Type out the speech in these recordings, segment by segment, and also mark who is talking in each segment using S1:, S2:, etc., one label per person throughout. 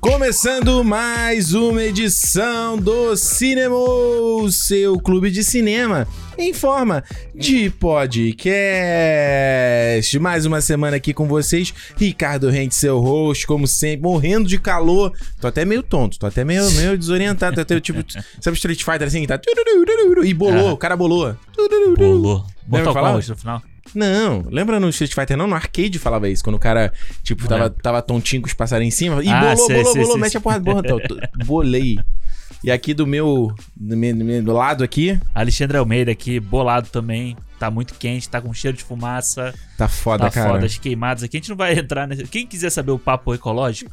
S1: Começando mais uma edição do Cinema, o seu clube de cinema em forma de podcast. Mais uma semana aqui com vocês, Ricardo Rente, seu host, como sempre, morrendo de calor. Tô até meio tonto, tô até meio, meio desorientado, tô até tipo, sabe Street Fighter assim, que tá e bolou, o cara bolou.
S2: Bolou.
S1: Lembra
S2: Mortal
S1: falar?
S2: Kombat no final?
S1: Não, lembra no Street Fighter não? No arcade falava isso, quando o cara, tipo, tava, tava tontinho com os passarinhos em cima. E
S2: Ah,
S1: bolou,
S2: sei,
S1: bolou,
S2: sei,
S1: bolou,
S2: sei,
S1: mete
S2: sei.
S1: a porra do borra, então, tô- Bolei. E aqui do meu, do meu, do meu do lado aqui,
S2: Alexandre Almeida aqui, bolado também. Tá muito quente, tá com cheiro de fumaça,
S1: tá foda,
S2: tá
S1: cara.
S2: foda, as queimadas aqui. A gente não vai entrar nesse. Quem quiser saber o papo ecológico,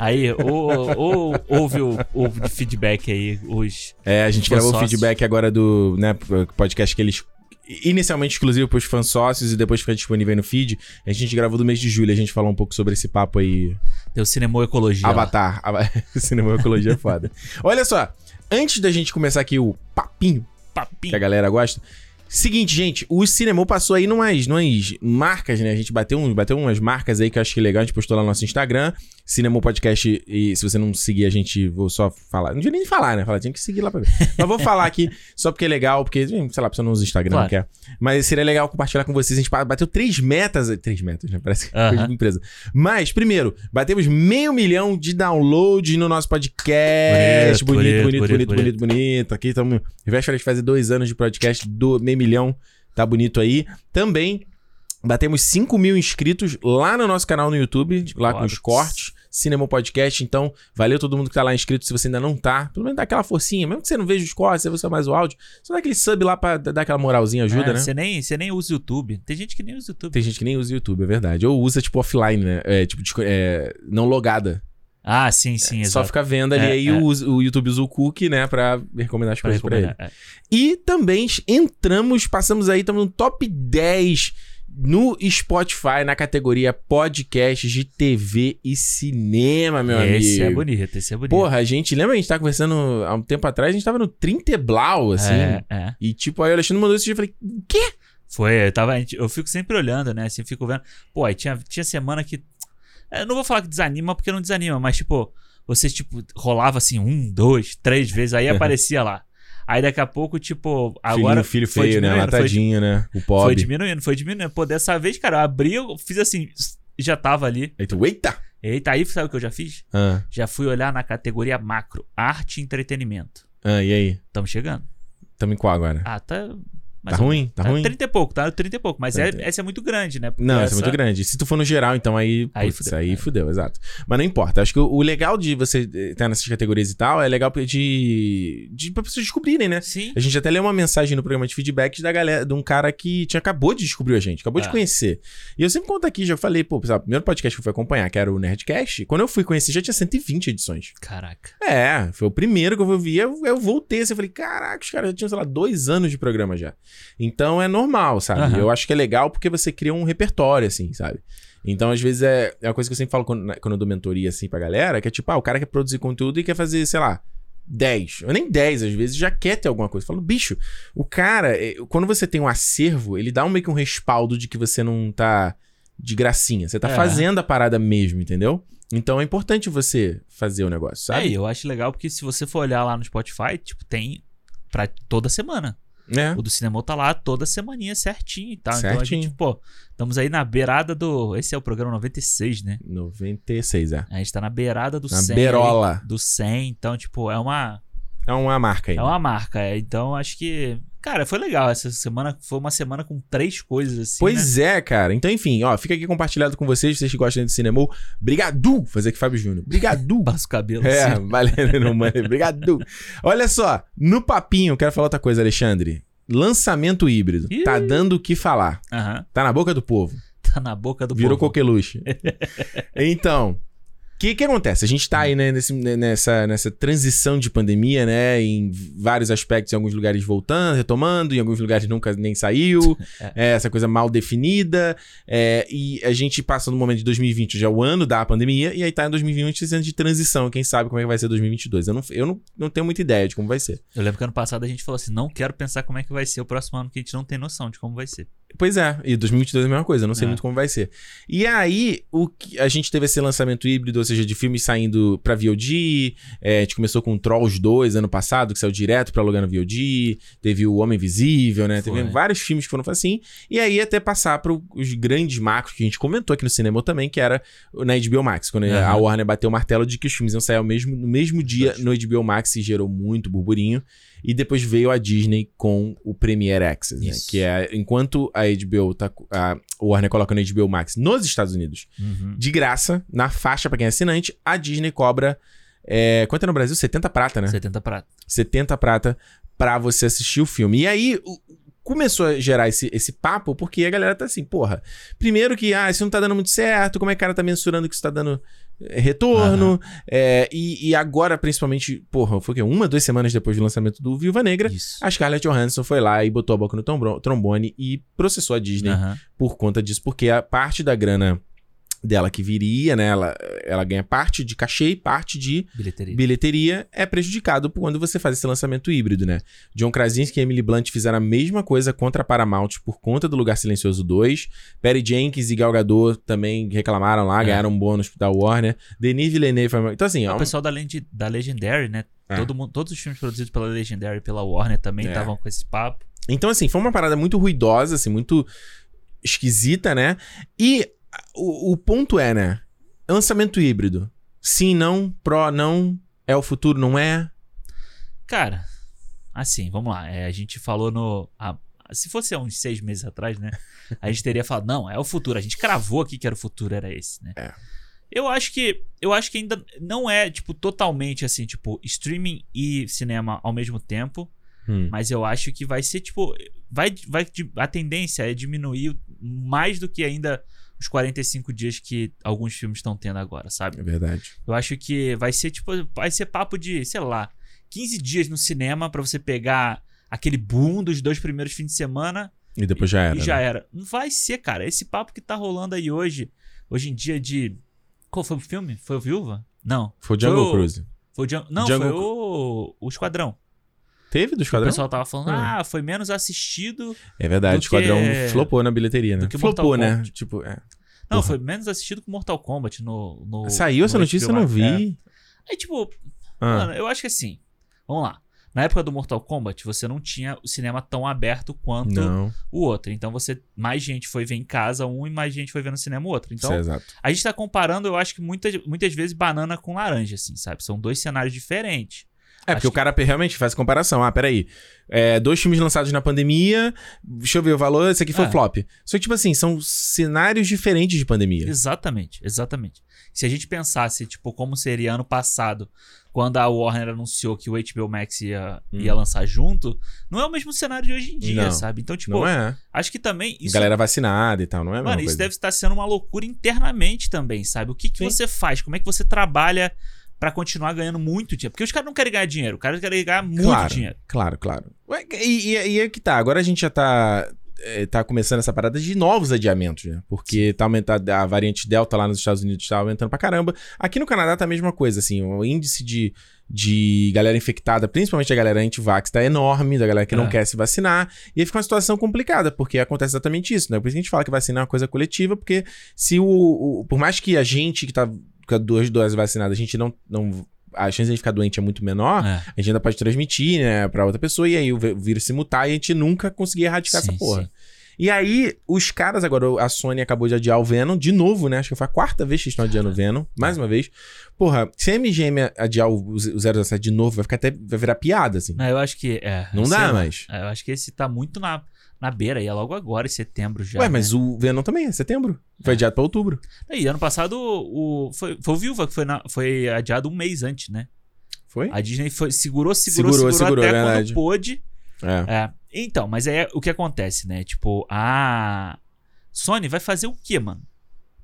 S2: aí, ou, ou ouve o, ouve o feedback aí, os.
S1: É, a gente
S2: Fãs
S1: gravou o
S2: sócios.
S1: feedback agora do né, podcast que eles. Inicialmente exclusivo pros fãs sócios e depois fica disponível aí no feed. A gente gravou do mês de julho, a gente falou um pouco sobre esse papo aí.
S2: Deu cinema ecologia. lá.
S1: Avatar. Ava... Cinema Ecologia é foda. Olha só, antes da gente começar aqui o papinho que a
S2: Papinho.
S1: galera gosta. Seguinte, gente, o cinema passou aí numas, numas marcas, né? A gente bateu, um, bateu umas marcas aí que eu acho que é legal, a gente postou lá no nosso Instagram, Cinema Podcast, e se você não seguir a gente, vou só falar, não devia nem falar, né? Falar, tinha que seguir lá pra ver. Mas vou falar aqui, só porque é legal, porque, hum, sei lá, a pessoa não usa Instagram, não quer.
S2: Claro.
S1: Mas seria legal compartilhar com vocês, a gente bateu três metas, três metas, né? Parece que é coisa
S2: Aham.
S1: de empresa. Mas, primeiro, batemos meio milhão de downloads no nosso podcast, bonito, bonito,
S2: Bonito, bonito,
S1: bonito, bonito, bonito
S2: bonito,
S1: bonito, bonito. Aqui estamos. Véspera de fazer dois anos de podcast do meio milhão. Tá bonito aí. Também batemos 5 mil inscritos lá no nosso canal no YouTube, lá com os
S2: cortes.
S1: cortes. Cinema Podcast, então valeu todo mundo que tá lá inscrito. Se você ainda não tá, pelo menos dá aquela forcinha, mesmo que você não veja os cortes, você vê mais o áudio, só dá aquele sub lá pra dar aquela moralzinha, ajuda,
S2: É,
S1: né?
S2: Você nem, você nem usa o YouTube. Tem gente que nem usa o YouTube.
S1: Tem gente que nem usa o YouTube, é verdade. Ou usa, tipo, offline, né? É, tipo, desco- é, não logada.
S2: Ah, sim, sim,
S1: Só
S2: exato.
S1: fica vendo ali,
S2: É,
S1: aí
S2: é.
S1: O, o YouTube usa o cookie, né? Pra recomendar as
S2: pra
S1: coisas pra ele.
S2: recomendar. É.
S1: E também entramos, passamos aí, estamos no top 10 no Spotify, na categoria podcasts de TV e cinema, meu
S2: esse é
S1: amigo.
S2: bonito, esse é bonito.
S1: Porra, a gente, lembra a gente tava conversando há um tempo atrás, a gente tava no 30 Blau, assim.
S2: É, é.
S1: E tipo, aí o Alexandre mandou isso e eu falei, o é quê?
S2: Foi, eu tava. a gente- Eu fico sempre olhando, né? Assim, fico vendo. Pô, aí tinha, tinha semana que. é, Eu não vou falar que desanima porque não desanima, mas tipo, você tipo, rolava assim, um, dois, três vezes, aí aparecia lá. Aí daqui a pouco, tipo, agora.
S1: filho, filho
S2: foi
S1: feio, né?
S2: diminuindo, foi di-
S1: Matadinho, né? O
S2: Foi
S1: pobre.
S2: diminuindo, foi diminuindo. Pô, dessa vez, cara, eu abri, eu fiz assim, já tava ali.
S1: Aí tu, eita!
S2: Eita, aí sabe o que eu já fiz?
S1: Ah,
S2: Já fui olhar na categoria macro, arte e entretenimento.
S1: ah, e aí?
S2: Tamo chegando.
S1: Tamo em qual agora?
S2: Ah, tá.
S1: tá ruim? Tá, ruim?
S2: 30 e pouco, tá 30 e pouco. Mas é, essa é muito grande, né? Porque
S1: Não, isso é
S2: essa-
S1: muito grande. Se tu for no geral, então aí.
S2: Aí
S1: putz,
S2: fudeu. é.
S1: aí fudeu, exato. Mas não importa. Acho que o, o legal de você eh, estar nessas categorias e tal é legal pra- de. de pra pessoas descobrirem, né?
S2: Sim.
S1: A gente até leu uma mensagem no programa de feedbacks da galera, de um cara que tinha, acabou de descobrir a gente, acabou de
S2: Ah.
S1: conhecer. E eu sempre conto aqui, já falei, pô, sabe, o primeiro podcast que eu fui acompanhar, que era o Nerdcast, quando eu fui conhecer, já tinha 120 edições.
S2: Caraca.
S1: É, foi o primeiro que eu vi. Eu, eu voltei assim, eu falei, caraca, os caras já tinham, sei lá, dois anos de programa já. Então é normal, sabe?
S2: Aham.
S1: Eu acho que é legal porque você cria um repertório, assim, sabe? Então, às vezes, é, é uma coisa que eu sempre falo quando, quando eu dou mentoria, assim, pra galera, que é tipo, ah, o cara quer produzir conteúdo e quer fazer, sei lá, 10. Ou nem 10, às vezes, já quer ter alguma coisa. Eu falo, bicho, o cara, é, quando você tem um acervo, ele dá um, meio que um respaldo de que você não tá de gracinha. Você tá
S2: É.
S1: fazendo a parada mesmo, entendeu? Então é importante você fazer o negócio, sabe?
S2: É, eu acho legal porque se você for olhar lá no Spotify, tipo, tem pra toda semana.
S1: É.
S2: O do cinema tá lá toda semaninha certinho e tal. Então a
S1: Certinho.
S2: gente, pô, estamos aí na beirada do. Esse é o programa 96, né?
S1: 96, é.
S2: A gente tá na beirada do
S1: Na
S2: 100.
S1: berola.
S2: aí, Do 100, então, tipo, é uma,
S1: É uma marca aí.
S2: é uma marca. é. Então, acho que. Cara, foi legal. Essa semana foi uma semana com três coisas, assim. né?
S1: Pois é, cara. Então, enfim, ó, fica aqui compartilhado com vocês, vocês que gostam de cinema. Brigadu! Fazer aqui Fábio Júnior. Brigadu!
S2: Passa o cabelo.
S1: é,
S2: assim.
S1: valendo, não, mano. Brigadu! Olha só, no papinho, quero falar outra coisa, Alexandre. Lançamento híbrido.
S2: Ih.
S1: Tá dando o que falar.
S2: Aham.
S1: Tá na boca do povo.
S2: Tá na boca do
S1: Virou
S2: povo.
S1: coqueluche. então, o que, que acontece? A gente tá aí, né, nesse- nessa, nessa transição de pandemia, né? Em vários aspectos, em alguns lugares voltando, retomando, em alguns lugares nunca nem saiu. é, essa coisa mal definida. é, e a gente passa no momento de 2020, já é o ano da pandemia, e aí tá em 2021 esse ano de transição. Quem sabe como é que vai ser 2022? Eu, não, eu não, não tenho muita ideia de como vai ser.
S2: Eu lembro que ano passado a gente falou assim: não quero pensar como é que vai ser o próximo ano, porque a gente não tem noção de como vai ser.
S1: Pois é, e 2022 é a mesma coisa, não sei
S2: É.
S1: muito como vai ser. E aí, o que, a gente teve esse lançamento híbrido, ou seja, de filmes saindo pra VOD, é, a gente começou com Trolls 2 ano passado, que saiu direto pra alugar no VOD, teve o Homem Invisível, né?
S2: Foi.
S1: Teve vários filmes que foram assim, e aí até passar para os grandes macros que a gente comentou aqui no cinema também, que era na HBO Max, quando a
S2: Aham.
S1: Warner bateu o martelo de que os filmes iam sair ao mesmo, no mesmo dia no HBO Max e gerou muito burburinho. E depois veio a Disney com o Premier Access, né?
S2: Isso.
S1: Que é enquanto a HBO tá. co- A o Warner coloca no HBO Max nos Estados Unidos
S2: Uhum.
S1: de graça, na faixa pra quem é assinante, a Disney cobra. é, quanto é no Brasil? 70 prata, né?
S2: 70 prata.
S1: 70 prata pra você assistir o filme. E aí o- começou a gerar esse, esse papo, porque a galera tá assim, porra. Primeiro que, ah, isso não tá dando muito certo, como é que o cara tá mensurando que isso tá dando eh, retorno? É, e, e agora, principalmente, porra, foi o quê? Uma, duas semanas depois do lançamento do Viúva Negra,
S2: Isso.
S1: a Scarlett Johansson foi lá e botou a boca no tombro- trombone e processou a Disney
S2: Aham.
S1: por conta disso, porque a parte da grana dela que viria, né? Ela, ela ganha parte de cachê e parte de
S2: Bilheteria.
S1: bilheteria é prejudicado por quando você faz esse lançamento híbrido, né? John Krasinski e Emily Blunt fizeram a mesma coisa contra a Paramount por conta do Lugar Silencioso 2. Perry Jenkins e Gal Gadot também reclamaram lá,
S2: É.
S1: ganharam um bônus da Warner. Denis Villeneuve... foi- Então, assim, é
S2: O
S1: um-
S2: pessoal da, Legend- da Legendary, né?
S1: É.
S2: Todo mundo, todos os filmes produzidos pela Legendary e pela Warner também
S1: É.
S2: estavam com esse papo.
S1: Então, assim, foi uma parada muito ruidosa, assim, muito esquisita, né? E a- o, o ponto é, né? Lançamento híbrido. Sim, não, pró, não, é o futuro, não é?
S2: Cara, assim, vamos lá. É, a gente falou no. a- se fosse há uns seis meses atrás, né? A gente teria falado, não, é o futuro. A gente cravou aqui que era o futuro, era esse, né?
S1: É.
S2: Eu acho que. Eu acho que ainda não é, tipo, totalmente assim, tipo, streaming e cinema ao mesmo tempo.
S1: Hum.
S2: Mas eu acho que vai ser, tipo. Vai, vai, a tendência é diminuir mais do que ainda os 45 dias que alguns filmes estão tendo agora, sabe?
S1: É verdade.
S2: Eu acho que vai ser tipo, vai ser papo de, sei lá, 15 dias no cinema pra você pegar aquele boom dos dois primeiros fins de semana
S1: E depois já era.
S2: e já
S1: né?
S2: era. Não vai ser, cara. Esse papo que tá rolando aí hoje, hoje em dia de qual foi o filme? Foi o Viúva? Não.
S1: Foi o Jungle
S2: é. Foi o-
S1: Cruise.
S2: Foi o Djan- Não,
S1: Django-
S2: foi o, o Esquadrão.
S1: Teve do
S2: O
S1: Esquadrão?
S2: pessoal tava falando,
S1: É.
S2: ah, foi menos assistido.
S1: É verdade, o
S2: do
S1: Esquadrão
S2: que-
S1: flopou na bilheteria, né?
S2: do que
S1: flopou,
S2: Mortal
S1: né?
S2: Kombat.
S1: Tipo, é.
S2: Não,
S1: Porra.
S2: foi menos assistido que Mortal Kombat no. no
S1: Saiu essa
S2: no
S1: notícia, eu
S2: HBO
S1: não
S2: Max. É.
S1: vi.
S2: Aí, tipo,
S1: Ah,
S2: Mano, eu acho que assim. Vamos lá. Na época do Mortal Kombat, você não tinha o cinema tão aberto quanto
S1: não,
S2: o outro. Então você. Mais gente foi ver em casa um e mais gente foi ver no cinema o outro.
S1: isso é
S2: Então,
S1: exato.
S2: a gente tá comparando, eu acho que muitas, muitas vezes banana com laranja, assim, sabe? São dois cenários diferentes.
S1: É,
S2: acho
S1: porque o cara realmente faz comparação. Ah, peraí. É, dois filmes lançados na pandemia, deixa eu ver o valor, esse aqui foi
S2: Ah.
S1: flop. Só que, tipo assim, são cenários diferentes de pandemia.
S2: Exatamente, exatamente. Se a gente pensasse, tipo, como seria ano passado, quando a Warner anunciou que o HBO Max ia,
S1: Hum.
S2: ia lançar junto, não é o mesmo cenário de hoje em dia,
S1: Não,
S2: sabe? Então, tipo,
S1: não é?
S2: acho que também isso
S1: Galera vacinada e tal, não é a mesma
S2: Mano,
S1: coisa.
S2: isso deve estar sendo uma loucura internamente também, sabe? O que, que
S1: Sim.
S2: você faz? Como é que você trabalha pra continuar ganhando muito dinheiro? Porque os caras não querem ganhar dinheiro, os caras querem ganhar muito
S1: Claro.
S2: dinheiro.
S1: Claro, claro. Ué, E, e, e é que tá, agora a gente já tá, é, tá começando essa parada de novos adiamentos, né? Porque tá aumentando, a variante Delta lá nos Estados Unidos tá aumentando pra caramba. Aqui no Canadá tá a mesma coisa, assim, o índice de, de galera infectada, principalmente a galera antivax, tá enorme, da galera que não
S2: É.
S1: quer se vacinar. E aí fica uma situação complicada, porque acontece exatamente isso, né? Por isso que a gente fala que vacina é uma coisa coletiva, porque se o... o- por mais que a gente que tá com as duas doses vacinadas, a gente não... não a chance de ficar doente é muito menor,
S2: É,
S1: a gente ainda pode transmitir, né, pra outra pessoa, e aí o vi- o vírus se mutar e a gente nunca conseguir erradicar
S2: sim,
S1: essa porra.
S2: sim.
S1: E aí, os caras agora, a Sony acabou de adiar o Venom de novo, né? Acho que foi a quarta vez que eles estão
S2: É.
S1: adiando o Venom, mais uma vez. Porra, se a MGM adiar o, o 017 de novo, vai ficar até. vai virar piada, assim.
S2: Não, eu acho que. é,
S1: Não
S2: sei
S1: dá
S2: lá.
S1: mais.
S2: É, Eu acho que esse tá muito na, na beira, e é logo agora, em setembro já.
S1: Ué,
S2: né?
S1: mas o Venom também é setembro. Foi
S2: É.
S1: adiado pra outubro.
S2: E ano passado, o, o- foi, foi o Viúva que foi, na- foi adiado um mês antes, né?
S1: Foi?
S2: A Disney foi- segurou, segurou,
S1: Segurou,
S2: segurou,
S1: segurou,
S2: até
S1: verdade.
S2: quando pôde.
S1: É.
S2: É, então, mas aí é o que acontece, né? Tipo, a Sony vai fazer o quê, mano?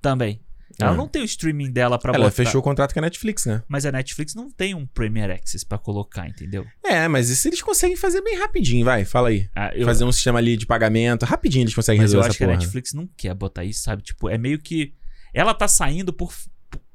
S2: Também. Ela
S1: É.
S2: não tem o streaming dela pra
S1: Ela
S2: botar.
S1: fechou o contrato com a Netflix, né?
S2: Mas a Netflix não tem um Premier Access pra colocar, entendeu?
S1: É, mas isso eles conseguem fazer bem rapidinho, vai, fala aí.
S2: Ah, eu,
S1: Fazer um sistema ali de pagamento, rapidinho eles conseguem
S2: mas eu
S1: resolver
S2: acho é
S1: essa
S2: que a
S1: porra.
S2: Netflix não quer botar isso, sabe? Tipo, é meio que. Ela tá saindo por.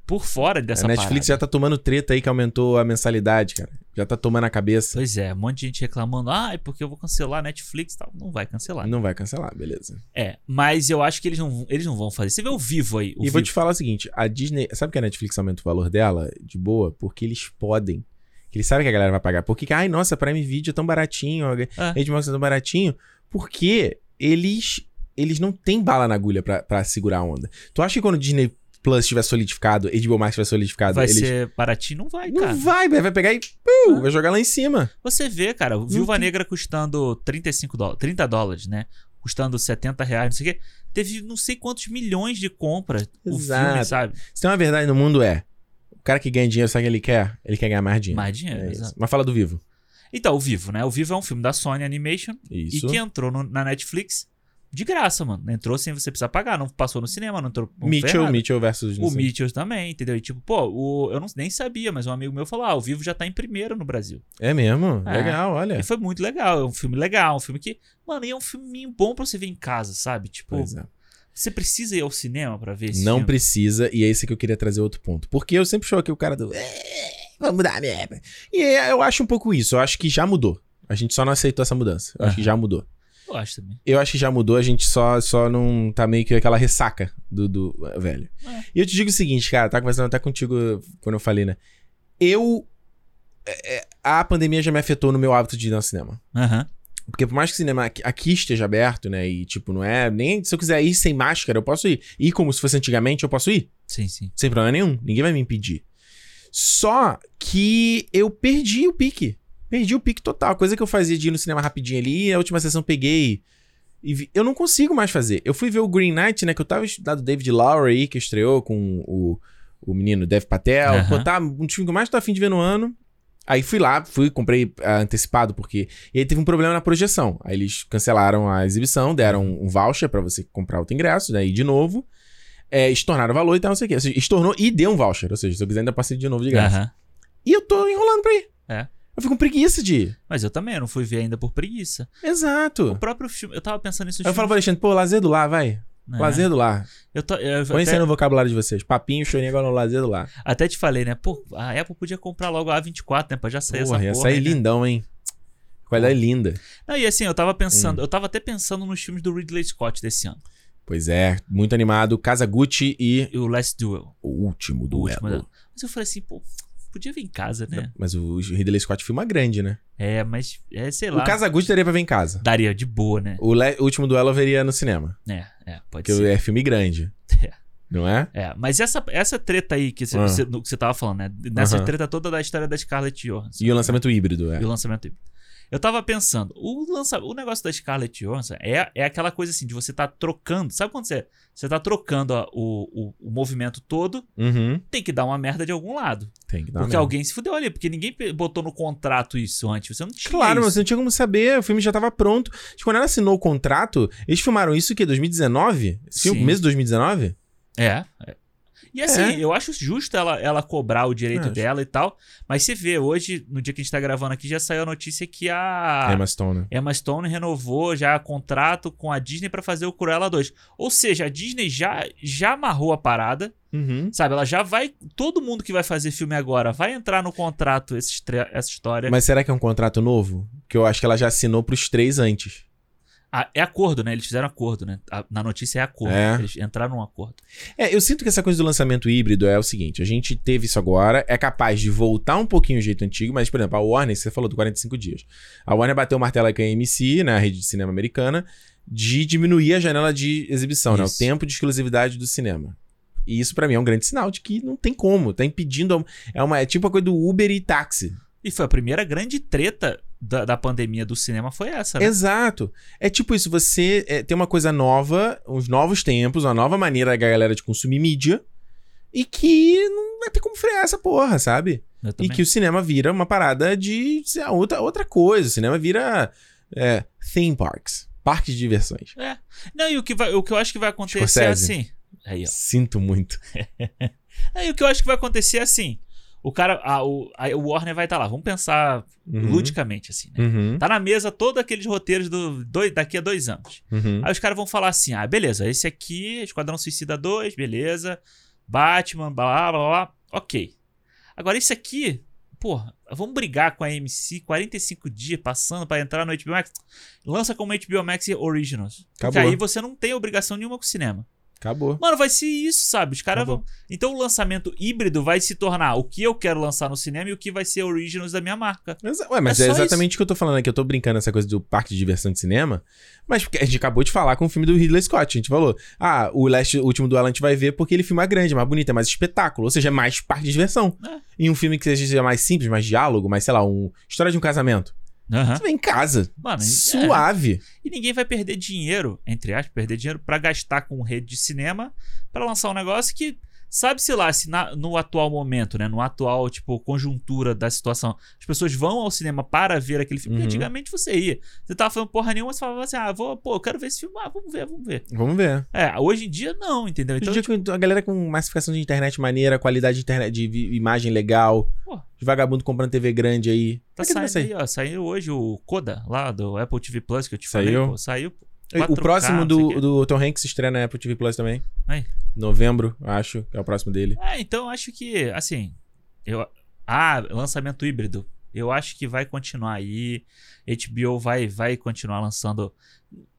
S2: por fora dessa
S1: a Netflix
S2: parada.
S1: já tá tomando treta aí que aumentou a mensalidade, cara. Já tá tomando a cabeça.
S2: Pois é, um monte de gente reclamando, ai, porque eu vou cancelar a Netflix e tal. Não vai cancelar.
S1: Não vai cancelar, beleza.
S2: É, mas eu acho que eles não, eles não vão fazer. Você vê o vivo aí.
S1: e
S2: O vivo.
S1: vou te falar o seguinte: a Disney. Sabe que a Netflix aumenta o valor dela de boa? Porque eles podem. Que Eles sabem que a galera vai pagar. Porque, ai, nossa, Prime Video é tão baratinho, a Edmox é tão baratinho. Porque eles eles não têm bala na agulha pra, pra segurar a onda. Tu acha que quando o Disney Plus estiver solidificado, HBO Max estiver solidificado,
S2: Vai
S1: eles.
S2: ser Paraty? Não vai,
S1: Não
S2: cara.
S1: vai, velho. Vai pegar e. pum,
S2: Ah.
S1: Vai jogar lá em cima.
S2: Você vê, cara, o Viúva
S1: tem-
S2: Negra custando 35 dólares, 30 dólares, né? Custando 70 reais, não sei o quê. Teve não sei quantos milhões de compras o filme,
S1: Exato.
S2: sabe?
S1: Se tem uma verdade no mundo é. O cara que ganha dinheiro, sabe o que ele quer? Ele quer ganhar mais dinheiro.
S2: Mais dinheiro,
S1: É isso.
S2: exato.
S1: Mas fala do vivo.
S2: Então, o Vivo, né? O Vivo é um filme da Sony Animation
S1: Isso.
S2: e que entrou no- na Netflix de graça, mano. Entrou sem você precisar pagar, não passou no cinema, não entrou. Não fez
S1: Mitchell,
S2: nada.
S1: Mitchell versus não
S2: um O
S1: sei.
S2: Mitchell também, entendeu? E tipo, pô, o- eu não, nem sabia, mas um amigo meu falou: ah, o Vivo já tá em primeiro no Brasil.
S1: É mesmo?
S2: É.
S1: Legal, olha.
S2: E foi muito legal, é um filme legal, um filme que. Mano, e é um filminho bom pra você ver em casa, sabe? Tipo,
S1: Pois é.
S2: Você precisa ir ao cinema pra ver esse
S1: Não
S2: filme?
S1: precisa, e é esse que eu queria trazer outro ponto. Porque eu sempre sou aqui o cara do. "É, Vamos mudar merda. E é, eu acho um pouco isso. Eu acho que já mudou. A gente só não aceitou essa mudança. Eu acho
S2: É.
S1: que já mudou.
S2: Eu acho também.
S1: Eu acho que já mudou, a gente só, só não tá meio que aquela ressaca do, do eh, velho.
S2: É.
S1: E eu te digo o seguinte, cara, tá conversando até contigo quando eu falei, né? Eu. é, é, a pandemia já me afetou no meu hábito de ir ao cinema.
S2: Aham.
S1: Porque por mais que o cinema aqui- aqui esteja aberto, né? E tipo, não é. Nem se eu quiser ir sem máscara, eu posso ir. Ir como se fosse antigamente, eu posso ir.
S2: Sim, sim.
S1: Sem problema nenhum. Ninguém vai me impedir. Só que eu perdi o pique. Perdi o pique total. Coisa que eu fazia de ir no cinema rapidinho ali, a última sessão eu peguei. E vi- eu não consigo mais fazer. Eu fui ver o Green Knight, né? Que eu tava estudado David Lowry aí, que estreou com o, o menino Dev Patel.
S2: Aham.
S1: Pô, tá um filme que eu mais tô afim de ver no ano. Aí fui lá, fui, comprei ah, antecipado, porque. E aí teve um problema na projeção. Aí eles cancelaram a exibição, deram
S2: Uhum.
S1: um voucher pra você comprar outro ingresso, né? E de novo. É, estornaram o valor e tal, não sei o quê. Ou seja, estornou e deu um voucher. Ou seja, se eu quiser, ainda passei de novo de graça.
S2: Aham.
S1: E eu tô enrolando pra ir.
S2: É.
S1: Eu fico com preguiça de ir.
S2: Mas eu também, eu não fui ver ainda por preguiça.
S1: Exato.
S2: O próprio filme, eu tava pensando nisso. né?
S1: Aí eu falo pro Alexandre, pô, lazer do lar, vai. Lazer do lar.
S2: Eu, tô, eu
S1: Põe isso aí
S2: até,
S1: no vocabulário de vocês. Papinho, chorinho, agora no lazer do lar.
S2: até te falei, né? Pô, a Apple podia comprar logo a A24, né? Pra já sair
S1: Porra,
S2: essa
S1: ia
S2: porra.
S1: sair
S2: aí, né?
S1: lindão, hein? Qualidade linda.
S2: Não, e assim, eu tava
S1: Hum.
S2: pensando, eu tava até pensando nos filmes do Ridley Scott desse ano.
S1: Pois é, muito animado. Casa Gucci e
S2: E o Last Duel.
S1: o último
S2: O último.
S1: duelo.
S2: né? Mas eu falei assim, pô, podia vir em casa, né?
S1: Mas o Ridley Scott filma grande, né?
S2: É, mas, é, sei lá.
S1: O Casa Gucci daria pra ver em casa.
S2: Daria de boa, né?
S1: O Le- o último duelo eu veria no cinema.
S2: É, é, pode
S1: Porque
S2: ser.
S1: é filme grande.
S2: É.
S1: Não é?
S2: É, mas essa, essa treta aí que você,
S1: Ah.
S2: você- no que você tava falando, né? Nessa
S1: Aham.
S2: treta toda da história da Scarlett Johansson.
S1: E o lançamento híbrido, é.
S2: E o lançamento híbrido. Eu tava pensando, o, lança, o negócio da Scarlett Johansson é, é aquela coisa assim, de você tá trocando. Sabe quando você, você tá trocando a- o, o, o movimento todo,
S1: Uhum.
S2: tem que dar uma merda de algum lado.
S1: Tem que dar uma
S2: porque
S1: merda.
S2: alguém se fudeu ali, porque ninguém pe- botou no contrato isso antes. Você não tinha
S1: Claro, mas
S2: isso.
S1: você não tinha como saber, o filme já tava pronto. Acho que Quando ela assinou o contrato, eles filmaram isso que 2019? Esse filme,
S2: Sim.
S1: mês de 2019?
S2: É. é. E assim,
S1: É.
S2: eu acho justo ela, ela cobrar o direito
S1: Acho.
S2: dela e tal. Mas você vê, hoje, no dia que a gente tá gravando aqui, já saiu a notícia que a
S1: Emma Stone. né?
S2: Emma Stone renovou já contrato com a Disney pra fazer o Cruella 2. Ou seja, a Disney já, já amarrou a parada,
S1: Uhum.
S2: sabe? Ela já vai. Todo mundo que vai fazer filme agora vai entrar no contrato esse estre- essa história.
S1: Mas será que é um contrato novo? Que eu acho que ela já assinou pros três antes.
S2: Ah, é acordo, né? Eles fizeram acordo, né? A- na notícia é acordo.
S1: É.
S2: Eles entraram num acordo.
S1: É, eu sinto que essa coisa do lançamento híbrido é o seguinte: a gente teve isso agora, é capaz de voltar um pouquinho o jeito antigo, mas, por exemplo, a Warner, você falou do 45 dias. A Warner bateu o martelo com a AMC, na rede de cinema americana, de diminuir a janela de exibição, né? O
S2: Isso.
S1: tempo de exclusividade do cinema. E isso, pra mim, é um grande sinal de que não tem como, tá impedindo. É, uma, é tipo a coisa do Uber e táxi.
S2: E foi a primeira grande treta da, da pandemia do cinema, foi essa, né?
S1: Exato. É tipo isso, você é, tem uma coisa nova, uns novos tempos, uma nova maneira da galera de consumir mídia, e que não vai ter como frear essa porra, sabe?
S2: Eu
S1: E
S2: também.
S1: que o cinema vira uma parada de sei lá, outra, outra coisa. O cinema vira é, theme parks, parques de diversões.
S2: Não, e o que, vai, o que eu acho que vai acontecer
S1: Scorsese.
S2: é assim. Aí, ó.
S1: Sinto muito.
S2: Aí o que eu acho que vai acontecer é assim. O cara, a, o, a- o Warner vai estar lá. Vamos pensar
S1: Uhum.
S2: ludicamente, assim, né?
S1: Uhum,
S2: Tá na mesa todos aqueles roteiros do, dois- daqui a dois anos.
S1: uhum.
S2: Aí os caras vão falar assim: ah, beleza, esse aqui, Esquadrão Suicida 2, beleza. Batman, blá blá blá. Ok. Agora, isso aqui, porra, vamos brigar com a AMC 45 dias passando pra entrar no HBO Max. Lança como HBO Max Originals. Porque
S1: Acabou.
S2: aí você não tem obrigação nenhuma com o cinema.
S1: Acabou.
S2: Mano, vai ser isso, sabe? Os caras
S1: Tá bom.
S2: vão. Então o lançamento híbrido vai se tornar o que eu quero lançar no cinema e o que vai ser Originals da minha marca.
S1: Mas- Ué, mas
S2: É
S1: é,
S2: só
S1: exatamente o que eu tô falando aqui. Eu tô brincando essa coisa do parque de diversão de cinema. Mas porque a gente acabou de falar com o filme do Ridley Scott. A gente falou: ah, o Last o último duelo a gente vai ver porque ele filma grande, é mais bonito, é mais espetáculo. Ou seja, é mais parque de diversão.
S2: É.
S1: E um filme que seja mais simples, mais diálogo, mais, sei lá, um história de um casamento.
S2: Ah.
S1: Você vê em casa,
S2: Mano, é.
S1: suave.
S2: E ninguém vai perder dinheiro, entre aspas, perder dinheiro pra gastar com rede de cinema pra lançar um negócio que sabe-se lá se na- no atual momento, né, no atual tipo conjuntura da situação, as pessoas vão ao cinema para ver aquele filme. Porque
S1: Uhum.
S2: Antigamente você ia, você tava falando porra nenhuma, você falava assim: "Ah, vou, pô, eu quero ver esse filme, ah, vamos ver, vamos ver".
S1: Vamos ver.
S2: É, hoje em dia não, entendeu?
S1: Hoje
S2: Então,
S1: em dia, com a galera com massificação de internet maneira, qualidade de, internet, de vi- imagem legal,
S2: Pô.
S1: de vagabundo comprando TV grande aí. Como
S2: Tá
S1: é que não vai
S2: saindo
S1: sair?
S2: aí, ó. Saiu hoje o Coda lá do Apple TV Plus que eu te
S1: Saiu?
S2: falei. Pô, saiu. pô.
S1: O
S2: 4K,
S1: próximo
S2: não sei o quê.
S1: do, do Tom Hanks estreia na Apple TV Plus também.
S2: Aí.
S1: Novembro, acho, que é o próximo dele.
S2: É, então acho que, assim. Eu... Ah, lançamento híbrido. Eu acho que vai continuar aí. HBO vai, vai continuar lançando.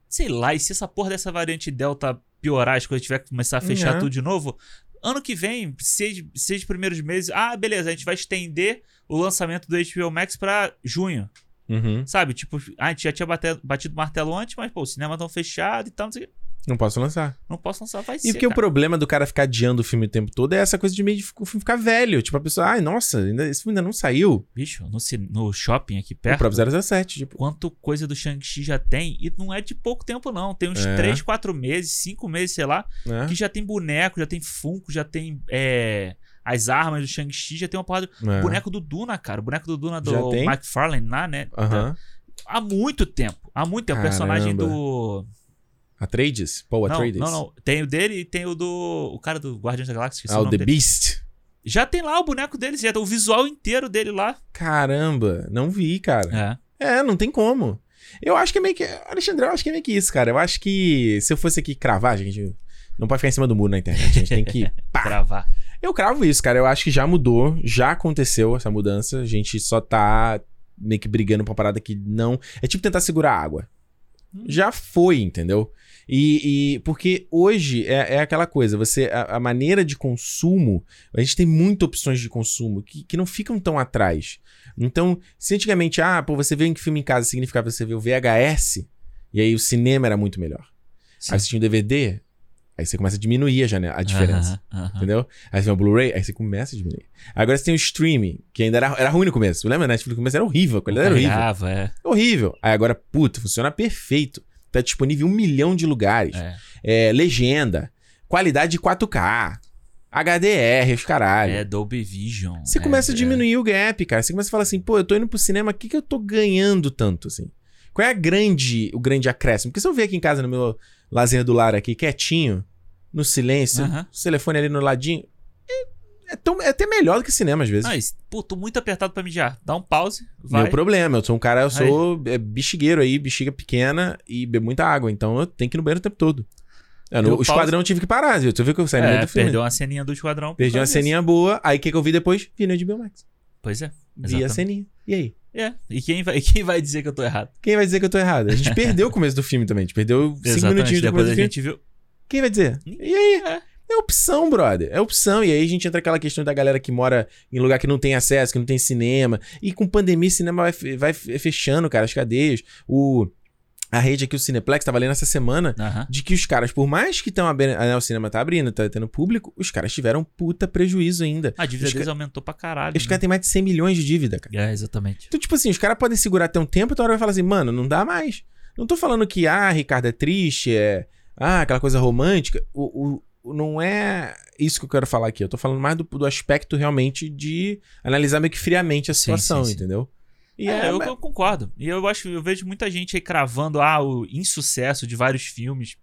S2: Sei lá, e se essa porra dessa variante Delta piorar, as coisas tiver que começar a fechar
S1: Né.
S2: tudo de novo. Ano que vem, seis, seis primeiros meses. Ah, beleza, a gente vai estender o lançamento do HBO Max pra junho.
S1: Uhum.
S2: Sabe, tipo, a gente já tinha bate- batido martelo antes, mas, pô, o cinema tão fechado e tal, não sei o que.
S1: Não posso lançar.
S2: Não posso lançar, vai
S1: E
S2: ser.
S1: porque o
S2: cara.
S1: problema do cara ficar adiando o filme o tempo todo é essa coisa de meio de fi- o filme ficar velho. Tipo, a pessoa, ai, nossa, ainda, esse filme ainda não saiu.
S2: Bicho, no, cin- no shopping aqui
S1: O
S2: perto,
S1: próprio 007, tipo.
S2: quanto coisa do Shang-Chi já tem, e não é de pouco tempo, não. Tem uns
S1: É.
S2: 3, 4 meses, 5 meses, sei lá,
S1: Né?
S2: que já tem boneco, já tem Funko, já tem é, as armas do Shang-Chi, já tem uma porrada.
S1: É.
S2: Boneco do Duna, cara. O boneco do Duna do
S1: Já tem?
S2: McFarlane lá, né?
S1: Aham.
S2: Há muito tempo. Há muito tempo. O personagem
S1: Caramba.
S2: do.
S1: Atreides? Paul
S2: não,
S1: Atreides?
S2: não, não. Tem o dele e tem o do. O cara do Guardiões da Galáxia. esqueci
S1: Ah,
S2: o
S1: o
S2: nome
S1: The
S2: dele.
S1: Beast.
S2: Já tem lá o boneco dele, já tem o visual inteiro dele lá.
S1: Caramba, não vi, cara.
S2: É.
S1: É, não tem como. Eu acho que é meio que. Alexandre, eu acho que é meio que isso, cara. Eu acho que se eu fosse aqui cravar, gente. Não pode ficar em cima do muro na internet. A gente tem que. pá.
S2: Gravar.
S1: Eu cravo isso, cara. Eu acho que já mudou, já aconteceu essa mudança. A gente só tá meio que brigando pra uma parada que não. É tipo tentar segurar a água.
S2: Hum.
S1: Já foi, entendeu? E, e- porque hoje é, é aquela coisa, você a, a maneira de consumo, a gente tem muitas opções de consumo que, que não ficam tão atrás. Então, se antigamente, ah, pô, você vê um filme em casa significava você ver o VHS, e aí o cinema era muito melhor.
S2: Sim.
S1: Aí você tinha o DVD, aí você começa a diminuir a, janela, a diferença.
S2: Aham, aham.
S1: Entendeu? Aí você tem o Blu-ray, aí você começa a diminuir. Agora você tem o streaming, que ainda era, era ruim no começo. Lembra? Netflix no começo era horrível, a qualidade era horrível.
S2: Carregava, é,
S1: Horrível. Aí agora, puta, funciona perfeito. Tá disponível em um milhão de lugares.
S2: é.
S1: É, legenda, qualidade de 4K, HDR, os caralho.
S2: É Dolby Vision.
S1: Você
S2: é,
S1: começa a
S2: é.
S1: diminuir o gap, cara. Você começa a falar assim, pô, eu tô indo pro cinema, o que, que eu tô ganhando tanto, assim? Qual é a grande, o grande acréscimo? Porque se eu ver aqui em casa, no meu lazer do lar aqui, quietinho, no silêncio,
S2: Aham.
S1: o telefone ali no ladinho, é, é tão- é até melhor do que cinema, às vezes.
S2: Ah, isso- pô, tô muito apertado pra mijar. Dá um pause, vai.
S1: Meu problema, eu sou um cara, eu sou é, bexigueiro aí, bexiga pequena e bebo muita água, então eu tenho que ir no banheiro o tempo todo. Eu,
S2: Deu
S1: no, o
S2: pausa.
S1: esquadrão eu tive que parar, viu? tu viu que eu saí no meio
S2: É,
S1: do filme?
S2: perdeu uma ceninha do Esquadrão. por
S1: Perdi uma
S2: causa disso.
S1: ceninha boa, aí o que, que eu vi depois? Vi no HBO Max.
S2: Pois é.
S1: Vi a
S2: Exatamente.
S1: ceninha. E aí?
S2: É. E quem vai, e quem vai dizer que eu tô errado?
S1: Quem vai dizer que eu tô errado? A gente perdeu o começo do filme também. A gente perdeu cinco minutinhos
S2: Exatamente.
S1: do começo
S2: Depois
S1: do
S2: a
S1: filme.
S2: gente viu.
S1: Quem vai dizer? E aí? É opção, brother. É opção. E aí a gente entra aquela questão da galera que mora em lugar que não tem acesso, que não tem cinema. E com pandemia, o cinema vai, fe- vai fe- fechando, cara, as cadeias. O, a rede aqui, o Cineplex, tava lendo essa semana
S2: Aham.
S1: de que os caras, por mais que tão abrindo, ah, né, o cinema tá abrindo, tá tendo público, os caras tiveram puta prejuízo ainda.
S2: A dívida
S1: Os ca-
S2: deles aumentou pra caralho.
S1: Os caras têm mais de 100 milhões de dívida, cara.
S2: né? É, exatamente.
S1: Então, tipo assim, os caras podem segurar até um tempo, então a hora vai falar assim, mano, não dá mais. Não tô falando que, ah, Ricardo é triste, é. Ah, aquela coisa romântica. O, o- o- não é isso que eu quero falar aqui. Eu tô falando mais do, do aspecto realmente de analisar meio que friamente a situação,
S2: sim, sim.
S1: entendeu? E
S2: é,
S1: é,
S2: eu,
S1: mas-
S2: eu concordo. E eu acho, eu vejo muita gente aí cravando ah, o insucesso de vários filmes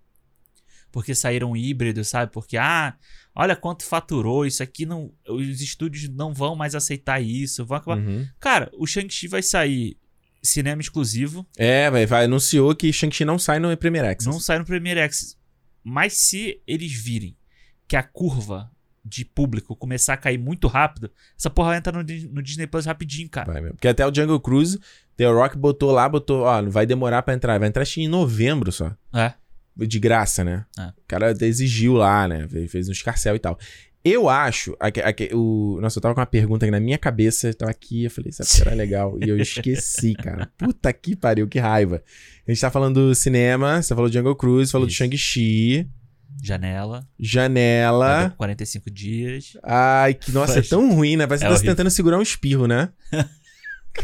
S2: porque saíram híbridos, sabe? Porque ah, olha quanto faturou isso aqui não, os estúdios não vão mais aceitar isso, vão acabar.
S1: Uhum.
S2: Cara, o Shang-Chi vai sair cinema exclusivo,
S1: É, vai, vai, anunciou que Shang-Chi não sai no Premier Access.
S2: não sai no Premier Access. Mas se eles virem que a curva de público começar a cair muito rápido, essa porra vai entrar no, Di- no Disney Plus rapidinho, cara.
S1: Vai mesmo. Porque até o Jungle Cruise, The Rock botou lá, botou, ó, não vai demorar pra entrar. Vai entrar acho que em novembro só.
S2: É.
S1: De graça, né?
S2: É.
S1: O cara até exigiu lá, né? Fe- Fez um escarcel e tal. Eu acho. aque- aque- o, nossa, eu tava com uma pergunta aqui na minha cabeça, eu tava aqui, eu falei, isso aqui era legal. E eu esqueci, cara. Puta que pariu, que raiva. A gente tá falando do cinema, você falou de Jungle Cruise, falou
S2: Isso.
S1: do Shang-Chi,
S2: Janela,
S1: Janela.
S2: vai dar 45 dias.
S1: Ai, que nossa,
S2: É. Faz-
S1: é tão ruim, né? Parece
S2: É
S1: que tá
S2: horrível.
S1: tentando segurar um espirro, né?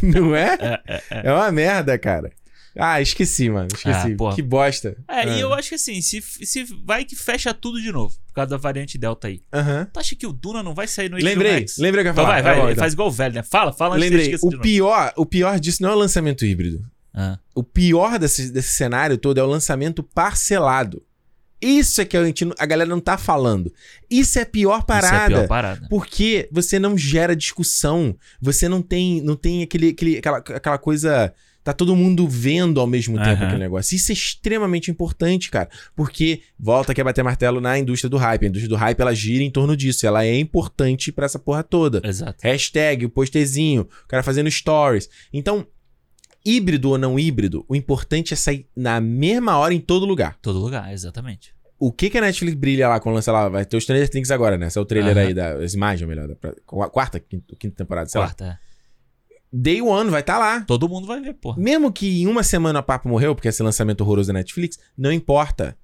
S1: Não é?
S2: É, é, é.
S1: É uma merda, cara. Ah, esqueci, mano. Esqueci.
S2: Ah, porra.
S1: que bosta.
S2: É,
S1: Ah.
S2: e eu acho que assim, se, se vai que fecha tudo de novo, por causa da variante Delta aí.
S1: Aham.
S2: Tu acha que o Duna não vai sair no HBO
S1: Lembrei,
S2: Max?
S1: lembrei o que eu ia
S2: Então
S1: falar.
S2: vai,
S1: Tá
S2: vai,
S1: bom, então.
S2: faz igual o velho, né? Fala, fala antes que eu
S1: Lembrei,
S2: esqueça de
S1: o
S2: novo.
S1: pior, o pior disso não é o lançamento híbrido.
S2: Ah,
S1: O pior desse, desse cenário todo é o lançamento parcelado. Isso é que a, gente não- a galera não tá falando. Isso é a pior
S2: Isso é a
S1: parada.
S2: pior parada.
S1: Porque você não gera discussão. Você não tem, não tem aquele, aquele, aquela, aquela coisa. Tá todo mundo vendo ao mesmo tempo
S2: Aham.
S1: aquele negócio. Isso é extremamente importante, cara. Porque volta aqui a bater martelo na indústria do hype. A indústria do hype ela gira em torno disso. Ela é importante pra essa porra toda.
S2: Exato.
S1: Hashtag, o postezinho, o cara fazendo stories. Então, híbrido ou não híbrido, o importante é sair na mesma hora em todo lugar.
S2: Todo lugar, exatamente.
S1: O que, que a Netflix brilha lá quando lança lá? Vai ter os Stranger Things agora, né? Esse é o trailer
S2: Aham.
S1: aí, da, as imagens, ou melhor, da pra- qu- quarta, quinta, quinta temporada, sei
S2: Quarta. é.
S1: lá. Day One vai estar lá.
S2: Todo mundo vai ver, porra.
S1: Mesmo que em uma semana a papo morreu, porque esse lançamento horroroso da Netflix, não importa.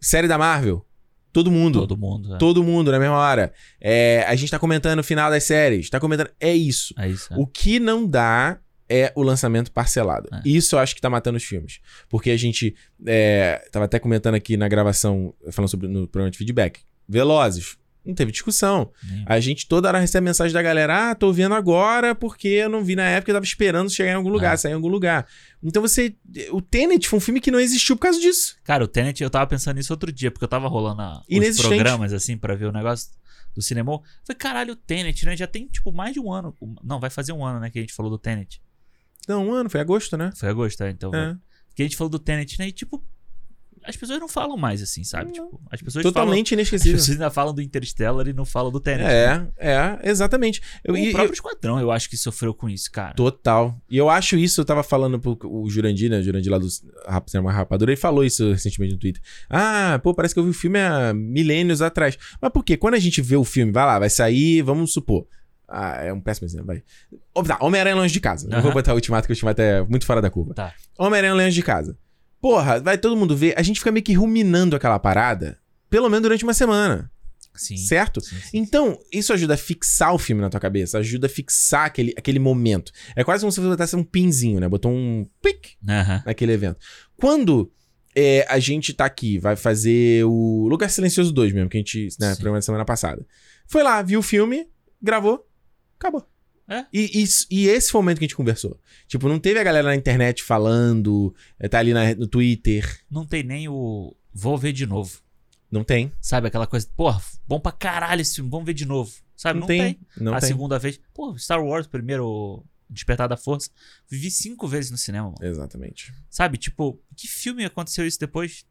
S1: Série da Marvel, todo mundo.
S2: Todo mundo. é.
S1: Todo mundo na mesma hora. É, a gente tá comentando o final das séries, tá comentando... É isso.
S2: É isso. é.
S1: O que não dá é o lançamento parcelado.
S2: É.
S1: Isso eu acho que tá matando os filmes. Porque a gente. É, tava até comentando aqui na gravação, falando sobre no programa de feedback. Velozes. Não teve discussão.
S2: Nem-
S1: A gente toda hora recebe mensagem da galera: ah, tô vendo agora porque eu não vi na época, eu tava esperando chegar em algum lugar,
S2: É.
S1: sair em algum lugar. Então você. O Tenet foi um filme que não existiu por causa disso.
S2: Cara, o Tenet, eu tava pensando nisso outro dia, porque eu tava rolando a, os
S1: Inexistente.
S2: programas, assim, pra ver o negócio do cinema. Eu Falei, caralho, o Tenet, né? Já tem, tipo, mais de um ano. Não, vai fazer um ano, né, que a gente falou do Tenet.
S1: Não, um ano, foi agosto, né?
S2: Foi agosto, é, então.
S1: É.
S2: Que a gente falou do Tenet, né? E, tipo, as pessoas não falam mais, assim, sabe?
S1: Não.
S2: Tipo, as pessoas falam...
S1: É, Totalmente
S2: As
S1: inesquecível.
S2: pessoas ainda falam do Interstellar e não falam do Tenet. né?
S1: É, é, exatamente. Eu-
S2: O
S1: e-
S2: próprio Esquadrão, eu acho que sofreu com isso, cara.
S1: Total. E eu acho isso, eu tava falando pro o Jurandir, né? O Jurandir lá do Rap- Cinema Rapadura, ele falou isso recentemente no Twitter. Ah, pô, parece que eu vi o filme há milênios atrás. Mas por quê? Quando a gente vê o filme, vai lá, vai sair, vamos supor. Ah, é um péssimo exemplo, vai. Ó, tá, Homem-Aranha longe de casa. Não vou
S2: Aham.
S1: botar o Ultimato, que o Ultimato é muito fora da curva.
S2: Tá.
S1: Homem-Aranha longe de casa. Porra, vai todo mundo ver. A gente fica meio que ruminando aquela parada, pelo menos durante uma semana,
S2: Sim.
S1: certo?
S2: sim, sim.
S1: Então, isso ajuda a fixar o filme na tua cabeça, ajuda a fixar aquele, aquele momento. É quase como se você botasse um pinzinho, né? Botou um pic
S2: Aham.
S1: naquele evento. Quando é, a gente tá aqui, vai fazer o Lugar Silencioso 2 mesmo, que a gente, né,
S2: Sim.
S1: programa da semana passada. Foi lá, viu o filme, gravou, acabou.
S2: É.
S1: E, isso- e esse foi o momento que a gente conversou. Tipo, não teve a galera na internet falando, é, tá ali na- no Twitter.
S2: Não tem nem o... Vou ver de novo.
S1: Não tem.
S2: Sabe aquela coisa, porra, bom pra caralho esse filme, vamos ver de novo.
S1: Não,
S2: Sabe? Ah, Não,
S1: tem.
S2: tem.
S1: Não
S2: A
S1: tem.
S2: segunda vez, pô, Star Wars, primeiro Despertar da Força, vivi cinco vezes no cinema, mano.
S1: Exatamente.
S2: Sabe? Tipo, que filme aconteceu isso depois?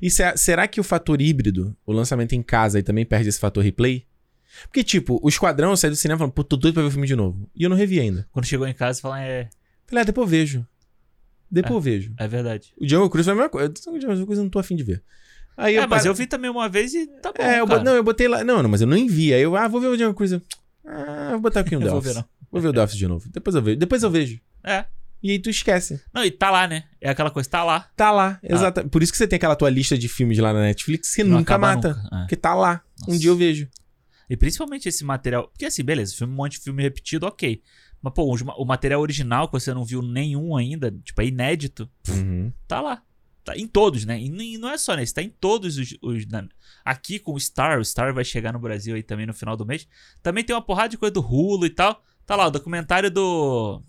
S1: E se- será que o fator híbrido, o lançamento em casa, aí também perde esse fator replay? Porque, tipo, o Esquadrão eu saí do cinema falando, pô, tô doido pra ver o filme de novo. E eu não revi ainda.
S2: Quando chegou em casa, falar é,
S1: Falei, ah, depois eu vejo. Depois eu vejo.
S2: é verdade.
S1: O Django Cruz foi a mesma coisa. O Django Cruz eu não tô afim de ver. Aí
S2: É,
S1: eu
S2: mas
S1: paro-
S2: eu vi também uma vez e tá bom,
S1: É, eu bo-
S2: cara.
S1: não, eu botei lá. Não, não, mas eu não vi. Aí eu, ah, vou ver o Django Cruz. Eu, Ah, vou botar aqui no
S2: Eu
S1: The
S2: vou
S1: Office.
S2: ver, não.
S1: Vou ver o The Office de novo. Depois eu vejo. Depois eu vejo.
S2: É.
S1: E aí tu esquece.
S2: Não, e tá lá, né? É aquela coisa, tá lá.
S1: Tá lá. Exata. Por isso que você tem aquela tua lista de filmes lá na Netflix que
S2: não
S1: nunca
S2: acaba
S1: mata.
S2: nunca. É.
S1: Porque tá lá. Um
S2: Nossa.
S1: dia eu vejo.
S2: E principalmente esse material. Porque assim, beleza, filme, um monte de filme repetido, ok. Mas, pô, os ma- o material original que você não viu nenhum ainda, tipo, é inédito,
S1: Uhum.
S2: tá lá. Tá em todos, né? E nem- não é só nesse, tá em todos os. os- na- aqui com o Star, o Star vai chegar no Brasil aí também no final do mês. Também tem uma porrada de coisa do Hulu e tal. Tá lá, o documentário do.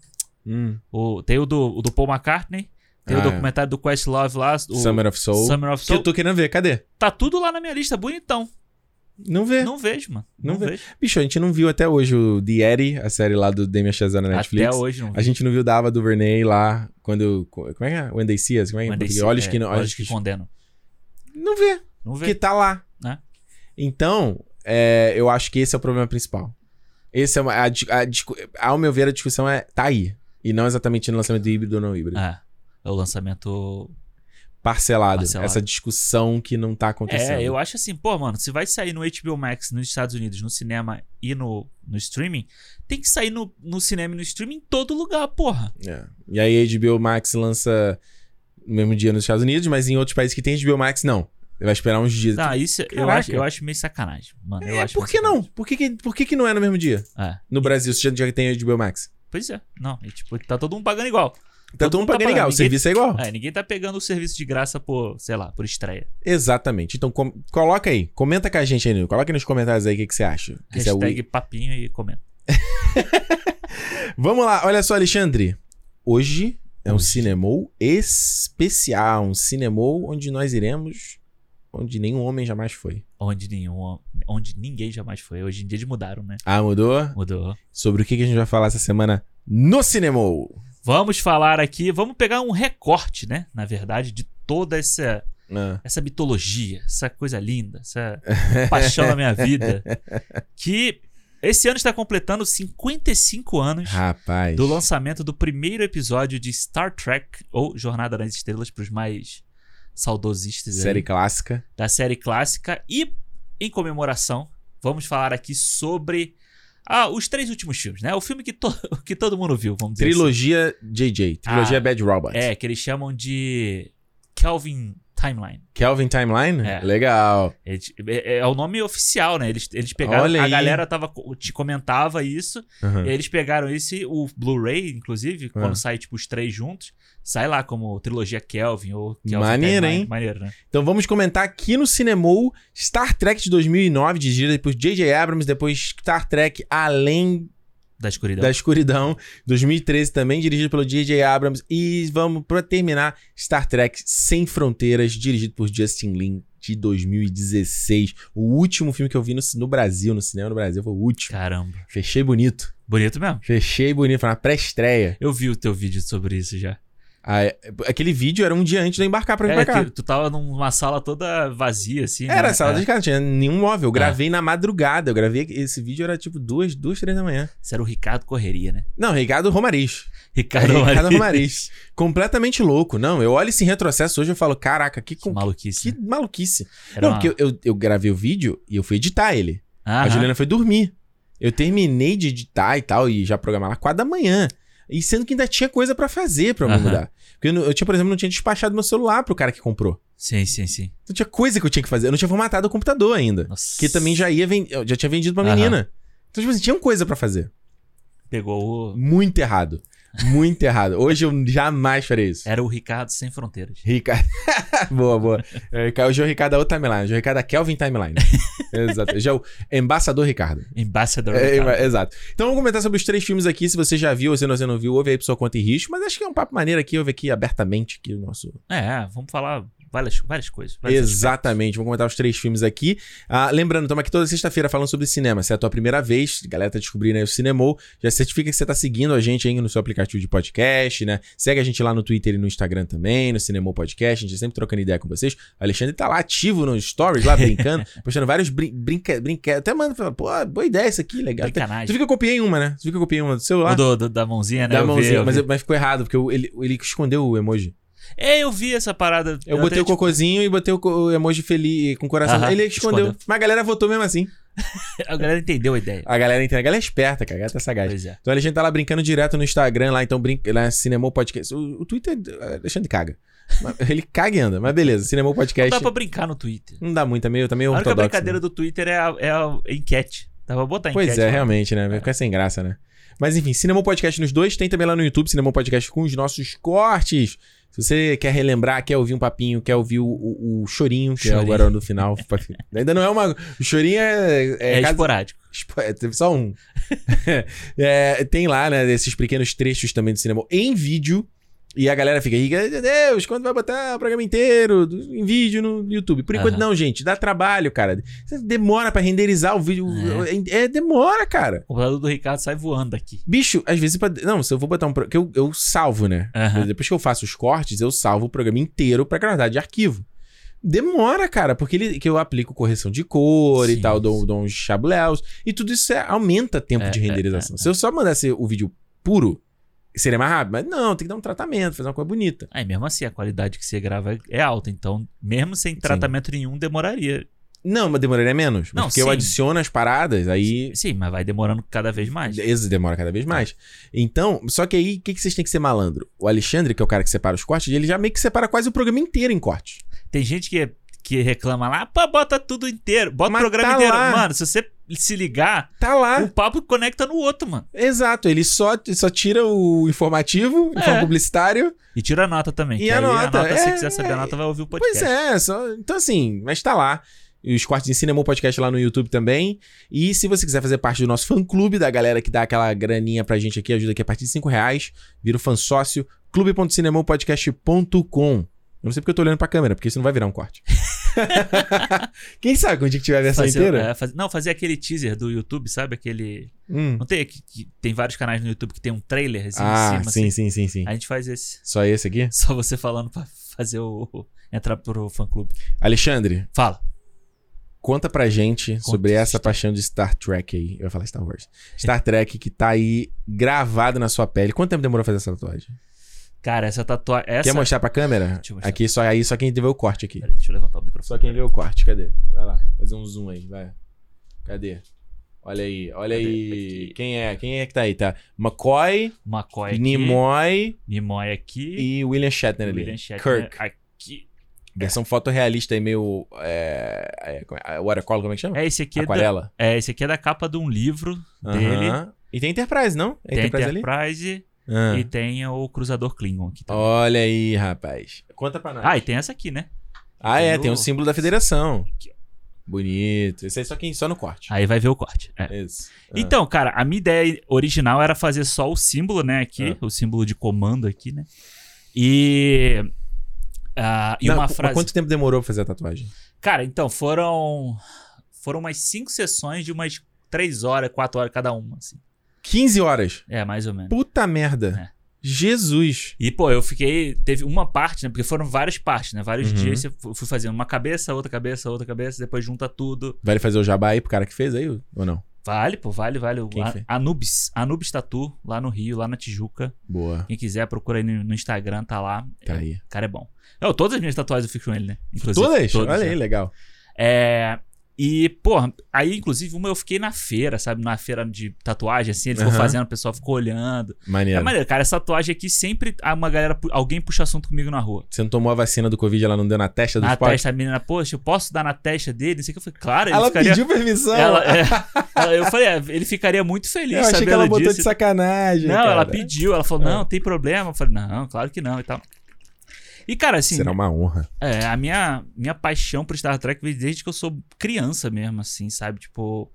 S1: Hum.
S2: o- tem o do, o do Paul McCartney. Tem
S1: Ah,
S2: o
S1: é.
S2: documentário do Quest Love lá. O Summer,
S1: Summer of Soul.
S2: of
S1: Que
S2: Soul.
S1: eu tô querendo ver. Cadê?
S2: Tá tudo lá na minha lista, bonitão.
S1: Não vê.
S2: Não vejo, mano.
S1: É. Não
S2: Não,
S1: ve-
S2: vejo.
S1: Bicho, a gente não viu até hoje o The Eddy, a série lá do Damien Chazelle na Netflix.
S2: Até hoje não
S1: A
S2: vejo.
S1: gente não viu da Ava do Vernay lá, quando... co- Como é que é? When They See Us, Como é que é? em português? Olhos que... não-
S2: olhos que
S1: Olhos que...
S2: condenam.
S1: Não vê.
S2: Não
S1: Porque
S2: vejo.
S1: tá lá.
S2: Né?
S1: Então, é, eu acho que esse é o problema principal. Esse é uma, a, di- a discu- ao meu ver, a discussão é tá aí. E não exatamente no lançamento do híbrido ou não híbrido.
S2: É. É o lançamento.
S1: Parcelado,
S2: Parcelado.
S1: Essa discussão que não tá acontecendo.
S2: É, eu acho assim, pô, mano, se vai sair no HBO Max nos Estados Unidos, no cinema e no, no streaming, tem que sair no, no cinema e no streaming em todo lugar, porra.
S1: É. E aí a HBO Max lança no mesmo dia nos Estados Unidos, mas em outros países que tem HBO Max, não. Vai esperar uns dias.
S2: Ah, isso eu
S1: Caraca.
S2: acho, eu acho meio sacanagem, mano. eu
S1: é,
S2: acho
S1: por
S2: meio
S1: que não?
S2: sacanagem.
S1: Por que, que- por que, que não é no mesmo dia?
S2: É.
S1: No Brasil, se já, já tem HBO Max.
S2: Pois é, não. é tipo, tá todo mundo pagando igual.
S1: Então todo mundo pagando
S2: pagando,
S1: legal, o
S2: ninguém-
S1: serviço é igual.
S2: É, ninguém tá pegando o serviço de graça por, sei lá, por estreia.
S1: Exatamente. Então com- coloca aí, comenta com a gente aí, Nil. coloca aí nos comentários aí o que, que você acha. Que esse é o-
S2: Hashtag papinho e comenta.
S1: Vamos lá, olha só, Alexandre. Hoje é um
S2: Hoje.
S1: cinemol especial, um cinemol onde nós iremos onde nenhum homem jamais foi.
S2: Onde nenhum, onde ninguém jamais foi. Hoje em dia eles mudaram, né?
S1: Ah, mudou?
S2: Mudou.
S1: Sobre o que que a gente vai falar essa semana no cinemol.
S2: Vamos falar aqui, vamos pegar um recorte, né? Na verdade, de toda essa,
S1: Ah,
S2: essa mitologia, essa coisa linda, essa paixão da minha vida. Que esse ano está completando 55 anos
S1: rapaz.
S2: do lançamento do primeiro episódio de Star Trek, ou Jornada nas Estrelas, para os mais saudosistas aí,
S1: Série clássica.
S2: da série clássica. E em comemoração, vamos falar aqui sobre. ah, os três últimos filmes, né? O filme que, to- que todo mundo viu, vamos dizer assim.
S1: Trilogia JJ. Trilogia
S2: Ah,
S1: Bad Robot.
S2: É, que eles chamam de Kelvin Timeline.
S1: Kelvin Timeline?
S2: É.
S1: Legal.
S2: Eles- É, é o nome oficial, né? Eles, eles pegaram.
S1: Olha
S2: a
S1: aí. É.
S2: galera tava, co- te comentava isso.
S1: Aham.
S2: E aí eles pegaram isso e o
S1: É.
S2: Blu-ray, inclusive, quando sai, tipo, os três juntos, sai lá como trilogia Kelvin ou Kelvin.
S1: Maneiro,
S2: Timeline.
S1: hein?
S2: Maneiro, né?
S1: Então vamos comentar aqui no Cinemol Star Trek de 2009, dirigida por J.J. Abrams, depois Star Trek Além
S2: Da escuridão.
S1: da Escuridão, 2013 também dirigido pelo J.J. Abrams e vamos para terminar Star Trek Sem Fronteiras, dirigido por Justin Lin de 2016, o último filme que eu vi no, no Brasil, no cinema no Brasil, foi o último.
S2: Caramba.
S1: Fechei bonito.
S2: Bonito mesmo.
S1: Fechei bonito, foi uma pré-estreia.
S2: Eu vi o teu vídeo sobre isso já.
S1: Ah, é- Aquele vídeo era um dia antes de eu embarcar pra vir
S2: É,
S1: pra cá.
S2: tu, tu tava numa sala toda vazia, assim.
S1: Era
S2: né?
S1: sala
S2: É.
S1: de casa, não É. tinha nenhum móvel. Eu gravei na madrugada. Eu gravei esse vídeo, era tipo duas, duas, três da manhã.
S2: Isso era o Ricardo Correria, né?
S1: Não, Ricardo Romariz.
S2: Ricardo,
S1: Ricardo
S2: Marinho.
S1: Romariz. Completamente louco. Não, eu olho esse retrocesso hoje e falo, caraca, que,
S2: Que
S1: com-
S2: maluquice.
S1: que
S2: né?
S1: maluquice.
S2: Era
S1: não,
S2: uma-
S1: porque eu, eu, eu gravei o vídeo e eu fui editar ele. A
S2: Aham.
S1: Juliana foi dormir. Eu terminei de editar e tal, e já programar lá quatro da manhã. E sendo que ainda tinha coisa pra fazer pra eu
S2: Aham.
S1: mudar. Porque eu, não- eu tinha, por exemplo, não tinha despachado meu celular pro cara que comprou.
S2: Sim, sim, sim.
S1: Então tinha coisa que eu tinha que fazer. Eu não tinha formatado o computador ainda.
S2: Nossa.
S1: Que também já ia ven- já tinha vendido pra
S2: Aham.
S1: menina. Então, tipo assim, tinha coisa pra fazer.
S2: Pegou o.
S1: Muito errado. Muito errado. Hoje eu jamais farei isso.
S2: Era o Ricardo Sem Fronteiras.
S1: Ricardo. boa, boa. É, o João Ricardo é o timeline. O João Ricardo é a Kelvin Timeline. exato. Já é o embaixador Ricardo.
S2: Embaixador.
S1: É,
S2: Ricardo.
S1: é, exato. Então vamos comentar sobre os três filmes aqui. Se você já viu ou se você não viu, ouve aí por sua conta e risco. Mas acho que é um papo maneiro aqui, ouve aqui abertamente que o nosso
S2: É, vamos falar várias, várias coisas. várias
S1: Exatamente, vamos comentar os três filmes aqui. Ah, lembrando, estamos aqui toda sexta-feira falando sobre cinema. Se é a tua primeira vez, galera tá descobrindo aí o Cinemou, já certifica que você tá seguindo a gente aí no seu aplicativo de podcast, né? Segue a gente lá no Twitter e no Instagram também, no Cinemou Podcast, a gente tá sempre trocando ideia com vocês. O Alexandre tá lá ativo nos stories, lá brincando, postando vários brin brinca brinquedos. Até manda, fala, pô, boa ideia isso aqui, legal. Até-
S2: Brincanagem.
S1: Tu viu que eu copiei uma, né? Tu viu que eu copiei uma do celular?
S2: O do, do- da mãozinha, né?
S1: Da
S2: Eu vi,
S1: mãozinha,
S2: eu
S1: mas,
S2: vi.
S1: eu- mas ficou errado, porque eu- ele, ele escondeu o emoji.
S2: É, eu vi essa parada.
S1: Eu botei o
S2: até,
S1: cocôzinho e botei o co- o emoji feliz com o coração.
S2: Aham,
S1: ele escondeu.
S2: escondeu.
S1: Mas a galera votou mesmo assim.
S2: tipo, A galera entendeu a ideia.
S1: A galera entende. A galera é esperta, cara. A galera tá sagaz.
S2: Pois é.
S1: Então a Alexandre tá lá brincando direto no Instagram, lá, então brinca lá, Cinemou Podcast. O, o Twitter, eh, Alexandre caga. Mas Ele caga e anda, mas beleza, Cinemou Podcast.
S2: Dá pra brincar no Twitter.
S1: Não dá muito, tá meio, tá meio
S2: A única
S1: É, ortodoxo.
S2: brincadeira
S1: né?
S2: do Twitter é a, é a enquete. Dá pra botar enquete.
S1: Pois é,
S2: lá.
S1: realmente, né? Vai ficar sem graça, né? Mas enfim, Cinemou Podcast nos dois, tem também lá no YouTube, Cinemou Podcast com os nossos cortes. Se você quer relembrar, quer ouvir um papinho, quer ouvir o, o- o chorinho, que é
S2: Chorinho.
S1: agora no final. papinho. Ainda não é uma. O chorinho é.
S2: É,
S1: é cada-
S2: esporádico.
S1: Espo- é, Teve só um. É, tem lá, né, esses pequenos trechos também do cinema em vídeo. E a galera fica aí, meu Deus, quando vai botar o programa inteiro do- em vídeo no YouTube? Por enquanto,
S2: Aham.
S1: não, gente. Dá trabalho, cara. Você Demora pra renderizar o vídeo. É. demora, cara.
S2: O computador do Ricardo sai voando aqui.
S1: Bicho, às vezes. pra- Não, se eu vou botar um. pro- que Eu, eu salvo, né?
S2: Aham.
S1: Depois que eu faço os cortes, eu salvo o programa inteiro pra guardar de arquivo. demora, cara, porque ele, que eu aplico correção de cor e
S2: Sim,
S1: tal, dou,
S2: sim.
S1: dou uns chabuléus, e tudo isso é- aumenta tempo
S2: É,
S1: de
S2: é,
S1: renderização. Se eu só mandasse o vídeo puro, seria mais rápido, mas não, tem que dar um tratamento, fazer uma coisa bonita.
S2: Aí mesmo assim, a qualidade que você grava é- é alta. Então, mesmo sem tratamento nenhum, demoraria.
S1: Não, mas demoraria menos, mas
S2: Não,
S1: porque eu
S2: sim.
S1: adiciono as paradas, aí
S2: Sim, Tá. mas vai demorando cada vez mais.
S1: Isso demora cada vez mais. Então, só que aí, o que, que vocês têm que ser malandro? O Alexandre, que é o cara que separa os cortes, ele já meio que separa quase o programa inteiro em corte.
S2: Tem gente que, que reclama lá, pá, bota tudo inteiro, bota
S1: Mas
S2: o programa
S1: tá
S2: inteiro.
S1: lá.
S2: Mano, se você se ligar,
S1: Tá lá.
S2: o papo conecta no outro, mano.
S1: Exato. Ele só, só tira o informativo, o informe
S2: É.
S1: publicitário.
S2: E tira a nota também.
S1: E
S2: que
S1: a
S2: aí
S1: nota,
S2: a nota, se
S1: é,
S2: você quiser saber a nota, vai ouvir o podcast.
S1: Pois é, só- então assim, mas tá lá. E Os cortes de cinema, o podcast lá no YouTube também. E se você quiser fazer parte do nosso fã-clube, da galera que dá aquela graninha pra gente aqui, ajuda aqui a partir de 5 reais, vira o fã-sócio, clube.cinemopodcast.com. Eu não sei porque eu tô olhando pra câmera, porque isso não vai virar um corte. Quem sabe quando a gente tiver a versão
S2: Fazer-
S1: inteira?
S2: é, faz- não, fazer aquele teaser do YouTube, sabe? Aquele.
S1: Hum.
S2: Não tem que, que- Tem vários canais no YouTube que tem um trailer assim,
S1: Ah,
S2: em cima.
S1: sim,
S2: assim.
S1: sim, sim, sim.
S2: A gente faz esse.
S1: Só esse aqui?
S2: Só você falando pra fazer o. entrar pro fã clube.
S1: Alexandre,
S2: Fala.
S1: conta pra gente sobre
S2: essa É.
S1: essa paixão de Star Trek aí. Eu ia falar Star Wars. Star Trek que tá aí gravado na sua pele. Quanto tempo demorou fazer essa tatuagem?
S2: Cara, essa tatuagem. Essa...
S1: Quer mostrar pra câmera?
S2: Deixa eu mostrar.
S1: Aqui só aí, só quem vê o corte aqui.
S2: Peraí, deixa eu levantar o microfone.
S1: Só quem vê o corte, cadê? Vai lá, fazer um zoom aí, vai. Cadê? Olha aí, olha
S2: Cadê?
S1: aí.
S2: Aqui.
S1: Quem é? Quem é que tá aí? Tá McCoy,
S2: Macoy aqui.
S1: Nimoy
S2: Nimoy aqui.
S1: e William Shatner ali.
S2: William Shatner
S1: Kirk.
S2: aqui.
S1: Versão fotorrealista aí, meio. É, é, como é, watercolor, como é que chama?
S2: É, esse aqui é, da,
S1: Aquarela.
S2: é, esse aqui é da capa de um livro dele.
S1: Aham. E tem Enterprise, não? É
S2: tem a
S1: Enterprise, ali?
S2: Enterprise
S1: Ah.
S2: e tem o Cruzador Klingon aqui também.
S1: Olha aí, rapaz. Conta pra nós.
S2: Ah, e tem essa aqui, né?
S1: Ah, é, tem o
S2: no-
S1: símbolo da federação.
S2: Aqui,
S1: Bonito. Esse aí só quem só no corte.
S2: Aí vai ver o corte. é.
S1: Isso. Ah.
S2: Então, cara, a minha ideia original era fazer só o símbolo, né, aqui,
S1: Ah.
S2: o símbolo de comando aqui, né? E ah, e
S1: Não,
S2: uma
S1: qu-
S2: frase.
S1: Quanto tempo demorou pra fazer a tatuagem?
S2: Cara, então foram foram umas cinco sessões de umas três horas, quatro horas cada uma, assim.
S1: 15 horas.
S2: É, mais ou menos.
S1: Puta merda.
S2: É.
S1: Jesus.
S2: E, pô, eu fiquei. Teve uma parte, né? Porque foram várias partes, né? Vários
S1: Uhum.
S2: dias eu fui fazendo uma cabeça, outra cabeça, outra cabeça, depois junta tudo.
S1: Vale fazer o jabá aí pro cara que fez aí ou ou não?
S2: Vale, pô, vale, vale. O
S1: Quem
S2: A-
S1: fez?
S2: Anubis, Anubis Tatu, lá no Rio, lá na Tijuca.
S1: Boa.
S2: Quem quiser, procura aí no, no Instagram, tá lá.
S1: Tá
S2: É,
S1: aí.
S2: O cara é bom. Eu, todas as minhas tatuagens eu fico com ele, né? Inclusive,
S1: Todas? Olha
S2: né?
S1: aí, legal.
S2: É, e, porra, aí inclusive uma eu fiquei na feira, sabe? Na feira de tatuagem, assim, ele ficou
S1: Aham.
S2: fazendo, o pessoal ficou olhando. É
S1: Maneiro.
S2: maneiro, cara, essa tatuagem aqui sempre há uma galera, pu- alguém puxa assunto comigo na rua.
S1: Você não tomou a vacina do Covid, ela não deu na testa dos
S2: Na
S1: pais?
S2: testa, a menina, poxa, eu posso dar na testa dele? Não sei o que. Eu falei, claro, ele
S1: Ela
S2: ficaria.
S1: pediu permissão.
S2: Ela- é, ela- eu falei, é, ele ficaria muito feliz
S1: Eu achei
S2: sabendo
S1: que ela botou
S2: disso.
S1: de sacanagem.
S2: não,
S1: cara.
S2: ela pediu, ela falou,
S1: É.
S2: não, tem problema. Eu falei, não, claro que não e tal. E, cara, assim,
S1: Será uma honra.
S2: É, a minha, minha paixão por Star Trek vem desde que eu sou criança mesmo, assim, sabe? Tipo.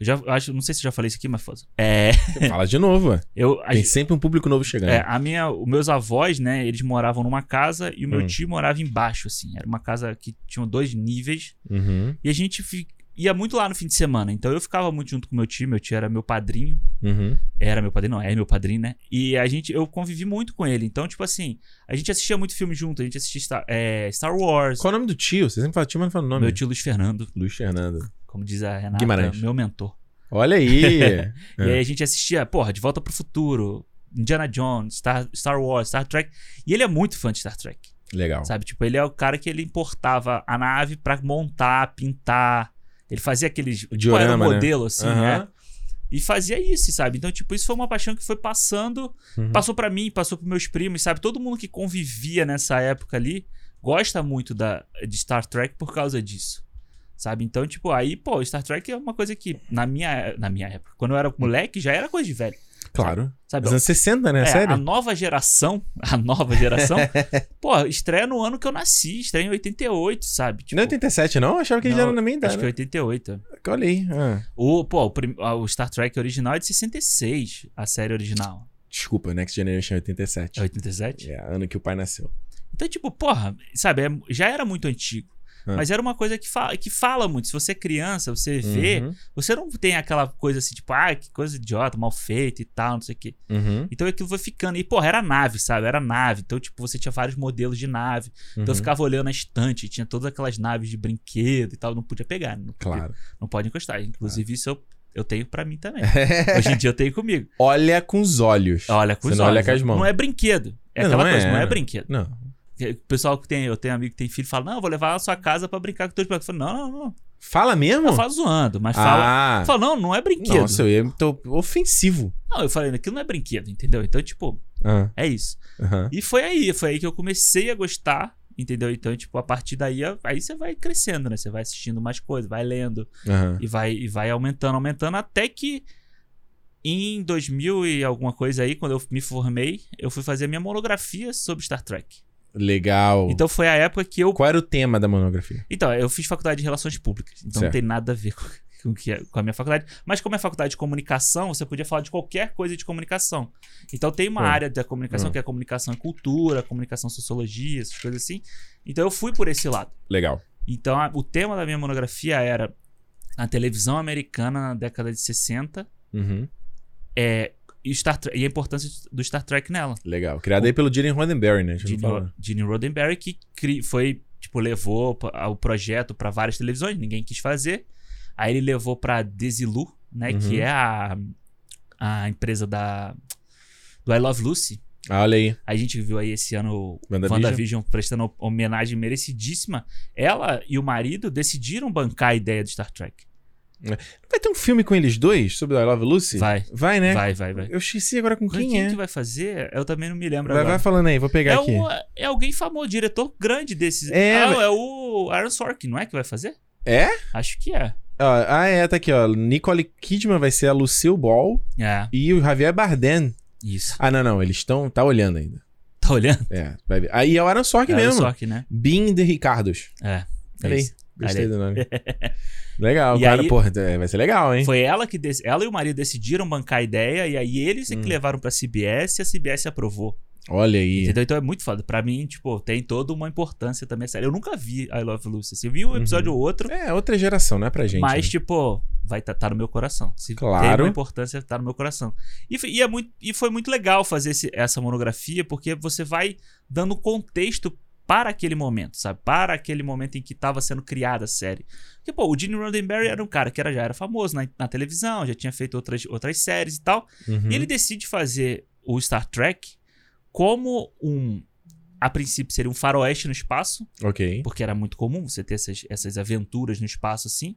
S2: Eu já eu acho, não sei se eu já falei isso aqui, mas foda É,
S1: Fala de novo. ó.
S2: eu. A,
S1: Tem sempre um público novo chegando.
S2: é, a minha, os meus avós, né, eles moravam numa casa e o meu
S1: Hum.
S2: tio morava embaixo, assim. Era uma casa que tinha dois níveis
S1: Uhum.
S2: e a gente fi- ia muito lá no fim de semana. Então eu ficava muito junto com meu tio, meu tio era meu padrinho.
S1: Uhum.
S2: Era meu padrinho, não, é meu padrinho, né? E a gente, eu convivi muito com ele. Então, tipo assim, a gente assistia muito filme junto, a gente assistia Star, é, Star Wars.
S1: Qual o nome do tio? Você sempre fala tio, mas não fala o nome.
S2: Meu tio Luiz Fernando,
S1: Luiz Fernando.
S2: como diz a Renata,
S1: Guimarães.
S2: meu mentor.
S1: Olha aí. É.
S2: E aí a gente assistia, porra, De Volta pro Futuro, Indiana Jones, Star, Star Wars, Star Trek. E ele é muito fã de Star Trek,
S1: Legal.
S2: sabe? Tipo, ele é o cara que ele importava a nave pra montar, pintar. Ele fazia aqueles... tipo, era um
S1: diorama, né?
S2: modelo, assim,
S1: Aham.
S2: né? E fazia isso, sabe? Então, tipo, isso foi uma paixão que foi passando.
S1: Uhum.
S2: Passou pra mim, passou pros meus primos, sabe? Todo mundo que convivia nessa época ali gosta muito da, de Star Trek por causa disso. Sabe? Então, tipo, aí, pô, Star Trek é uma coisa que, na minha, na minha época, quando eu era moleque, já era coisa de velho.
S1: Claro.
S2: Sabe?
S1: Dos anos 60, né?
S2: É,
S1: Sério?
S2: a nova geração, a nova geração, pô, estreia no ano que eu nasci, estreia em 88, sabe? Tipo,
S1: Não é 87, não? Eu Achava que eles
S2: Não,
S1: eram na minha idade.
S2: acho que é 88. é.
S1: né? Olha aí. Ah.
S2: O, pô, o, prim- ah, o Star Trek original é de 66, a série original.
S1: Desculpa, Next Generation é 87.
S2: É 87?
S1: É, ano que o pai nasceu.
S2: Então, tipo, porra, sabe, é- já era muito antigo.
S1: É.
S2: Mas era uma coisa que fala, que fala muito. Se você é criança, você vê,
S1: Uhum,
S2: você não tem aquela coisa assim, tipo, ah, que coisa idiota, mal feita e tal, não sei o quê.
S1: uhum,
S2: Então aquilo foi ficando. E, porra, era nave, sabe? Era nave. Então, tipo, você tinha vários modelos de nave. Então eu
S1: uhum.
S2: ficava olhando a estante, tinha todas aquelas naves de brinquedo e tal, não podia pegar, não, podia-
S1: Claro.
S2: não pode encostar. Inclusive, isso eu, eu tenho pra mim também. Hoje em dia eu tenho comigo.
S1: Olha com os olhos.
S2: Olha com
S1: Você
S2: os
S1: não
S2: olhos.
S1: olha com as mãos.
S2: Não é brinquedo. É
S1: Não,
S2: aquela
S1: não
S2: coisa,
S1: é.
S2: não é brinquedo.
S1: Não.
S2: O pessoal que tem, eu tenho amigo que tem filho, fala: Não, eu vou levar a sua casa pra brincar com teus brinquedos. Eu falo, não, não, não.
S1: Fala mesmo?
S2: Eu falo zoando, mas fala.
S1: ah,
S2: Fala, não, não é brinquedo.
S1: nossa, eu ia- tô ofensivo.
S2: Não, eu falei, aquilo não é brinquedo, entendeu? Então, tipo,
S1: Ah,
S2: é isso.
S1: aham.
S2: E foi aí, foi aí que eu comecei a gostar, entendeu? Então, tipo, a partir daí, a- aí você vai crescendo, né? Você vai assistindo mais coisas, vai lendo
S1: aham.
S2: e vai, e vai aumentando, aumentando, até que em 2000 e alguma coisa aí, quando eu me formei, eu fui fazer minha monografia sobre Star Trek.
S1: Legal.
S2: Então foi a época que eu.
S1: Qual era o tema da monografia?
S2: Então, eu fiz faculdade de Relações Públicas, então
S1: Certo.
S2: não tem nada a ver com. com o que é- Com a minha faculdade, mas como é faculdade de comunicação, você podia falar de qualquer coisa de comunicação. Então tem uma
S1: Hum.
S2: área da comunicação
S1: Hum.
S2: que é comunicação e cultura, comunicação e sociologia, essas coisas assim. Então eu fui por esse lado.
S1: Legal.
S2: Então, a- o tema da minha monografia era a televisão americana na década de 60
S1: Uhum.
S2: é, e, o Star Trek- e a importância do Star Trek nela.
S1: Legal. Criado aí pelo Gene Roddenberry, né? Deixa eu
S2: Gene
S1: falar.
S2: Ro- Gene Roddenberry, que cri- foi, tipo, levou pa- o projeto para várias televisões, ninguém quis fazer. Aí ele levou para Desilu, né,
S1: Uhum.
S2: que é a, a empresa da do I Love Lucy.
S1: Ah, olha aí.
S2: A gente viu aí esse ano o
S1: WandaVision.
S2: WandaVision prestando homenagem merecidíssima. Ela e o marido decidiram bancar a ideia do Star Trek.
S1: Vai ter um filme com eles dois sobre I Love Lucy?
S2: Vai,
S1: Vai, né?
S2: vai, vai, vai.
S1: Eu esqueci agora com
S2: Quem,
S1: quem, é.
S2: que vai fazer? Eu também não me lembro
S1: Vai,
S2: agora.
S1: vai falando aí, vou pegar
S2: é,
S1: aqui.
S2: o- é alguém famoso, diretor grande desses.
S1: É,
S2: ah, é o Aaron Sorkin, não é que vai fazer?
S1: É?
S2: Acho que é.
S1: Ó, ah, é, tá aqui, ó. Nicole Kidman vai ser a Lucille Ball
S2: É,
S1: e o Javier Bardem.
S2: isso.
S1: Ah, não, não. Eles estão. Tá olhando ainda.
S2: Tá olhando?
S1: É, vai ver. Aí é o Aaron Sorkin
S2: É, Aaron
S1: mesmo.
S2: Sorkin, né?
S1: Bean de Ricardos.
S2: É.
S1: Olha
S2: é
S1: aí.
S2: isso.
S1: Gostei
S2: Olha
S1: do
S2: aí.
S1: nome. Legal,
S2: E
S1: cara.
S2: aí-
S1: Porra, é, vai ser legal, hein?
S2: Foi ela que dec- ela e o marido decidiram bancar a ideia e aí eles é
S1: Hum.
S2: que levaram pra CBS e a CBS aprovou.
S1: Olha aí.
S2: Entendeu? Então é muito foda. Pra mim, tipo, tem toda uma importância também sério. Eu nunca vi I Love Lucy. Assim, eu vi um episódio ou outro,
S1: É, outra geração, não é pra gente.
S2: Mas,
S1: né?
S2: tipo, vai tá, tá no meu coração. Se
S1: Claro.
S2: tem uma importância, tá no meu coração. E, f- e é muito, e foi muito legal fazer esse- essa monografia, porque você vai dando contexto para aquele momento, sabe? Para aquele momento em que estava sendo criada a série. Porque, pô, o Gene Roddenberry era um cara que era, já era famoso na, na televisão, já tinha feito outras, outras séries e tal.
S1: Uhum.
S2: E ele decide fazer o Star Trek como um... A princípio seria um faroeste no espaço,
S1: Ok.
S2: porque era muito comum você ter essas, essas aventuras no espaço assim.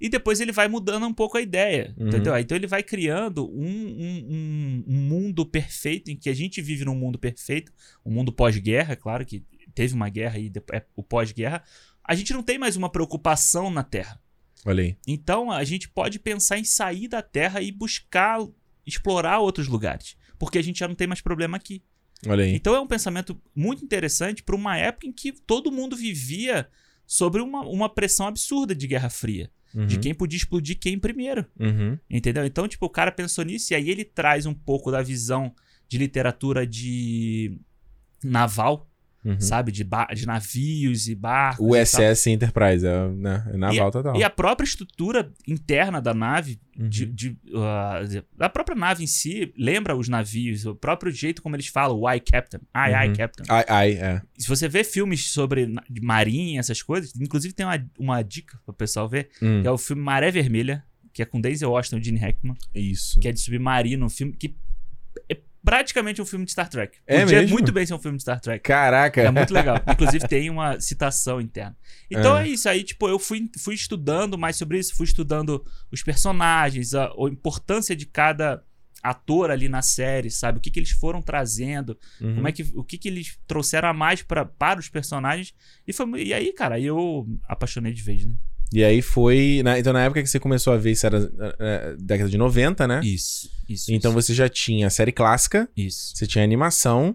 S2: E depois ele vai mudando um pouco a ideia,
S1: Uhum.
S2: entendeu? Então ele vai criando um, um- um- um mundo perfeito, em que a gente vive num mundo perfeito, um mundo pós-guerra, claro que teve uma guerra e depo- é o pós-guerra. A gente não tem mais uma preocupação na Terra.
S1: Olha aí.
S2: Então a gente pode pensar em sair da Terra e buscar explorar outros lugares, porque a gente já não tem mais problema aqui.
S1: Olha aí.
S2: Então é um pensamento muito interessante para uma época em que todo mundo vivia sobre uma, uma pressão absurda de Guerra Fria,
S1: Uhum.
S2: de quem podia explodir quem primeiro,
S1: Uhum.
S2: entendeu? Então, tipo, o cara pensou nisso e aí ele traz um pouco da visão de literatura de naval,
S1: Uhum.
S2: sabe? De, ba- de navios e barcos.
S1: O
S2: e tal.
S1: SS Enterprise, é, né? é naval total.
S2: E a própria estrutura interna da nave
S1: Uhum.
S2: de, de, ah, da própria nave em si lembra os navios, o próprio jeito como eles falam, why captain, ai ai
S1: Uhum.
S2: captain.
S1: Ai, ai, é.
S2: Se você vê filmes sobre na- de marinha, essas coisas, inclusive tem uma, uma dica pro pessoal ver,
S1: Hum.
S2: que é o filme Maré Vermelha, que é com Denzel Washington e Gene Hackman,
S1: Isso.
S2: que é de submarino, um filme que é praticamente um filme de Star Trek.
S1: É
S2: Podia
S1: mesmo?
S2: muito bem ser um filme de Star Trek.
S1: Caraca.
S2: É muito legal. Inclusive tem uma citação interna. Então
S1: É.
S2: é, isso aí, tipo, eu fui, fui estudando mais sobre isso, fui estudando os personagens, a, a importância de cada ator ali na série, sabe? O que, que eles foram trazendo.
S1: Uhum.
S2: Como é que, o que, que eles trouxeram a mais pra, para os personagens? E, foi, mu- e aí, cara, aí eu apaixonei de vez, né?
S1: E aí foi. na- então, na época que você começou a ver isso era é, é, década de 90, né?
S2: Isso, isso.
S1: Então você já tinha a série clássica,
S2: Isso.
S1: você tinha a animação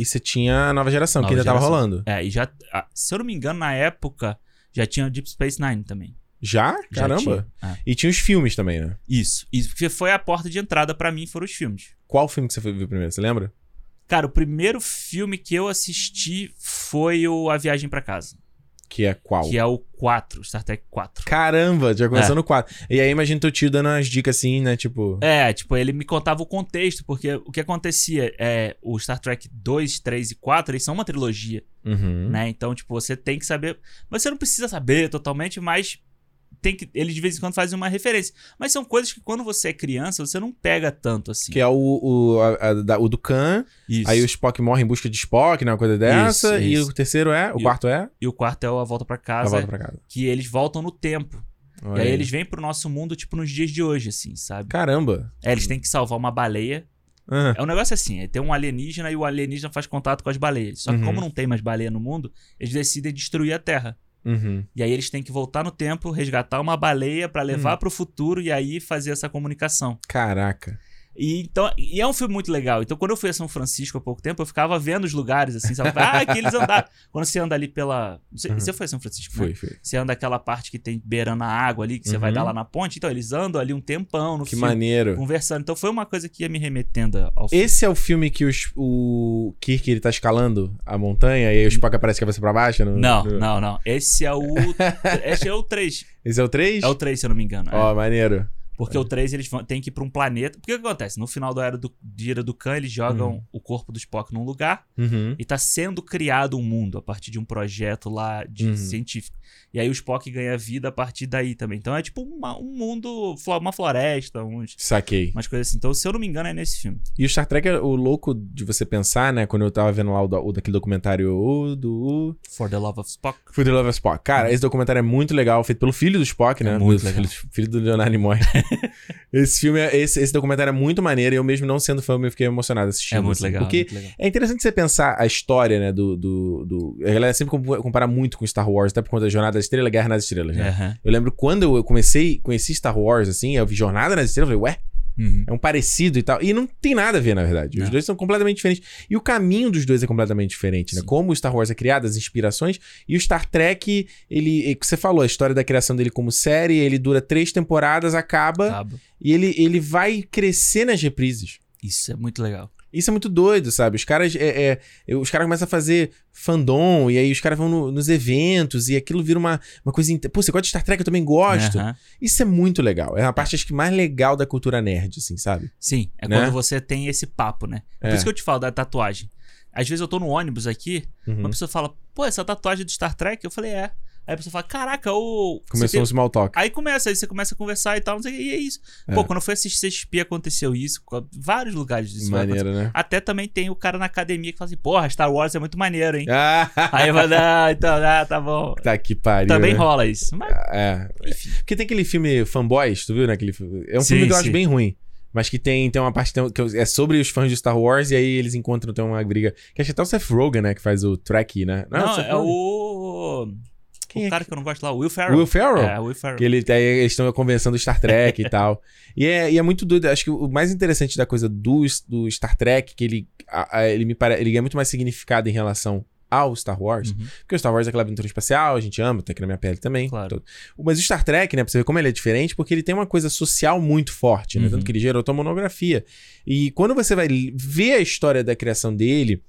S1: e você tinha a nova geração, que
S2: Nova
S1: ainda tava
S2: geração.
S1: rolando.
S2: É, e já. ah, Se eu não me engano, na época já tinha Deep Space Nine também.
S1: Já?
S2: Já
S1: Caramba.
S2: tinha. É.
S1: E tinha os filmes também, né?
S2: Isso, isso. Porque foi a porta de entrada pra mim, foram os filmes.
S1: Qual filme que você foi- viu primeiro? Você lembra?
S2: Cara, o primeiro filme que eu assisti foi o A Viagem pra Casa.
S1: Que é qual?
S2: que é o 4, Star Trek 4.
S1: Caramba, já começando no 4. E aí imagina teu tio dando umas dicas assim, né? Tipo.
S2: É, tipo, ele me contava o contexto, porque o que acontecia é o Star Trek 2, 3 e 4, eles são uma trilogia,
S1: Uhum.
S2: né? Então, tipo, você tem que saber, mas você não precisa saber totalmente, mas tem que eles de vez em quando fazem uma referência. Mas são coisas que quando você é criança, você não pega tanto assim.
S1: Que é o, o, a- a da- o do Khan.
S2: Isso.
S1: Aí o Spock morre em busca de Spock, né? Uma coisa dessa.
S2: Isso,
S1: e
S2: isso.
S1: o terceiro é. O
S2: E o-
S1: quarto é.
S2: E o quarto é o a volta pra
S1: Ela
S2: casa,
S1: volta pra casa.
S2: que eles voltam no tempo.
S1: Olha
S2: E
S1: aí.
S2: aí eles vêm pro nosso mundo, tipo, nos dias de hoje, assim, sabe?
S1: Caramba.
S2: É, eles têm que salvar uma baleia
S1: Ah,
S2: É um negócio assim, é, tem um alienígena e o alienígena faz contato com as baleias. Só que
S1: Uhum.
S2: como não tem mais baleia no mundo, eles decidem destruir a Terra.
S1: uhum.
S2: E aí eles têm que voltar no tempo, resgatar uma baleia
S1: Hum.
S2: pra levar pro futuro e aí fazer essa comunicação.
S1: Caraca.
S2: E então, e é um filme muito legal. Então quando eu fui a São Francisco há pouco tempo, eu ficava vendo os lugares assim, sabe? Ah, que eles andaram. Quando você anda ali pela, não sei-
S1: Uhum.
S2: você foi a São Francisco? né?
S1: Foi, foi.
S2: Você anda aquela parte que tem beirando a água ali, que você vai
S1: Uhum.
S2: dar lá na ponte. Então eles andam ali um tempão no
S1: Que
S2: filme,
S1: maneiro.
S2: conversando. Então foi uma coisa que ia me remetendo ao filme.
S1: Esse é o filme que os- o Kirk ele tá escalando a montanha e aí o Spock aparece cabeça pra baixo? no-
S2: Não,
S1: no-
S2: não, não. Esse é o. Esse é o 3.
S1: Esse é o 3?
S2: É o 3, se eu não me engano. é.
S1: Ó, maneiro.
S2: Porque o 3 eles vão, têm que ir pra um planeta. Porque o que acontece? No final da era do, de Era do Khan, eles jogam o corpo do Spock num lugar
S1: Uhum.
S2: e tá sendo criado um mundo a partir de um projeto lá de
S1: Uhum.
S2: científico. E aí o Spock ganha vida a partir daí também. Então é tipo uma- um mundo, flo- uma floresta, uns,
S1: Saquei.
S2: umas coisas assim. Então, se eu não me engano, é nesse filme.
S1: E o Star Trek é o louco de você pensar, né? Quando eu tava vendo lá o, do- o daquele documentário o do
S2: For the Love of Spock.
S1: For the Love of Spock. Cara, esse documentário é muito legal, feito pelo filho do Spock, né?
S2: É muito
S1: do,
S2: legal.
S1: Filho, filho do Leonardo Nimoy. esse filme, é- esse, esse documentário é muito maneiro e eu mesmo não sendo fã, eu fiquei emocionado assistindo.
S2: É muito
S1: assim,
S2: legal.
S1: Porque
S2: muito legal.
S1: É interessante você pensar a história, né, do... do, do... A galera sempre compa- compara muito com Star Wars, até por conta da Jornada da Estrela, Guerra nas Estrelas, né?
S2: Aham.
S1: Eu lembro quando eu comecei, conheci Star Wars, assim, eu vi Jornada nas Estrelas, eu falei, ué,
S2: Uhum.
S1: é um parecido e tal. E não tem nada a ver, na verdade. Os
S2: Não.
S1: dois são completamente diferentes. E o caminho dos dois é completamente diferente, né?
S2: Sim.
S1: Como o Star Wars é criado, as inspirações. E o Star Trek, ele... é que Você falou, a história da criação dele como série, ele dura três temporadas, acaba.
S2: Cabo.
S1: E ele, ele vai crescer nas reprises.
S2: Isso é muito legal.
S1: Isso é muito doido, sabe? Os caras, é, é, os caras começam a fazer fandom, e aí os caras vão no- nos eventos, e aquilo vira uma, uma coisa... inte- Pô, você gosta de Star Trek? Eu também gosto.
S2: Aham.
S1: Isso é muito legal. É uma parte, acho que, mais legal da cultura nerd, assim, sabe?
S2: Sim, é
S1: Né?
S2: quando você tem esse papo, né? Por
S1: É.
S2: isso que eu te falo da tatuagem. Às vezes eu tô no ônibus aqui, uma
S1: Uhum.
S2: pessoa fala, pô, essa tatuagem é do Star Trek? Eu falei, é. Aí a pessoa fala, caraca, o.
S1: Começou um
S2: CP...
S1: small talk.
S2: Aí começa, aí você começa a conversar e tal, não sei o que, e é isso.
S1: É.
S2: Pô, quando eu fui assistir CXP aconteceu isso, co- vários lugares disso. vai acontecer.
S1: Maneiro, né?
S2: Até também tem o cara na academia que fala assim, porra, Star Wars é muito maneiro, hein?
S1: Ah,
S2: Aí eu falo, ah, então, ah, tá bom.
S1: tá que pariu,
S2: Também
S1: né?
S2: rola isso. Mas,
S1: É.
S2: enfim.
S1: Porque tem aquele filme Fanboys, tu viu, né? Aquele... fi- É um
S2: Sim,
S1: filme que eu acho
S2: sim.
S1: bem ruim. Mas que tem, tem uma parte tem- que é sobre os fãs de Star Wars, e aí eles encontram, tem uma briga. Que acho que até o Seth Rogen, né? Que faz o Trek, né?
S2: Não,
S1: Seth
S2: é
S1: Rogen.
S2: o.
S1: Quem
S2: o
S1: é
S2: cara que eu não gosto lá, o Will Ferrell.
S1: Will Ferrell?
S2: É, o Will Ferrell.
S1: Que ele, tá aí eles estão conversando Star Trek e tal. E é, e é muito doido. Acho que o mais interessante da coisa do, do Star Trek, que ele, a- a- ele me parece. Ele ganha muito mais significado em relação ao Star Wars.
S2: Uhum.
S1: Porque o Star Wars é aquela aventura espacial, a gente ama, tá aqui na minha pele também.
S2: Claro.
S1: Todo- Mas o Star Trek, né, pra você ver como ele é diferente, porque ele tem uma coisa social muito forte, né?
S2: Uhum.
S1: Tanto que ele gerou tua monografia. E quando você vai l- ver a história da criação dele,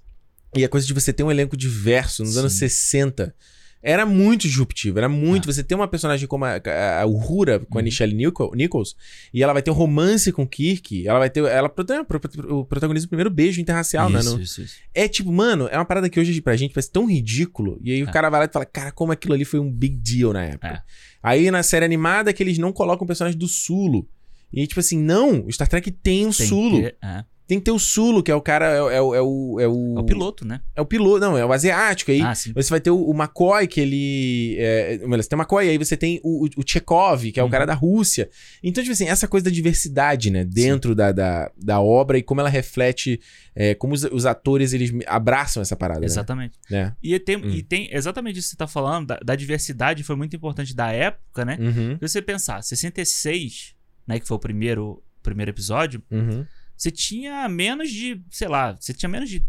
S1: e a coisa de você ter um elenco diverso nos
S2: Sim. Ah.
S1: anos 60. Era muito disruptivo, era muito. Você tem uma personagem como a, a, a Uhura, com a
S2: Uhum.
S1: Nichelle Nichol- Nichols, e ela vai ter um romance com o Kirk, ela vai ter. Ela prota- pro- pro- protagoniza o primeiro beijo interracial, né? no-
S2: Uhum. Isso, isso, isso.
S1: é tipo, mano, é uma parada que hoje pra gente parece tão ridículo. E aí o
S2: É.
S1: cara vai lá e fala, cara, como aquilo ali foi um big deal na época.
S2: É.
S1: Aí na série animada é que eles não colocam o personagem do Sulo. E tipo assim, não, o Star Trek tem o
S2: Tem
S1: Sulo.
S2: que- é.
S1: Tem que ter o Sulo, que é o cara, é, o- é o, é, o, é o...
S2: É o piloto, né?
S1: É o piloto, não, é o asiático. Aí
S2: ah, sim.
S1: você vai ter o, o McCoy, que ele. É, melhor, você tem o McCoy, aí você tem o, o- o Chekhov, que é o
S2: Uhum.
S1: cara da Rússia. Então, tipo assim, essa coisa da diversidade, né? Dentro da, da, da obra e como ela reflete. é, como os, os atores eles abraçam essa parada. né?
S2: Exatamente.
S1: Né?
S2: E tem,
S1: Hum.
S2: e tem exatamente isso que você tá falando, da, da diversidade foi muito importante da época, né?
S1: Uhum,
S2: Se você pensar, 66, né, que foi o primeiro, primeiro episódio,
S1: uhum.
S2: você tinha menos de, sei lá, você tinha menos de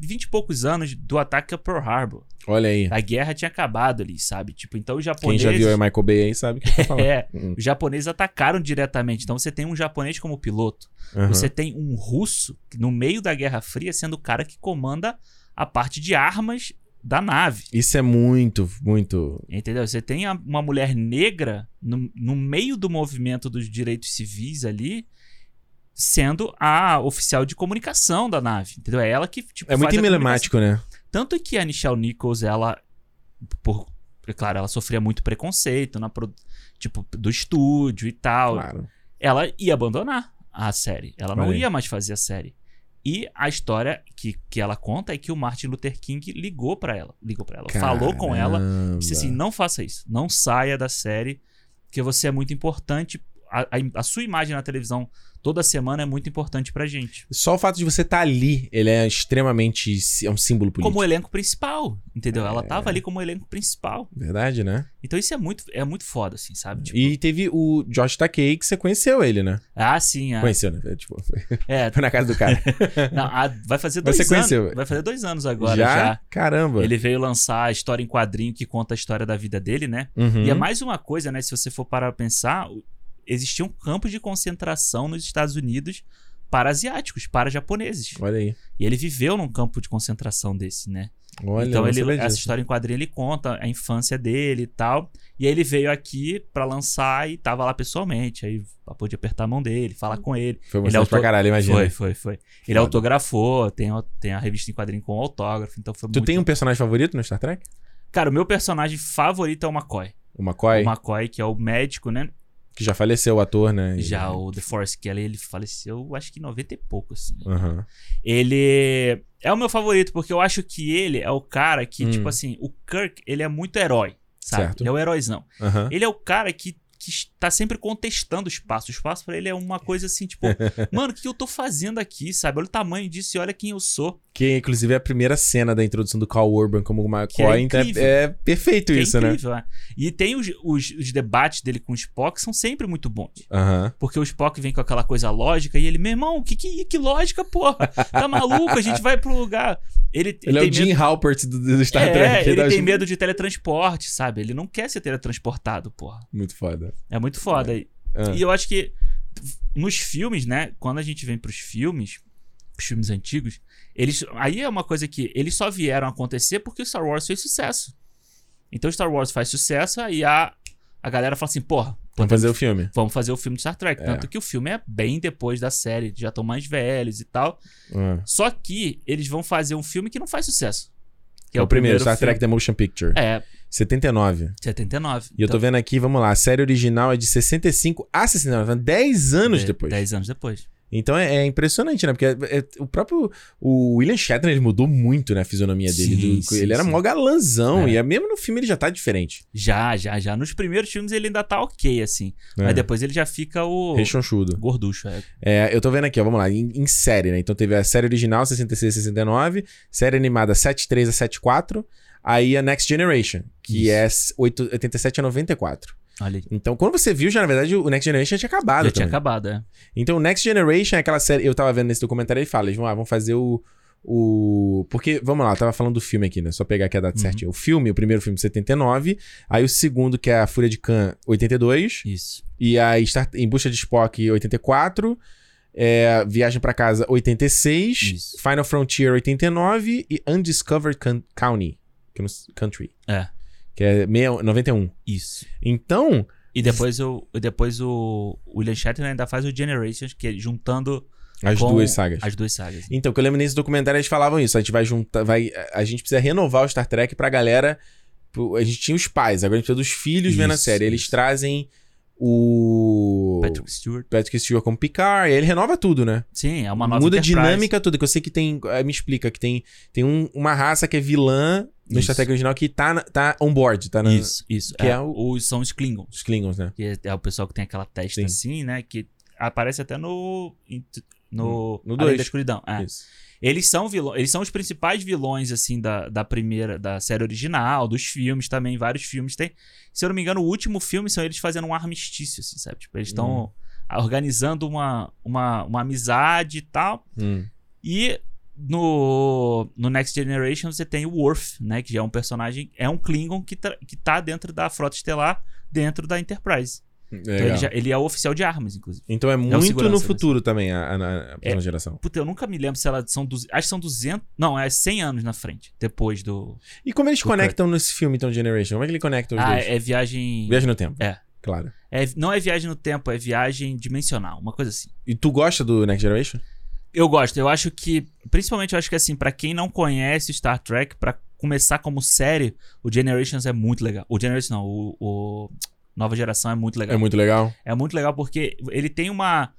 S2: 20 e poucos anos do ataque a Pearl Harbor.
S1: Olha aí.
S2: A guerra tinha acabado ali, sabe? Tipo, então os
S1: É. Quem
S2: japoneses...
S1: já viu é Michael Bay aí sabe o que tá falando.
S2: É,
S1: Uhum.
S2: os japoneses atacaram diretamente. Então você tem um japonês como piloto,
S1: Uhum.
S2: Você tem um russo que, no meio da Guerra Fria sendo o cara que comanda a parte de armas da nave.
S1: Isso é muito, muito.
S2: Entendeu? Você tem a- uma mulher negra no, no meio do movimento dos direitos civis ali, sendo a oficial de comunicação da nave. Entendeu? É ela que tipo,
S1: É muito
S2: faz a
S1: emblemático, né?
S2: comunicação. Tanto que a Nichelle Nichols, ela. Por, é claro, ela sofria muito preconceito na produ- tipo, do estúdio e tal.
S1: Claro.
S2: Ela ia abandonar a série. Ela não
S1: Olha aí.
S2: ia mais fazer a série. E a história que, que ela conta é que o Martin Luther King ligou pra ela. Ligou para ela. Falou com ela. Disse assim:
S1: Caramba.
S2: não faça isso, não saia da série, porque você é muito importante. A, a- a sua imagem na televisão toda semana é muito importante pra gente.
S1: Só o fato de você estar ali, ele é extremamente. É um símbolo político.
S2: Como elenco principal, entendeu? Ela
S1: É.
S2: tava ali como elenco principal.
S1: Verdade, né?
S2: Então isso é muito, é muito foda, assim, sabe? Tipo,
S1: E teve o Josh Takei, que você conheceu ele, né?
S2: Ah, sim. ah,
S1: Conheceu, né? É, Tipo, foi
S2: é,
S1: na casa do cara.
S2: não, ah, vai fazer
S1: Mas
S2: dois
S1: você
S2: anos.
S1: conheceu?
S2: Vai fazer dois anos agora
S1: já?
S2: já.
S1: Caramba.
S2: Ele veio lançar a história em quadrinho que conta a história da vida dele, né?
S1: Uhum.
S2: E é mais uma coisa, né? Se você for parar pra pensar, o- existia um campo de concentração nos Estados Unidos para asiáticos, para japoneses.
S1: Olha aí.
S2: E ele viveu num campo de concentração desse, né?
S1: Olha,
S2: então
S1: não
S2: ele,
S1: sabia
S2: essa
S1: disso.
S2: história em quadrinho ele conta a infância dele e tal. E aí ele veio aqui pra lançar e tava lá pessoalmente. Aí pôde apertar a mão dele, falar com ele.
S1: Foi
S2: ele é
S1: mostrado pra
S2: autor-
S1: caralho, imagina.
S2: Foi, foi, foi. Ele
S1: Foda.
S2: é autografou, tem, a- tem a revista em quadrinho com autógrafo, então foi
S1: Tu
S2: muito
S1: tem um personagem favorito no Star Trek?
S2: Cara, o meu personagem favorito é o McCoy.
S1: O McCoy,
S2: O McCoy, que é o médico, né?
S1: que já faleceu, o ator, né? E-
S2: Já o DeForest Kelly, ele faleceu, acho que em 90 e pouco, assim.
S1: Aham.
S2: Ele é o meu favorito, porque eu acho que ele é o cara que,
S1: Hum.
S2: tipo assim, o Kirk, ele é muito herói, sabe?
S1: Certo.
S2: Ele é o heróizão.
S1: Aham.
S2: Ele é o cara que, que tá sempre contestando o espaço. O espaço pra ele é uma coisa assim, tipo, mano, o que eu tô fazendo aqui, sabe? Olha o tamanho disso e olha quem eu sou.
S1: Que inclusive é a primeira cena da introdução do Carl Urban como
S2: Que é
S1: McCoy. então
S2: incrível.
S1: é, é perfeito
S2: Que
S1: isso,
S2: é
S1: né?
S2: incrível, né? E tem os, os, os debates dele com o Spock são sempre muito bons.
S1: Aham.
S2: Porque o Spock vem com aquela coisa lógica e ele, meu irmão, que, que, que lógica, porra? Tá maluco? A gente vai pro lugar. Ele,
S1: Ele é o Jim Halpert do, do Star Trek.
S2: é, ele
S1: eu
S2: tem
S1: acho
S2: medo de teletransporte, sabe? Ele não quer ser teletransportado, porra.
S1: Muito foda.
S2: É muito foda. E-
S1: Ah.
S2: E eu acho que nos filmes, né? Quando a gente vem pros filmes, os filmes antigos, eles. Aí é uma coisa que eles só vieram acontecer porque o Star Wars fez sucesso. Então o Star Wars faz sucesso e a, a galera fala assim, porra,
S1: Vamos fazer o filme.
S2: vamos fazer o filme de Star Trek.
S1: É.
S2: Tanto que o filme é bem depois da série, já estão mais velhos e tal.
S1: Ah.
S2: Só que eles vão fazer um filme que não faz sucesso. Que
S1: é o primeiro, Star
S2: filme.
S1: Trek The Motion Picture.
S2: É,
S1: 79.
S2: 79.
S1: E eu tô vendo aqui, vamos lá, a série original é de 65 a 69, então 10 anos
S2: É,
S1: depois.
S2: 10 anos depois.
S1: Então é, é impressionante, né? Porque é- é- o próprio o William Shatner ele mudou muito né, a fisionomia dele.
S2: Sim,
S1: do-
S2: sim,
S1: ele era
S2: sim.
S1: mó galanzão,
S2: É.
S1: e é- mesmo no filme ele já tá diferente.
S2: Já, já, já. Nos primeiros filmes ele ainda tá ok, assim.
S1: Né?
S2: Mas depois ele já fica o.
S1: Rechonchudo.
S2: Gorducho, é.
S1: É, eu tô vendo aqui, ó, vamos lá, em, em série, né? Então teve a série original 66 69, série animada 73 a 74, aí a Next Generation, que é 8, 87 a 94.
S2: Olha aí.
S1: Então quando você viu, já na verdade o Next Generation tinha acabado
S2: Já
S1: também.
S2: tinha acabado, é.
S1: Então, Next Generation é aquela série. Eu tava vendo nesse documentário e fala, eles vão, ah, vão fazer o. O. Porque, vamos lá, eu tava falando do filme aqui, né? Só pegar aqui a data
S2: Uhum.
S1: certinha. O filme, o primeiro filme, 79. Aí o segundo, que é A Fúria de Khan, 82.
S2: Isso.
S1: E aí, Star- Em Busca de Spock, 84. É, Viagem pra Casa, 86.
S2: Isso.
S1: Final Frontier, 89. E Undiscovered Con- County. que eu não sei- Country.
S2: É.
S1: Que é meia- 91.
S2: Isso.
S1: Então,
S2: E depois o, e depois o William Shatner ainda faz o Generations, que é juntando
S1: as
S2: Com
S1: duas sagas.
S2: as duas sagas.
S1: Então, que eu lembro nesse documentário eles falavam isso. A gente vai juntar, vai, a gente precisa renovar o Star Trek pra galera. pro- A gente tinha os pais, agora a gente precisa dos filhos vendo a
S2: Isso,
S1: série. Eles
S2: isso.
S1: trazem o Patrick,
S2: Patrick Stewart.
S1: Stewart como Picard, e aí ele renova tudo, né?
S2: Sim, é uma nova
S1: Muda a
S2: Enterprise.
S1: dinâmica tudo, que eu sei que tem, eh, me explica que tem, tem um- uma raça que é vilã no
S2: Isso.
S1: Star Trek original que tá na- tá on board, tá na,
S2: Isso, isso.
S1: que
S2: é,
S1: é o-
S2: os, são os Klingons.
S1: os Klingons, né?
S2: Que é o pessoal que tem aquela testa
S1: Sim.
S2: assim, né? Que aparece até no. em- No.
S1: Hum, No
S2: Além
S1: dois.
S2: da escuridão. é.
S1: Isso.
S2: Eles são vilões. Eles são os principais vilões, assim, da, da primeira. Da série original, dos filmes também. Vários filmes tem. Se eu não me engano, o último filme são eles fazendo um armistício, assim, sabe? Tipo, eles
S1: Hum.
S2: estão organizando uma, uma, uma amizade e tal.
S1: Hum.
S2: E. No, no Next Generation você tem o Worf, né? Que já é um personagem, é um Klingon que, tra- que tá dentro da Frota Estelar, dentro da Enterprise. Então ele,
S1: Legal.
S2: já- ele é oficial de armas, inclusive.
S1: Então é muito
S2: segurança,
S1: no
S2: né?
S1: futuro também a, a- a- a próxima
S2: É.
S1: geração.
S2: Puta, eu nunca me lembro se ela são. duze- Acho que são 200. Não, é 100 anos na frente, depois do.
S1: E como eles
S2: cara.
S1: conectam nesse filme, então, Generation? Como é que ele conecta os
S2: Ah,
S1: dois?
S2: é, é viagem.
S1: Viagem no tempo.
S2: É.
S1: Claro.
S2: é- não é viagem no tempo, é viagem dimensional, uma coisa assim.
S1: E tu gosta do Next Generation?
S2: Eu gosto, eu acho que. Principalmente, eu acho que assim, pra quem não conhece Star Trek, pra começar como série, o Generations é muito legal. O Generations não, o. o Nova geração é muito legal.
S1: É muito legal.
S2: É muito legal porque ele tem uma.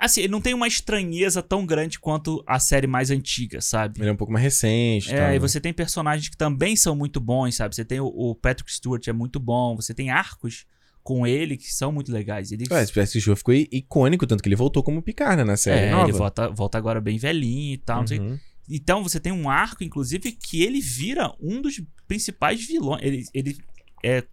S2: Assim, ele não tem uma estranheza tão grande quanto a série mais antiga, sabe?
S1: Ele é um pouco mais recente. tal,
S2: É,
S1: né?
S2: e você tem personagens que também são muito bons, sabe? Você tem o, o Patrick Stewart, é muito bom. Você tem arcos com ele que são muito legais. Ele,
S1: Ué, É, esse Patrick Stewart ficou i- icônico, tanto que ele voltou como Picard né, na série
S2: é,
S1: nova.
S2: ele volta, volta agora bem velhinho e tal. não sei-
S1: Uhum.
S2: Então você tem um arco, inclusive, que ele vira um dos principais vilões. Ele, ele é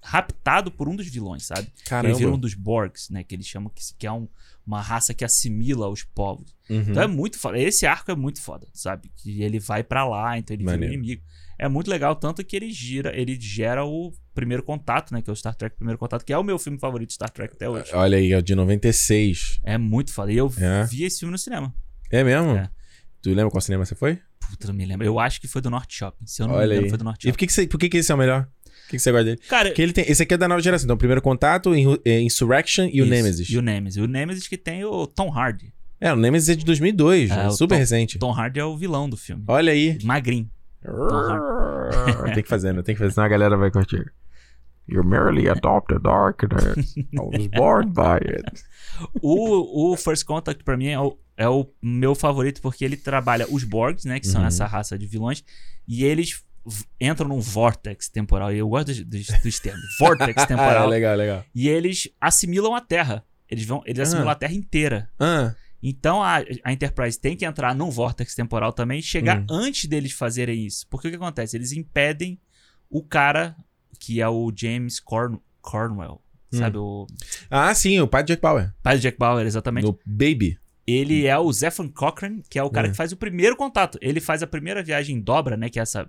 S2: raptado por um dos vilões, sabe? Ele
S1: Caramba.
S2: vira um dos Borgs, né? Que eles chamam que, que é um- uma raça que assimila os povos.
S1: Uhum.
S2: Então é muito foda. Esse arco é muito foda, sabe? Que ele vai pra lá, então ele vira
S1: Maneiro.
S2: o inimigo. É muito legal, tanto que ele gira, ele gera o primeiro contato, né? Que é o Star Trek Primeiro Contato, que é o meu filme favorito de Star Trek até hoje.
S1: Olha aí, é o de 96.
S2: É muito foda. E eu
S1: É.
S2: vi esse filme no cinema.
S1: É mesmo?
S2: É.
S1: Tu lembra qual cinema você foi?
S2: Puta, não me lembro. Eu acho que foi do Norte Shopping. Se eu não
S1: Olha
S2: me
S1: aí.
S2: engano, foi do Norte
S1: E
S2: Shopping.
S1: por que, que, você, por que, que esse é o melhor? Por que, que você gosta dele?
S2: Cara,
S1: Porque ele tem. Esse aqui é da nova geração. Então, primeiro contato, Inru- é Insurrection e o
S2: isso.
S1: Nemesis.
S2: E o Nemesis. O Nemesis que tem o Tom Hardy.
S1: É, o Nemesis é de 2002,
S2: É,
S1: né?
S2: o
S1: super
S2: Tom-
S1: recente.
S2: Tom Hardy é o vilão do filme.
S1: Olha aí.
S2: Magrinho.
S1: tem que fazer, né? Tem que fazer, senão a galera vai curtir.
S3: You merely adopted darkness. I was born by it.
S2: O, o First Contact, pra mim, é o, é o meu favorito, porque ele trabalha os Borgs, né? Que são
S1: Uhum.
S2: essa raça de vilões. E eles v- entram num vortex temporal. E eu gosto dos, dos, dos termos. Vortex
S1: Ah,
S2: temporal.
S1: legal, legal.
S2: e eles assimilam a Terra. Eles vão, eles assimilam
S1: Ah.
S2: a Terra inteira.
S1: Ah,
S2: Então a, a Enterprise tem que entrar num vortex temporal também e chegar
S1: Hum.
S2: antes deles fazerem isso. Porque o que acontece? Eles impedem o cara, que é o James Corn Cornwell.
S1: Hum.
S2: Sabe, o
S1: ah, sim, o pai do Jack Bauer.
S2: pai do Jack Bauer, exatamente.
S1: No Baby.
S2: Ele é o Zephan Cochrane, que é o cara
S1: É.
S2: que faz o primeiro contato. Ele faz a primeira viagem em dobra, né? Que é essa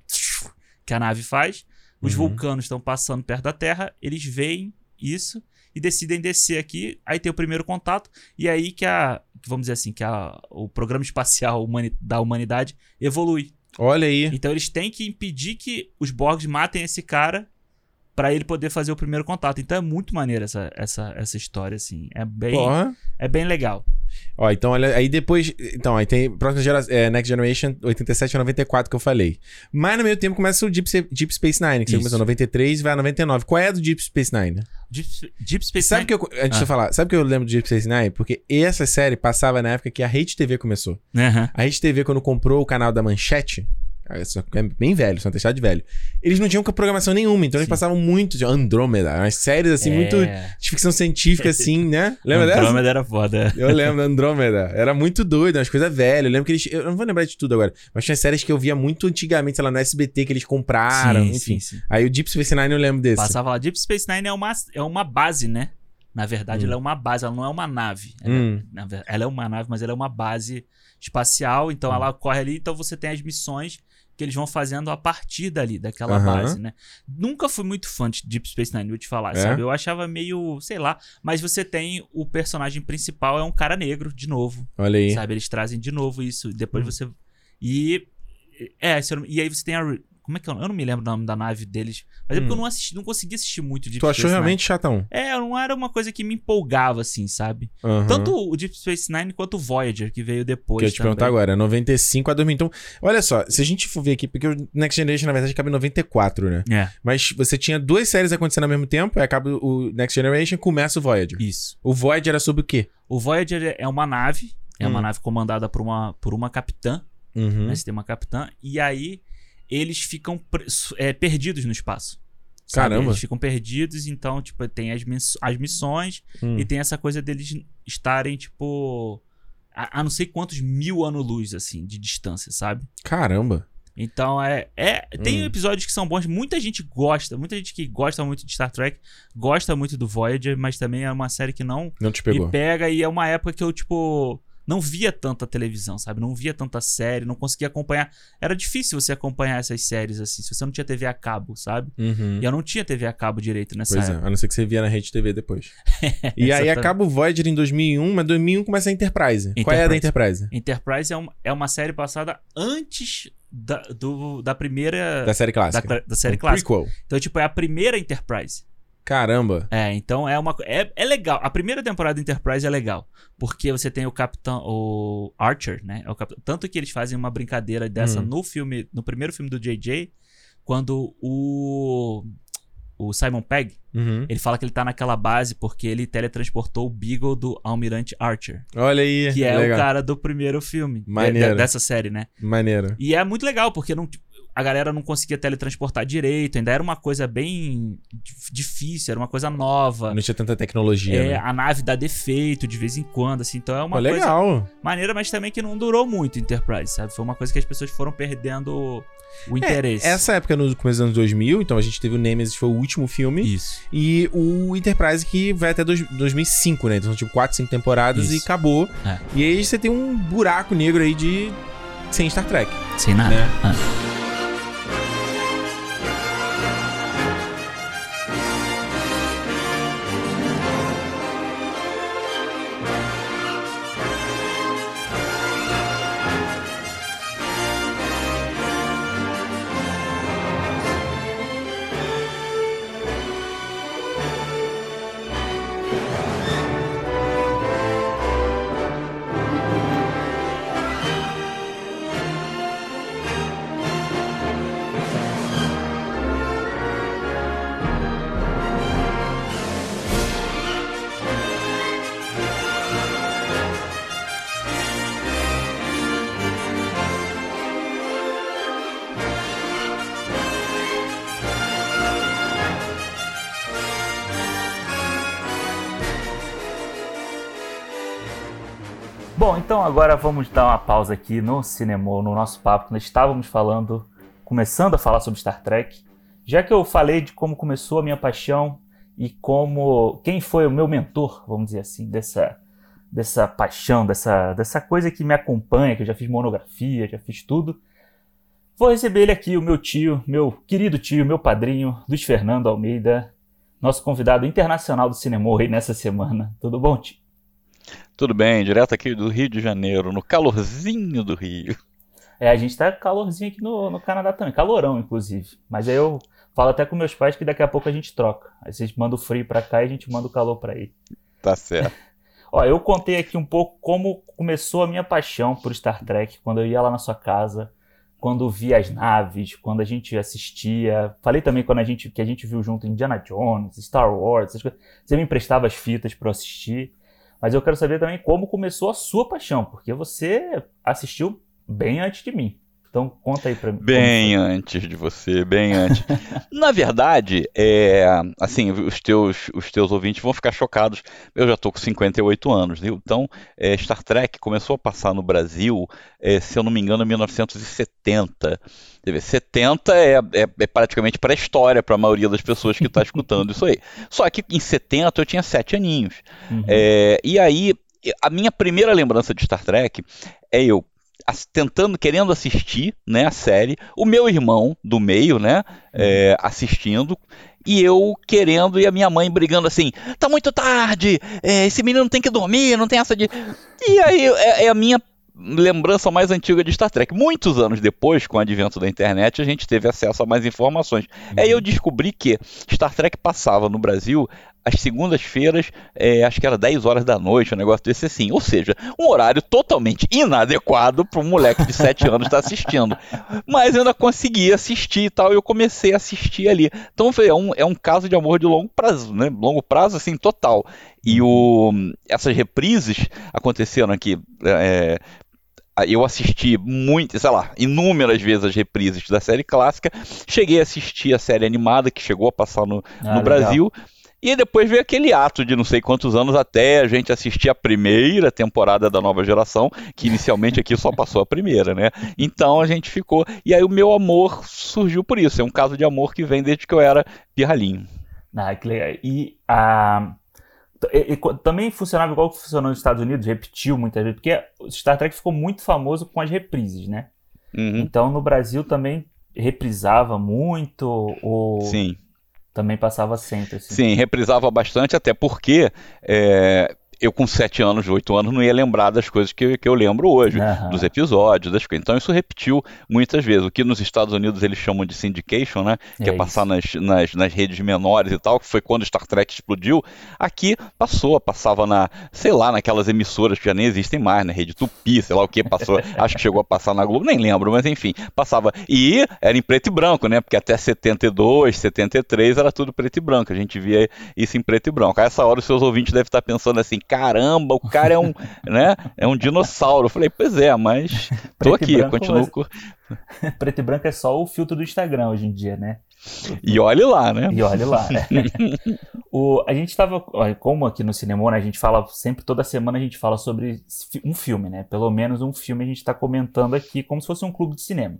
S2: que a nave faz. Os
S1: Uhum.
S2: vulcanos estão passando perto da Terra, eles veem isso e decidem descer aqui. Aí tem o primeiro contato e é aí que a, que vamos dizer assim, que a, o programa espacial humani- da humanidade evolui.
S1: Olha aí.
S2: Então eles têm que impedir que os Borgs matem esse cara pra ele poder fazer o primeiro contato. Então é muito maneiro essa, essa, essa história assim. É bem,
S1: Porra.
S2: é bem legal.
S1: Ó, então, olha, aí depois. Então, aí tem próxima geração. É, Next Generation 87 a 94 que eu falei. Mas no meio tempo começa o Deep, Se- Deep Space Nine, que você
S2: Isso.
S1: começou em 93 e vai a 99. Qual é a do Deep Space Nine?
S2: Deep, Deep Space
S1: Sabe
S2: Nine-
S1: que eu. Antes de
S2: Ah.
S1: eu falar, sabe que eu lembro do Deep Space Nine? Porque essa série passava na época que a Rede TV começou.
S2: Aham.
S1: A Rede TV, quando comprou o canal da Manchete, é só- é bem velho, são testados de velho. Eles não tinham programação nenhuma, então eles
S2: Sim.
S1: passavam muito de Andrômeda, umas séries assim,
S2: É.
S1: muito de ficção científica, assim, né? Lembra dessa?
S2: Andrômeda era foda.
S1: Eu lembro da Andrômeda. Era muito doido, umas coisas velhas. Eu lembro que eles. Eu não vou lembrar de tudo agora, mas tinha séries que eu via muito antigamente, sei lá, no SBT que eles compraram,
S2: Sim,
S1: enfim.
S2: sim, sim.
S1: Aí o Deep Space Nine eu lembro desse.
S2: Passava lá. Deep Space Nine é uma, é uma base, né? Na verdade,
S1: Hum.
S2: ela é uma base, ela não é uma nave. Ela,
S1: Hum.
S2: na ver- ela é uma nave, mas ela é uma base espacial,
S1: Hum.
S2: então ela corre ali, então você tem as missões que eles vão fazendo a partir dali, daquela
S1: Aham.
S2: base, né? Nunca fui muito fã de Deep Space Nine, vou te falar,
S1: É?
S2: sabe? Eu achava meio, sei lá, mas você tem o personagem principal é um cara negro, de novo.
S1: Olha aí.
S2: Sabe? Eles trazem de novo isso. Depois
S1: Hum.
S2: você. E. É, se eu não- e aí você tem a. Re- Como é que é? o nome? Eu não me lembro o nome da nave deles. Mas é porque
S1: Hum.
S2: eu não assisti, não consegui assistir muito de
S1: Tu achou realmente chatão?
S2: É, não era uma coisa que me empolgava, assim, sabe?
S1: Aham.
S2: Tanto o Deep Space Nine quanto o Voyager, que veio
S1: Que
S2: depois.
S1: eu ia Uhum. te
S2: também.
S1: perguntar agora, 95 a 2000. Então, olha só, se a gente for ver aqui, porque o Next Generation, na verdade, cabe em 94, né?
S2: É,
S1: Mas você tinha duas séries acontecendo ao mesmo tempo, aí acaba o Next Generation começa o Voyager.
S2: isso.
S1: O Voyager era sobre o quê?
S2: O Voyager é uma nave. É uma
S1: Hum.
S2: nave comandada por uma, por uma capitã.
S1: Uhum.
S2: Né? Você tem uma capitã. E aí eles ficam pre- su- é, perdidos no espaço. sabe?
S1: Caramba.
S2: Eles ficam perdidos, então, tipo, tem as, miss- as missões.
S1: Hum.
S2: E tem essa coisa deles estarem, tipo. A, a não sei quantos mil anos-luz, assim, de distância, sabe?
S1: Caramba.
S2: Então é. é tem
S1: Hum.
S2: episódios que são bons. Muita gente gosta. Muita gente que gosta muito de Star Trek gosta muito do Voyager, mas também é uma série que não
S1: Não te
S2: me
S1: pegou.
S2: pega. E é uma época que eu, tipo. não via tanta televisão, sabe? Não via tanta série, não conseguia acompanhar. Era difícil você acompanhar essas séries assim, se você não tinha TV a cabo, sabe?
S1: Uhum.
S2: E eu não tinha TV a cabo direito nessa
S1: Pois é,
S2: época.
S1: a não ser que você via na Rede TV depois. e aí
S2: Exatamente.
S1: acaba o Voyager em 2001, mas 2001 começa a Enterprise. Qual é a da Enterprise?
S2: Enterprise é, uma- é uma série passada antes da, do- da primeira.
S1: Da série
S2: da,
S1: clássica.
S2: cla- da série
S1: Um
S2: clássica.
S1: Prequel.
S2: Então, tipo, é a primeira Enterprise.
S1: Caramba.
S2: É, então é uma. co- É, é legal. A primeira temporada do Enterprise é legal. Porque você tem o Capitão. O Archer, né? É o capitão- Tanto que eles fazem uma brincadeira dessa
S1: Hum.
S2: no filme. No primeiro filme do JJ. Quando o. O Simon Pegg.
S1: Uhum.
S2: Ele fala que ele tá naquela base porque ele teletransportou o Beagle do Almirante Archer.
S1: Olha aí.
S2: Que é
S1: legal.
S2: o cara do primeiro filme. de-
S1: Maneiro.
S2: de- dessa série, né?
S1: Maneiro.
S2: E é muito legal, porque não, a galera não conseguia teletransportar direito, ainda era uma coisa bem dif- difícil, era uma coisa nova.
S1: Não tinha tanta tecnologia.
S2: É,
S1: né?
S2: a nave dá defeito de vez em quando, assim, então é uma
S1: Pô,
S2: coisa
S1: legal.
S2: maneira, mas também que não durou muito Enterprise, sabe? Foi uma coisa que as pessoas foram perdendo o interesse.
S1: É, Essa época no começo dos anos 2000, então a gente teve o Nemesis, foi o último filme.
S2: Isso.
S1: E o Enterprise que vai até dois- 2005, né? Então são tipo 4, 5 temporadas
S2: Isso.
S1: e acabou.
S2: É.
S1: E aí você tem um buraco negro aí de. sem Star Trek.
S2: Sem nada.
S1: Né?
S2: Ah. Bom, então agora vamos dar uma pausa aqui no cinema, no nosso papo. Nós estávamos falando, começando a falar sobre Star Trek. Já que eu falei de como começou a minha paixão e como quem foi o meu mentor, vamos dizer assim, dessa dessa paixão, dessa dessa coisa que me acompanha, que eu já fiz monografia, já fiz tudo. Vou receber ele aqui, o meu tio, meu querido tio, meu padrinho, Luiz Fernando Almeida, nosso convidado internacional do cinema aí nessa semana. Tudo bom, tio?
S4: Tudo bem, direto aqui do Rio de Janeiro, no calorzinho do Rio.
S2: É, a gente tá calorzinho aqui no, no Canadá também, calorão, inclusive. Mas aí eu falo até com meus pais que daqui a pouco a gente troca. Aí vocês mandam o frio pra cá e a gente manda o calor pra aí.
S4: Tá certo.
S2: Ó, eu contei aqui um pouco como começou a minha paixão por Star Trek, quando eu ia lá na sua casa, quando via as naves, quando a gente assistia. Falei também quando a gente, que a gente viu junto Indiana Jones, Star Wars, essas coisas. Você me emprestava as fitas pra eu assistir. Mas eu quero saber também como começou a sua paixão, porque você assistiu bem antes de mim. Então conta aí pra mim. como
S4: Bem antes de você, bem antes. Na verdade, é, assim, os teus, os teus ouvintes vão ficar chocados. Eu já tô com 58 anos, viu? Então, é, Star Trek começou a passar no Brasil, é, se eu não me engano, em 1970. Quer dizer, 70 é, é, é praticamente pré-história para a maioria das pessoas que está escutando isso aí. Só que em 70 eu tinha sete aninhos.
S2: foi. Uhum.
S4: É, e aí, a minha primeira lembrança de Star Trek é eu ass- tentando, querendo assistir, né, a série, o meu irmão do meio, né, é, assistindo, e eu querendo, e a minha mãe brigando assim, tá muito tarde, é, esse menino tem que dormir, não tem essa de... E aí, é, é a minha lembrança mais antiga de Star Trek. Muitos anos depois, com o advento da internet, a gente teve acesso a mais informações. Aí eu descobri que Star Trek passava no Brasil às segundas-feiras é, acho que era 10 horas da noite, um negócio desse assim. Ou seja, um horário totalmente inadequado para um moleque de 7 anos estar assistindo. Mas eu ainda consegui assistir e tal, e eu comecei a assistir ali. Então foi, é, um, é um caso de amor de longo prazo, né? Longo prazo, assim, total. E o, essas reprises aconteceram aqui. é, eu assisti muito, sei lá, inúmeras vezes as reprises da série clássica. Cheguei a assistir a série animada que chegou a passar no,
S2: Ah,
S4: no
S2: legal.
S4: Brasil. E depois veio aquele ato de não sei quantos anos até a gente assistir a primeira temporada da nova geração, que inicialmente aqui só passou a primeira, né? Então a gente ficou. E aí o meu amor surgiu por isso. É um caso de amor que vem desde que eu era pirralhinho.
S2: Ah, que legal. E a T- e- e co- também funcionava igual que funcionou nos Estados Unidos, repetiu muitas vezes, porque o Star Trek ficou muito famoso com as reprises, né?
S4: Uhum,
S2: Então no Brasil também reprisava muito, ou
S4: Sim.
S2: também passava sempre, assim.
S4: Sim, reprisava bastante, até porque é, eu com 7 anos, 8 anos, não ia lembrar das coisas que, que eu lembro hoje,
S2: Aham.
S4: dos episódios, das coisas. Então isso repetiu muitas vezes. O que nos Estados Unidos eles chamam de syndication, né? Que é,
S2: É
S4: passar nas, nas, nas redes menores e tal, que foi quando Star Trek explodiu. Aqui passou, passava na, sei lá, naquelas emissoras que já nem existem mais, na Rede Tupi, sei lá o que passou. acho que chegou a passar na Globo, nem lembro, mas enfim, passava. E era em preto e branco, né? Porque até 72, 73 era tudo preto e branco. A gente via isso em preto e branco. A essa hora os seus ouvintes devem estar pensando assim: caramba, o cara é um, né? É um dinossauro. Eu falei, pois é, mas tô
S2: Preto e
S4: aqui,
S2: branco,
S4: continuo.
S2: mas-
S4: com-
S2: Preto e branco é só o filtro do Instagram hoje em dia, né?
S4: E olhe lá, né?
S2: E olha lá. é. o, a gente tava. olha, Como aqui no cinema, né, a gente fala sempre, toda semana a gente fala sobre fi- um filme, né? Pelo menos um filme a gente tá comentando aqui, como se fosse um clube de cinema.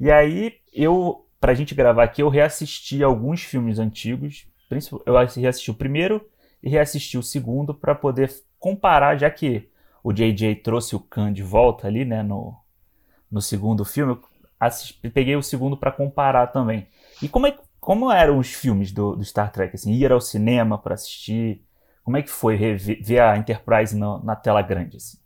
S2: E aí, eu. Pra gente gravar aqui, eu reassisti alguns filmes antigos. princip- Eu assi- reassisti o primeiro e reassisti o segundo pra poder comparar, já que o JJ trouxe o Khan de volta ali, né? No, no segundo filme, eu assis- peguei o segundo pra comparar também. E como, é, que- como eram os filmes do, do Star Trek? Assim, ir ao cinema pra assistir? Como é que foi rever, ver a Enterprise na- na tela grande? Assim?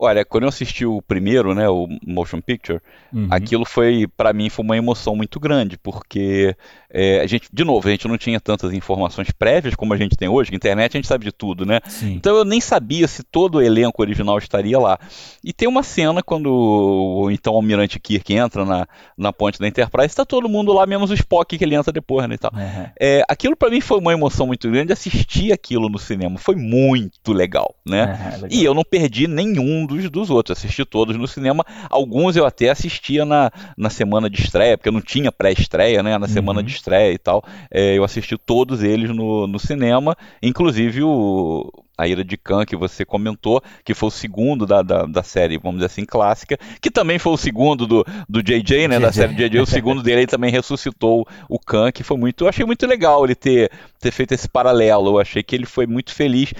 S4: Olha, quando eu assisti o primeiro, né, o Motion Picture,
S2: Uhum.
S4: aquilo foi, pra mim, foi uma emoção muito grande, porque é, a gente, de novo, a gente não tinha tantas informações prévias como a gente tem hoje, que internet a gente sabe de tudo, né?
S5: Sim.
S4: Então eu nem sabia se todo o elenco original estaria lá. E tem uma cena quando o então Almirante Kirk entra na, na ponte da Enterprise, tá todo mundo lá, menos o Spock que ele entra depois, né, e tal.
S2: Aham.
S4: É, aquilo pra mim foi uma emoção muito grande, assistir aquilo no cinema foi muito legal, né?
S2: Aham, é legal.
S4: E eu não perdi nenhum dos, dos outros, assisti todos no cinema. Alguns eu até assistia na, na semana de estreia, porque eu não tinha pré-estreia, né? Na semana
S2: Uhum.
S4: de estreia e tal. É, eu assisti todos eles no, no cinema, inclusive o A Ira de Khan, que você comentou, que foi o segundo da, da, da série, vamos dizer assim, clássica, que também foi o segundo do, do JJ, né? Da
S2: JJ.
S4: série JJ, o segundo dele ele também ressuscitou o Khan, que foi muito. Eu achei muito legal ele ter, ter feito esse paralelo. Eu achei que ele foi muito feliz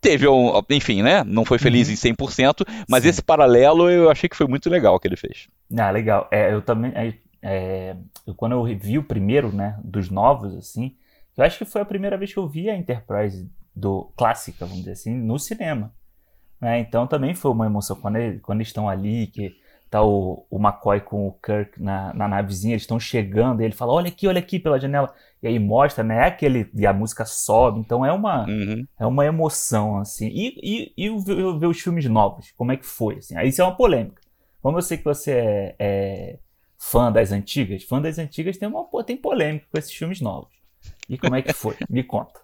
S4: teve um, enfim, né? Não foi feliz em 100%, mas
S2: Sim.
S4: esse paralelo eu achei que foi muito legal que ele fez.
S2: Ah, legal. É, eu também. aí, é, eu- quando eu revi o primeiro, né? Dos novos, assim. Eu acho que foi a primeira vez que eu vi a Enterprise do clássica, vamos dizer assim, no cinema. né? Então também foi uma emoção. Quando, ele- quando eles estão ali, que tá o, o McCoy com o Kirk na, na navezinha, eles estão chegando, e ele fala: olha aqui, olha aqui pela janela. E aí mostra, né? Aquele. E a música sobe. Então é uma.
S4: Uhum.
S2: É uma emoção, assim. E, e, e o- ver, ver os filmes novos, como é que foi? Assim? Aí Isso é uma polêmica. Como eu sei que você é, é fã das antigas, fã das antigas tem, uma, po- tem polêmica com esses filmes novos. E como é que foi? Me conta.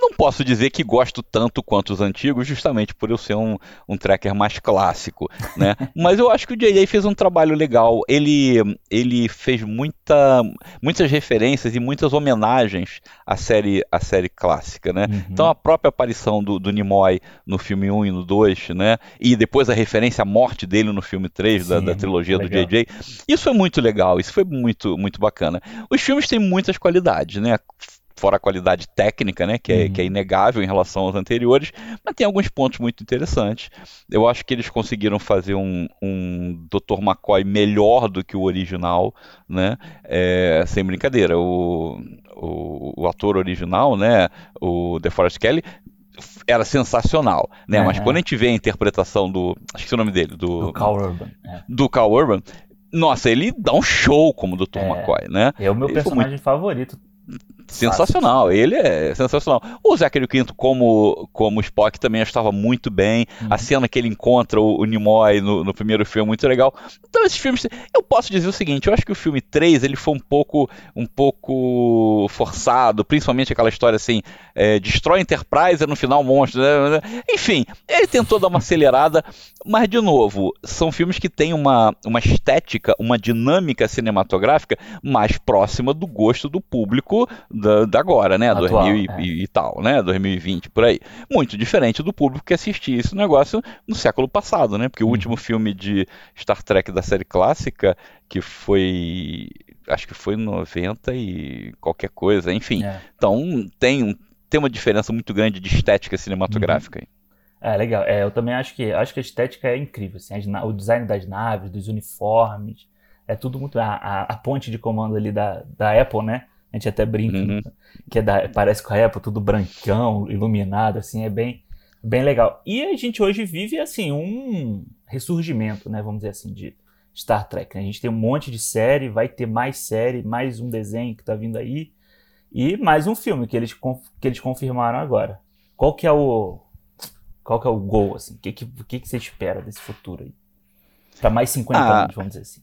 S4: Não posso dizer que gosto tanto quanto os antigos, justamente por eu ser um, um tracker mais clássico, né? Mas eu acho que o J.J. fez um trabalho legal. Ele, ele fez muita, muitas referências e muitas homenagens à série, à série clássica, né?
S2: Uhum.
S4: Então a própria aparição do, do Nimoy no filme 1 e no 2, né? E depois a referência à morte dele no filme 3 da,
S2: Sim,
S4: da trilogia do
S2: legal.
S4: JJ. Isso é muito legal, isso foi muito, muito bacana. Os filmes têm muitas qualidades, né? Fora a qualidade técnica, né? Que é,
S2: Uhum.
S4: que é inegável em relação aos anteriores, mas tem alguns pontos muito interessantes. Eu acho que eles conseguiram fazer um, um Dr. McCoy melhor do que o original, né? É, sem brincadeira. O, o, o ator original, né? O DeForest Kelly f- era sensacional, né? Mas
S2: Aham.
S4: quando a gente vê a interpretação do, acho que é o nome dele,
S2: É. do Carl Urban. É.
S4: do Cal Urban, nossa, ele dá um show como o Dr.
S2: É.
S4: McCoy, né?
S2: É o meu
S4: Ele foi
S2: personagem favorito.
S4: Sensacional, ele é sensacional. O Zachary Quinto, como, como Spock, também estava muito bem.
S2: Uhum.
S4: A cena que ele encontra o, o Nimoy no, no primeiro filme é muito legal. Então, esses filmes. Eu posso dizer o seguinte: eu acho que o filme 3 ele foi um pouco, um pouco forçado, principalmente aquela história assim: é, destrói a Enterprise, no final monstro. né? Enfim, ele tentou dar uma acelerada, mas de novo, são filmes que têm uma, uma estética, uma dinâmica cinematográfica mais próxima do gosto do público da, da agora, né?
S2: Atual,
S4: 2000 e,
S2: é.
S4: e- e tal, né? 2020 por aí. Muito diferente do público que assistia esse negócio no século passado, né? Porque
S2: Hum.
S4: o último filme de Star Trek da série clássica, que foi. Acho que foi em 90 e qualquer coisa, enfim.
S2: É.
S4: Então tem um- tem uma diferença muito grande de estética cinematográfica. aí.
S2: É, legal. É, eu também acho que acho que a estética é incrível, assim, as na- o design das naves, dos uniformes, é tudo muito. A, a, a ponte de comando ali da, da Apple, né? A gente até brinca,
S4: Uhum.
S2: né? que é da- parece com a Apple, tudo brancão, iluminado, assim, é bem, bem legal. E a gente hoje vive, assim, um ressurgimento, né? Vamos dizer assim, de Star Trek. né? A gente tem um monte de série, vai ter mais série, mais um desenho que tá vindo aí, e mais um filme que eles, con- que eles confirmaram agora. Qual que é o. Qual que é o gol, assim? O que, que, o que, que você espera desse futuro aí? Pra mais 50
S4: Ah.
S2: anos, vamos dizer assim.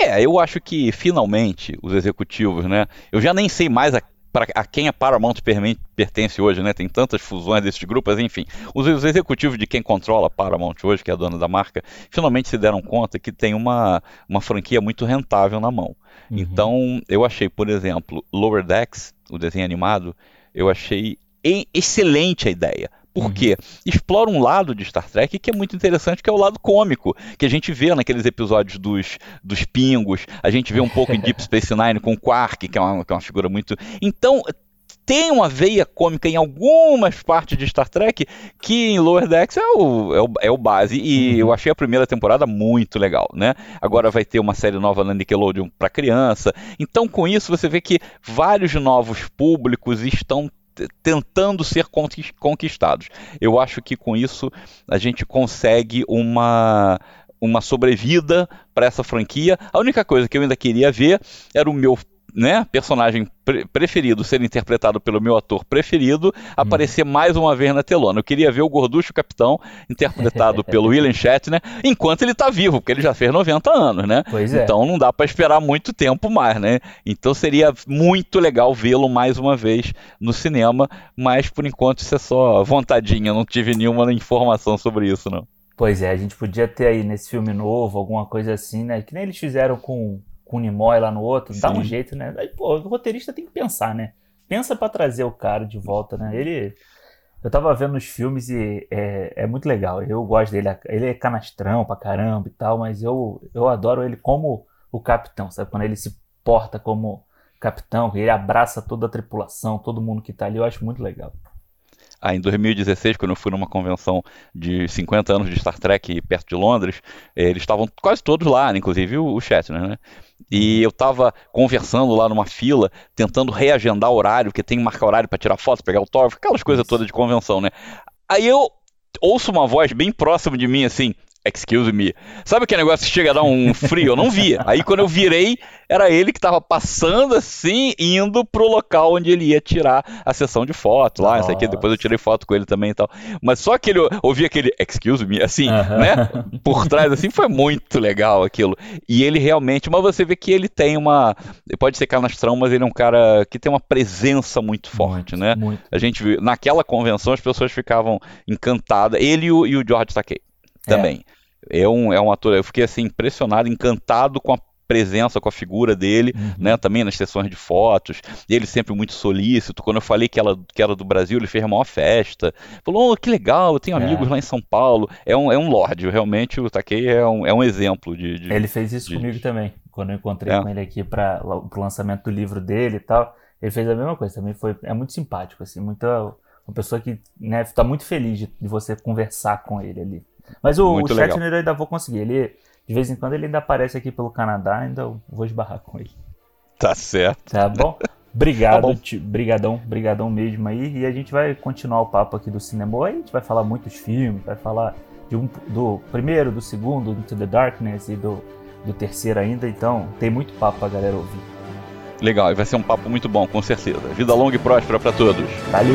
S4: É, eu acho que finalmente os executivos, né? Eu já nem sei mais a, pra- a quem a Paramount perme- pertence hoje, né? Tem tantas fusões desses grupos, enfim. Os, os executivos de quem controla a Paramount hoje, que é a dona da marca, finalmente se deram conta que tem uma, uma franquia muito rentável na mão.
S2: Uhum.
S4: Então, eu achei, por exemplo, Lower Decks, o desenho animado, eu achei e- é excelente a ideia. Por
S2: Uhum.
S4: quê? Explora um lado de Star Trek que é muito interessante, que é o lado cômico, que a gente vê naqueles episódios dos, dos pingos, a gente vê um pouco em Deep Space Nine com o Quark, que é uma, que é uma figura muito. Então, tem uma veia cômica em algumas partes de Star Trek que em Lower Decks é o, é o, é o base. E eu achei a primeira temporada muito legal, né? Agora vai ter uma série nova na Nickelodeon para criança. Então, com isso, você vê que vários novos públicos estão t- tentando ser conquis- conquistados. Eu acho que com isso a gente consegue uma uma sobrevida para essa franquia. A única coisa que eu ainda queria ver era o meu né, personagem pre- preferido ser interpretado pelo meu ator preferido aparecer mais uma vez na telona. Eu queria ver o Gorducho Capitão interpretado pelo William Shatner enquanto ele está vivo, porque ele já fez 90 anos, né?
S2: Pois é.
S4: Então não dá para esperar muito tempo mais, né? Então seria muito legal vê-lo mais uma vez no cinema, mas por enquanto isso é só vontadinha, eu não tive nenhuma informação sobre isso, não.
S2: Pois é, a gente podia ter aí nesse filme novo, alguma coisa assim, né? Que nem eles fizeram com, com o Nimoy lá no outro. Dá um
S4: Sim.
S2: jeito, né? Aí, pô, o roteirista tem que pensar, né? Pensa pra trazer o cara de volta, né? Ele. Eu tava vendo os filmes e é, é muito legal. Eu gosto dele. Ele é canastrão pra caramba e tal, mas eu, eu adoro ele como o capitão, sabe? Quando ele se porta como capitão, ele abraça toda a tripulação, todo mundo que tá ali, eu acho muito legal.
S4: Ah, em 2016, quando eu fui numa convenção de 50 anos de Star Trek perto de Londres, eh, eles estavam quase todos lá, né, inclusive o o Shatner, né? E eu tava conversando lá numa fila, tentando reagendar horário, porque tem que marcar horário para tirar foto, pegar autógrafo, aquelas coisas todas de convenção, né? Aí eu ouço uma voz bem próxima de mim assim. Excuse me. Sabe aquele negócio que chega a dar um frio? Eu não via. Aí quando eu virei, era ele que tava passando assim, indo pro local onde ele ia tirar a sessão de foto lá, não sei o que. Depois eu tirei foto com ele também e tal. Mas só que ele ouvia aquele excuse me, assim,
S2: Aham.
S4: né? Por trás, assim, foi muito legal aquilo. E ele realmente, mas você vê que ele tem uma. Pode ser canastrão, mas ele é um cara que tem uma presença muito forte, né?
S2: Muito.
S4: A gente viu, naquela convenção as pessoas ficavam encantadas. Ele e o, e o George Takei também. É. um, é um ator, eu fiquei assim impressionado, encantado com a presença, com a figura dele, né? Também nas sessões de fotos. Ele sempre muito solícito. Quando eu falei que, ela, que era do Brasil, ele fez a maior festa. Falou, oh, que legal, eu tenho
S2: É.
S4: amigos lá em São Paulo. É um, é um lorde, realmente o Takei é um, é um exemplo de... de-
S2: Ele fez isso
S4: de-
S2: comigo também. Quando eu encontrei
S4: É.
S2: com ele aqui para pro lançamento do livro dele e tal, ele fez a mesma coisa. Também foi, é muito simpático, assim, muito uma pessoa que, né, tá muito feliz de, de você conversar com ele ali. Mas o, o
S4: Muito legal.
S2: Shatner eu ainda vou conseguir. Ele de vez em quando ele ainda aparece aqui pelo Canadá, ainda eu vou esbarrar com ele.
S4: Tá certo.
S2: Tá bom? Obrigado,
S4: Tá bom.
S2: ti- brigadão, brigadão mesmo aí. E a gente vai continuar o papo aqui do cinema. Aí a gente vai falar muitos filmes, vai falar de um, do primeiro, do segundo, do Into the Darkness e do, do terceiro ainda. Então tem muito papo pra galera ouvir.
S4: Legal, e vai ser um papo muito bom, com certeza. Vida longa e próspera para todos.
S2: Valeu!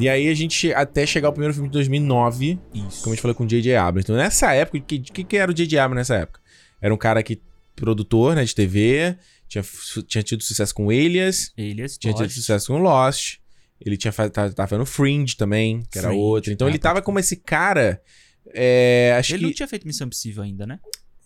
S1: E aí a gente, até chegar ao primeiro filme de 2009,
S6: Isso.
S1: como a gente falou com o J.J. Abrams. Então, nessa época, o que, que, que era o J.J. Abrams nessa época? Era um cara que produtor, né, de TV, tinha, su- tinha tido sucesso com Elias,
S2: Elias
S1: tinha tido
S2: Lost.
S1: sucesso com Lost. Ele tinha fa- tá- tava fazendo Fringe também, que era
S2: Fringe,
S1: outro. Então
S2: é,
S1: ele
S2: pode
S1: tava
S2: crer.
S1: como esse cara. é, acho
S2: Ele
S1: que.
S2: não tinha feito Missão Impossível ainda, né?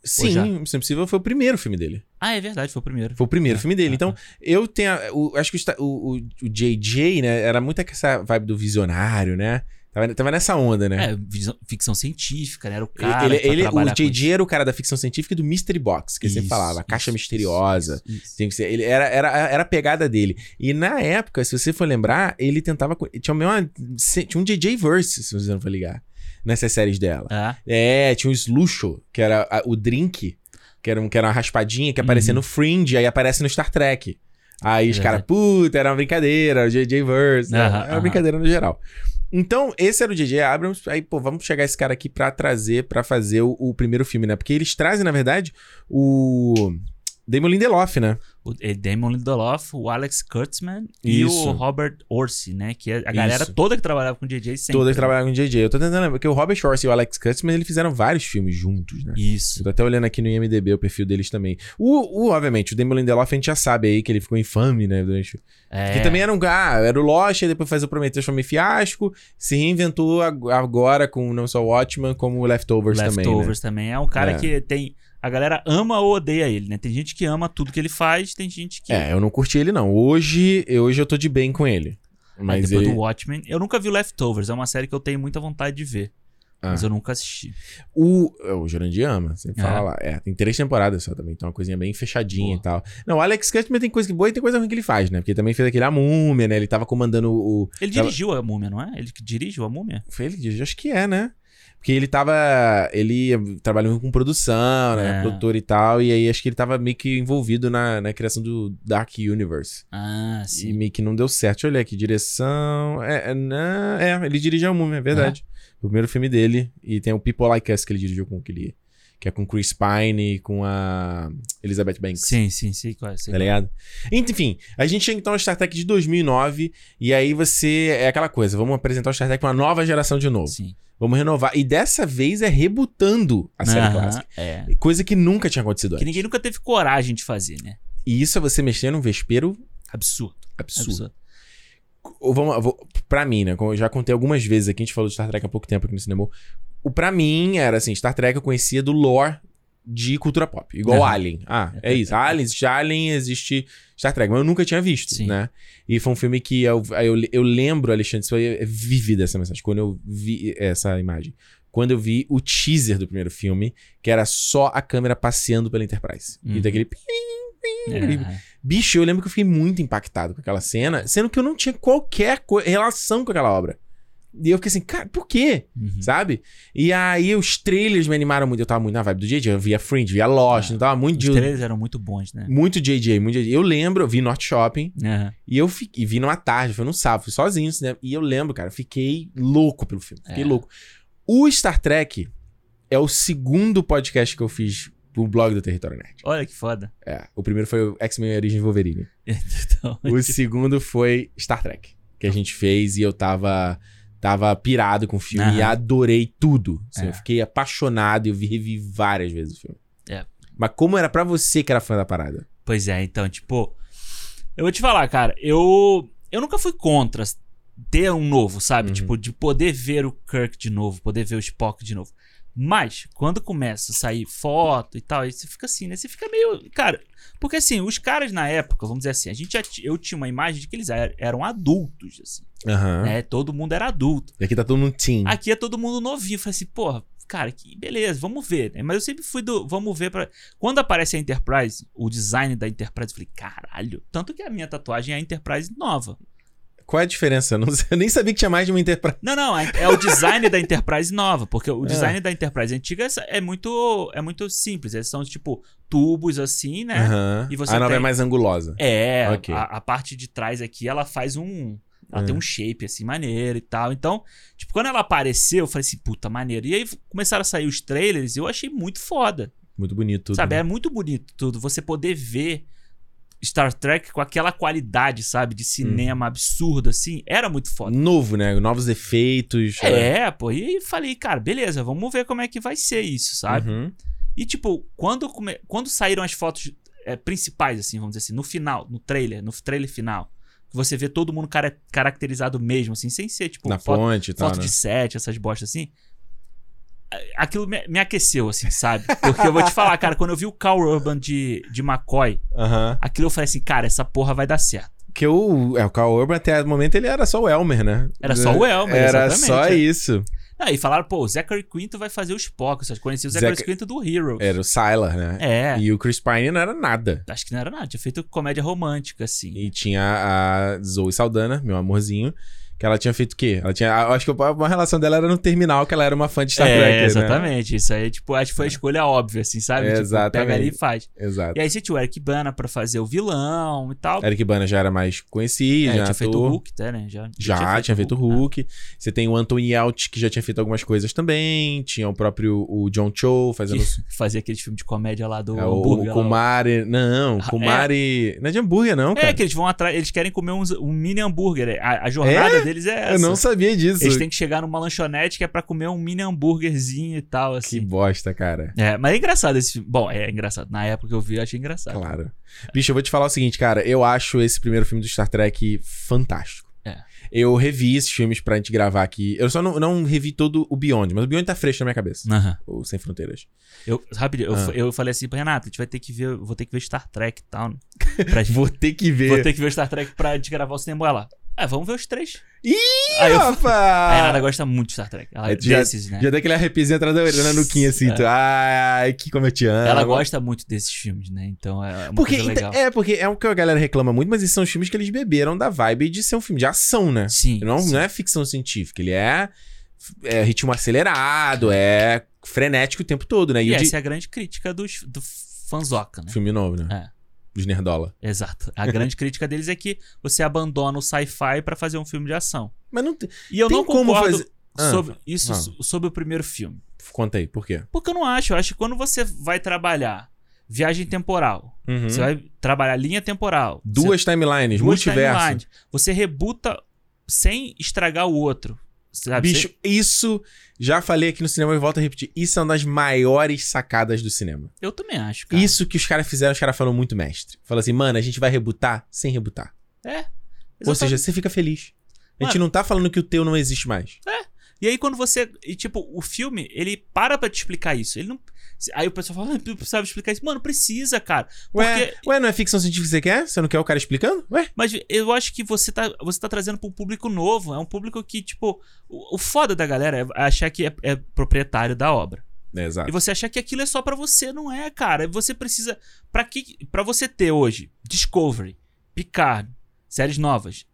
S2: já?
S1: Sim, Missão Impossível foi o primeiro filme dele.
S2: Ah, é verdade, foi o primeiro.
S1: Foi o primeiro
S2: É,
S1: filme dele.
S2: é,
S1: Então, eu tenho. a- o- acho que o, esta- o, o- o JJ, né? Era muito essa vibe do visionário, né? Tava, tava nessa onda, né?
S2: É, visão- ficção científica, né? Era o cara.
S1: Ele,
S2: pra
S1: ele- o
S2: trabalhar com
S1: JJ era o cara da ficção científica e do Mystery Box, que ele sempre
S2: Isso,
S1: falava, a caixa
S2: isso,
S1: misteriosa.
S2: isso, isso.
S1: Tem que ser, ele era, era, era a pegada dele. E na época, se você for lembrar, ele tentava. co- Tinha, uma, tinha um JJ Verse, se você não for ligar, nessas séries dela.
S2: Ah,
S1: É, tinha o Sluxo, que era a- o drink, que era, um, que era uma raspadinha que aparecia
S2: Uhum.
S1: no Fringe, aí aparece no Star Trek. Aí os
S2: É
S1: caras, puta, era uma brincadeira, o JJ Verse, né?
S2: Aham,
S1: era uma
S2: aham.
S1: brincadeira no geral. Então, esse era o JJ Abrams, aí, pô, vamos chegar esse cara aqui pra trazer, pra fazer o, o primeiro filme, né? Porque eles trazem, na verdade, o Damon Lindelof, né?
S2: o é Damon Lindelof, o Alex Kurtzman e
S1: Isso.
S2: o Robert Orsi, né? Que é a galera
S1: Isso.
S2: toda que trabalhava com o JJ sempre.
S1: Todos trabalharam com o JJ. Eu tô tentando lembrar, porque o Robert Shorst e o Alex Kurtzman, eles fizeram vários filmes juntos, né? Eu
S2: Isso.
S1: tô até olhando aqui no IMDB o perfil deles também. O, o, obviamente, o Damon Lindelof a gente já sabe aí que ele ficou infame, né? Durante...
S2: É,
S1: Que também era um ah, era o Lost, aí depois fez o Prometheus foi meio fiasco, se reinventou ag- agora com não só o Watchman, como o Leftovers, também, né?
S2: Leftovers também, É um cara
S1: É.
S2: que tem. A galera ama ou odeia ele, né? Tem gente que ama tudo que ele faz, tem gente que.
S1: É, eu não curti ele não. Hoje, eu- hoje eu tô de bem com ele.
S2: Aí
S1: Mas
S2: depois
S1: ele...
S2: do Watchmen. Eu nunca vi o Leftovers, é uma série que eu tenho muita vontade de ver.
S1: Ah.
S2: Mas eu nunca assisti.
S1: O, é, o Jurandir ama, você fala
S2: É.
S1: lá. É, tem três temporadas só também, então é uma coisinha bem fechadinha
S2: Boa.
S1: e tal. Não, o Alex Kurtzman tem coisa que boa e tem coisa ruim que ele faz, né? Porque ele também fez aquele A Múmia, né? Ele tava comandando o,
S2: Ele
S1: Tava-
S2: dirigiu a múmia, não é? Ele que dirigiu a múmia?
S1: Foi ele que dirigiu? Acho que é, né? Porque ele tava. Ele trabalhou com produção, né?
S2: É.
S1: Produtor e tal. E aí acho que ele tava meio que envolvido na, na criação do Dark Universe.
S2: Ah, sim.
S1: E meio que não deu certo. Deixa eu olhar aqui. Direção. É, é, não, é ele dirigiu a Múmia, é verdade. O primeiro filme dele. E tem o People Like Us que ele dirigiu com aquele. Que é com Chris Pine e com a Elizabeth Banks.
S2: Sim, sim, sei qual é.
S1: Tá
S2: sei qual é.
S1: ligado? Enfim, a gente chega então ao Star Trek de 2009. E aí você. É aquela coisa, vamos apresentar o Star Trek pra uma nova geração de novo.
S2: Sim.
S1: Vamos renovar. E dessa vez é rebutando a série
S2: Aham,
S1: clássica.
S2: É.
S1: Coisa que nunca tinha acontecido
S2: Que
S1: antes.
S2: ninguém nunca teve coragem de fazer, né?
S1: E isso é você mexer num vespeiro
S2: Absurdo.
S1: absurdo.
S2: Absurdo.
S1: Ou Vamos, vou, pra mim, né? Como eu já contei algumas vezes aqui, a gente falou de Star Trek há pouco tempo aqui no cinema. O pra mim era assim: Star Trek eu conhecia do lore de cultura pop. Igual
S2: Aham.
S1: Alien. Ah, é isso. Alien, existe Alien, existe Star Trek. Mas eu nunca tinha visto,
S2: Sim.
S1: né? E foi um filme que eu, aí eu, eu lembro, Alexandre, isso aí é vívida essa mensagem. Quando eu vi essa imagem. Quando eu vi o teaser do primeiro filme, que era só a câmera passeando pela Enterprise. E
S2: Uhum.
S1: daquele
S2: É.
S1: Bicho, eu lembro que eu fiquei muito impactado com aquela cena, sendo que eu não tinha qualquer co- relação com aquela obra. E eu fiquei assim, cara, por quê?
S2: Uhum.
S1: Sabe? E aí os trailers me animaram muito. Eu tava muito na vibe do JJ, eu via Fringe, via Lost,
S2: É.
S1: eu tava muito
S2: Os
S1: de-
S2: trailers eram muito bons, né?
S1: muito JJ, muito JJ. Eu lembro, eu vi North Shopping
S2: Aham.
S1: e eu fi- e vi numa tarde, foi num sábado, fui sozinho no cinema. E eu lembro, cara, eu fiquei louco pelo filme, fiquei
S2: É.
S1: louco. O Star Trek é o segundo podcast que eu fiz pro blog do Território Nerd.
S2: Olha que foda.
S1: É, o primeiro foi o X-Men Origins Wolverine.
S2: Então,
S1: O segundo foi Star Trek, que a gente fez e eu tava, tava pirado com o filme
S2: Aham.
S1: e adorei tudo. Assim,
S2: É.
S1: Eu fiquei apaixonado e eu vi- revi várias vezes o filme.
S2: É.
S1: Mas como era pra você que era fã da parada?
S2: Pois é, então, tipo. Eu vou te falar, cara, eu. Eu nunca fui contra ter um novo, sabe?
S1: Uhum.
S2: Tipo, de poder ver o Kirk de novo, poder ver o Spock de novo. Mas, quando começa a sair foto e tal, aí você fica assim, né? Você fica meio. Cara, porque assim, os caras na época, vamos dizer assim, a gente já ti- eu tinha uma imagem de que eles er- eram adultos, assim.
S1: Aham.
S2: Né? Todo mundo era adulto.
S1: É. E aqui tá todo mundo teen.
S2: Aqui é todo mundo novinho. Eu Falei assim, porra, cara, que beleza, vamos ver. né? Mas eu sempre fui do. Vamos ver pra. Quando aparece a Enterprise, o design da Enterprise, eu falei, caralho. Tanto que a minha tatuagem é a Enterprise nova.
S1: Qual é a diferença? Eu não sei- eu nem sabia que tinha mais de uma Enterprise.
S2: Não, não, é é o design da Enterprise nova. Porque o
S1: É.
S2: design da Enterprise antiga é muito, é muito simples. Eles são tipo tubos assim, né?
S1: Aham.
S2: E
S1: A
S2: você
S1: nova é
S2: tem-
S1: mais angulosa.
S2: É,
S1: Ok.
S2: a, a parte de trás aqui, ela faz um. Ela
S1: É.
S2: tem um shape assim, maneiro e tal. Então, tipo, quando ela apareceu, eu falei assim, puta, maneiro. E aí começaram a sair os trailers e eu achei muito foda.
S1: Muito bonito tudo.
S2: sabe?
S1: né?
S2: É muito bonito tudo. Você poder ver Star Trek com aquela qualidade, sabe? De
S1: Uhum.
S2: cinema absurdo, assim. Era muito foda.
S1: Novo, né? Novos efeitos.
S2: É, pô. E aí falei, cara, beleza, vamos ver como é que vai é ser isso, sabe?
S1: Uhum.
S2: E, tipo, quando, come- quando saíram as fotos é, principais, assim, vamos dizer assim, no final, no trailer, no trailer final, que você vê todo mundo cara- caracterizado mesmo, assim, sem ser, tipo,
S1: Na
S2: foto,
S1: ponte e tal,
S2: foto
S1: né?
S2: de set, essas bostas assim. a- Aquilo me, me aqueceu, assim, sabe? Porque eu vou te falar, cara, quando eu vi o Carl Urban de, de McCoy,
S1: Aham.
S2: aquilo eu falei assim, cara, essa porra vai dar certo.
S1: Porque o, é, o Carl Urban até o momento ele era só o Elmer, né?
S2: Era só o Elmer,
S1: Era
S2: exatamente.
S1: só
S2: é.
S1: isso.
S2: Aí falaram, pô, o Zachary Quinto vai fazer os Spock, vocês conheciam o Zachary
S1: Zac-
S2: Quinto do Heroes.
S1: Era o Sylar, né?
S2: É,
S1: E o Chris Pine não era nada.
S2: acho que não era nada, tinha feito comédia romântica, assim.
S1: E tinha a Zoe Saldana, meu amorzinho, que ela tinha feito o quê? Ela tinha, eu acho que a uma relação dela era no terminal, que ela era uma fã de Star
S2: é,
S1: Trek, né? É.
S2: exatamente. Isso aí, tipo, acho que foi a escolha óbvia, assim, sabe? Tipo,
S1: Exatamente.
S2: pega ali e faz.
S1: Exato.
S2: E aí você tinha o Eric Bana pra fazer o vilão e tal.
S1: Eric Bana já era mais
S2: É,
S1: conhecido, já
S2: tinha
S1: ator.
S2: feito o Hulk, até, né? Já,
S1: Já, tinha feito o Hulk. Você tem o Anthony Yelch, que já tinha feito algumas coisas também. Tinha o próprio o John Cho fazendo
S2: né? Fazia aqueles filmes de comédia lá do
S1: É, o,
S2: hambúrguer.
S1: o
S2: lá.
S1: Kumari. Não,
S2: Ah,
S1: Kumari. Não é de hambúrguer, não, cara.
S2: É, que eles vão atrás, eles querem comer uns- um mini hambúrguer. A, a jornada deles é essa.
S1: Eu não sabia disso.
S2: Eles têm que chegar numa lanchonete que é pra comer um mini hambúrguerzinho e tal,
S1: Que
S2: assim.
S1: bosta, cara.
S2: É, mas é engraçado esse filme. Bom, é engraçado. Na época que eu vi, eu achei engraçado.
S1: Claro. Bicho, eu vou te falar o seguinte, cara. Eu acho esse primeiro filme do Star Trek fantástico.
S2: É.
S1: Eu revi esses filmes pra gente gravar aqui. Eu só não, não revi todo o Beyond, mas o Beyond tá fresco na minha cabeça.
S2: Aham.
S1: O Sem Fronteiras.
S2: Eu, rapidinho, eu
S1: Ah.
S2: fa- eu, falei assim pra Renato, a gente vai ter que ver, vou ter que ver Star Trek e tal, né? Pra gente,
S1: Vou ter que ver.
S2: vou ter que ver Star Trek pra desgravar o cinema. Ela, ah, vamos ver os três.
S1: Ih,
S2: Aí eu- a Renata
S1: rapaz!
S2: gosta muito de Star Trek. Ela
S1: Aí tu já-
S2: desses, né?
S1: Já dá aquele arrepizinho atrás da orelha na nuquinha, assim.
S2: É.
S1: tu, Ai, que como eu te amo.
S2: Ela gosta muito desses filmes, né? Então é uma
S1: Porque,
S2: coisa
S1: então,
S2: legal.
S1: é, porque é o que a galera reclama muito, mas esses são os filmes que eles beberam da vibe de ser um filme de ação, né?
S2: Sim.
S1: Não,
S2: sim.
S1: não é ficção científica, ele é, é ritmo acelerado, é frenético o tempo todo, né? E,
S2: E
S1: o de-
S2: essa é a grande crítica dos, do fanzoca, né?
S1: filme novo, né?
S2: É.
S1: Os Nerdola.
S2: Exato. A grande crítica deles é que você abandona o sci-fi pra fazer um filme de ação.
S1: Mas não tem,
S2: E eu
S1: tem
S2: não
S1: como
S2: concordo
S1: fazer. Ah,
S2: sobre isso
S1: ah.
S2: so- sobre o primeiro filme.
S1: Conta aí, por quê?
S2: Porque eu não acho. Eu acho que quando você vai trabalhar viagem temporal,
S1: Uhum.
S2: você vai trabalhar linha temporal,
S1: Duas timelines,
S2: você,
S1: multiverso.
S2: timelines, você rebuta sem estragar o outro. Sabe?
S1: Bicho,
S2: Você-
S1: isso já falei aqui no cinema e volto a repetir. Isso é uma das maiores sacadas do cinema.
S2: eu também acho, cara.
S1: Isso que os caras fizeram, os caras foram muito mestre. Falou assim, mano, a gente vai rebutar sem rebutar. Ou
S2: Exatamente.
S1: seja, você fica feliz. A gente não tá falando que o teu não existe mais.
S2: E aí quando você. E tipo, o filme, ele para pra te explicar isso. Ele não. Aí o pessoal fala, ah, eu precisava explicar isso. Mano, precisa, cara.
S1: Ué,
S2: Porque-
S1: ué, não é ficção científica que você quer? Você não quer o cara explicando? Ué?
S2: Mas eu acho que você tá, você tá trazendo pra um público novo. É um público que, tipo. O, o foda da galera é achar que é- é proprietário da obra. E
S1: exato.
S2: você achar que aquilo é só pra você, não é, cara. Você precisa Pra que para você ter hoje Discovery, Picard, séries novas,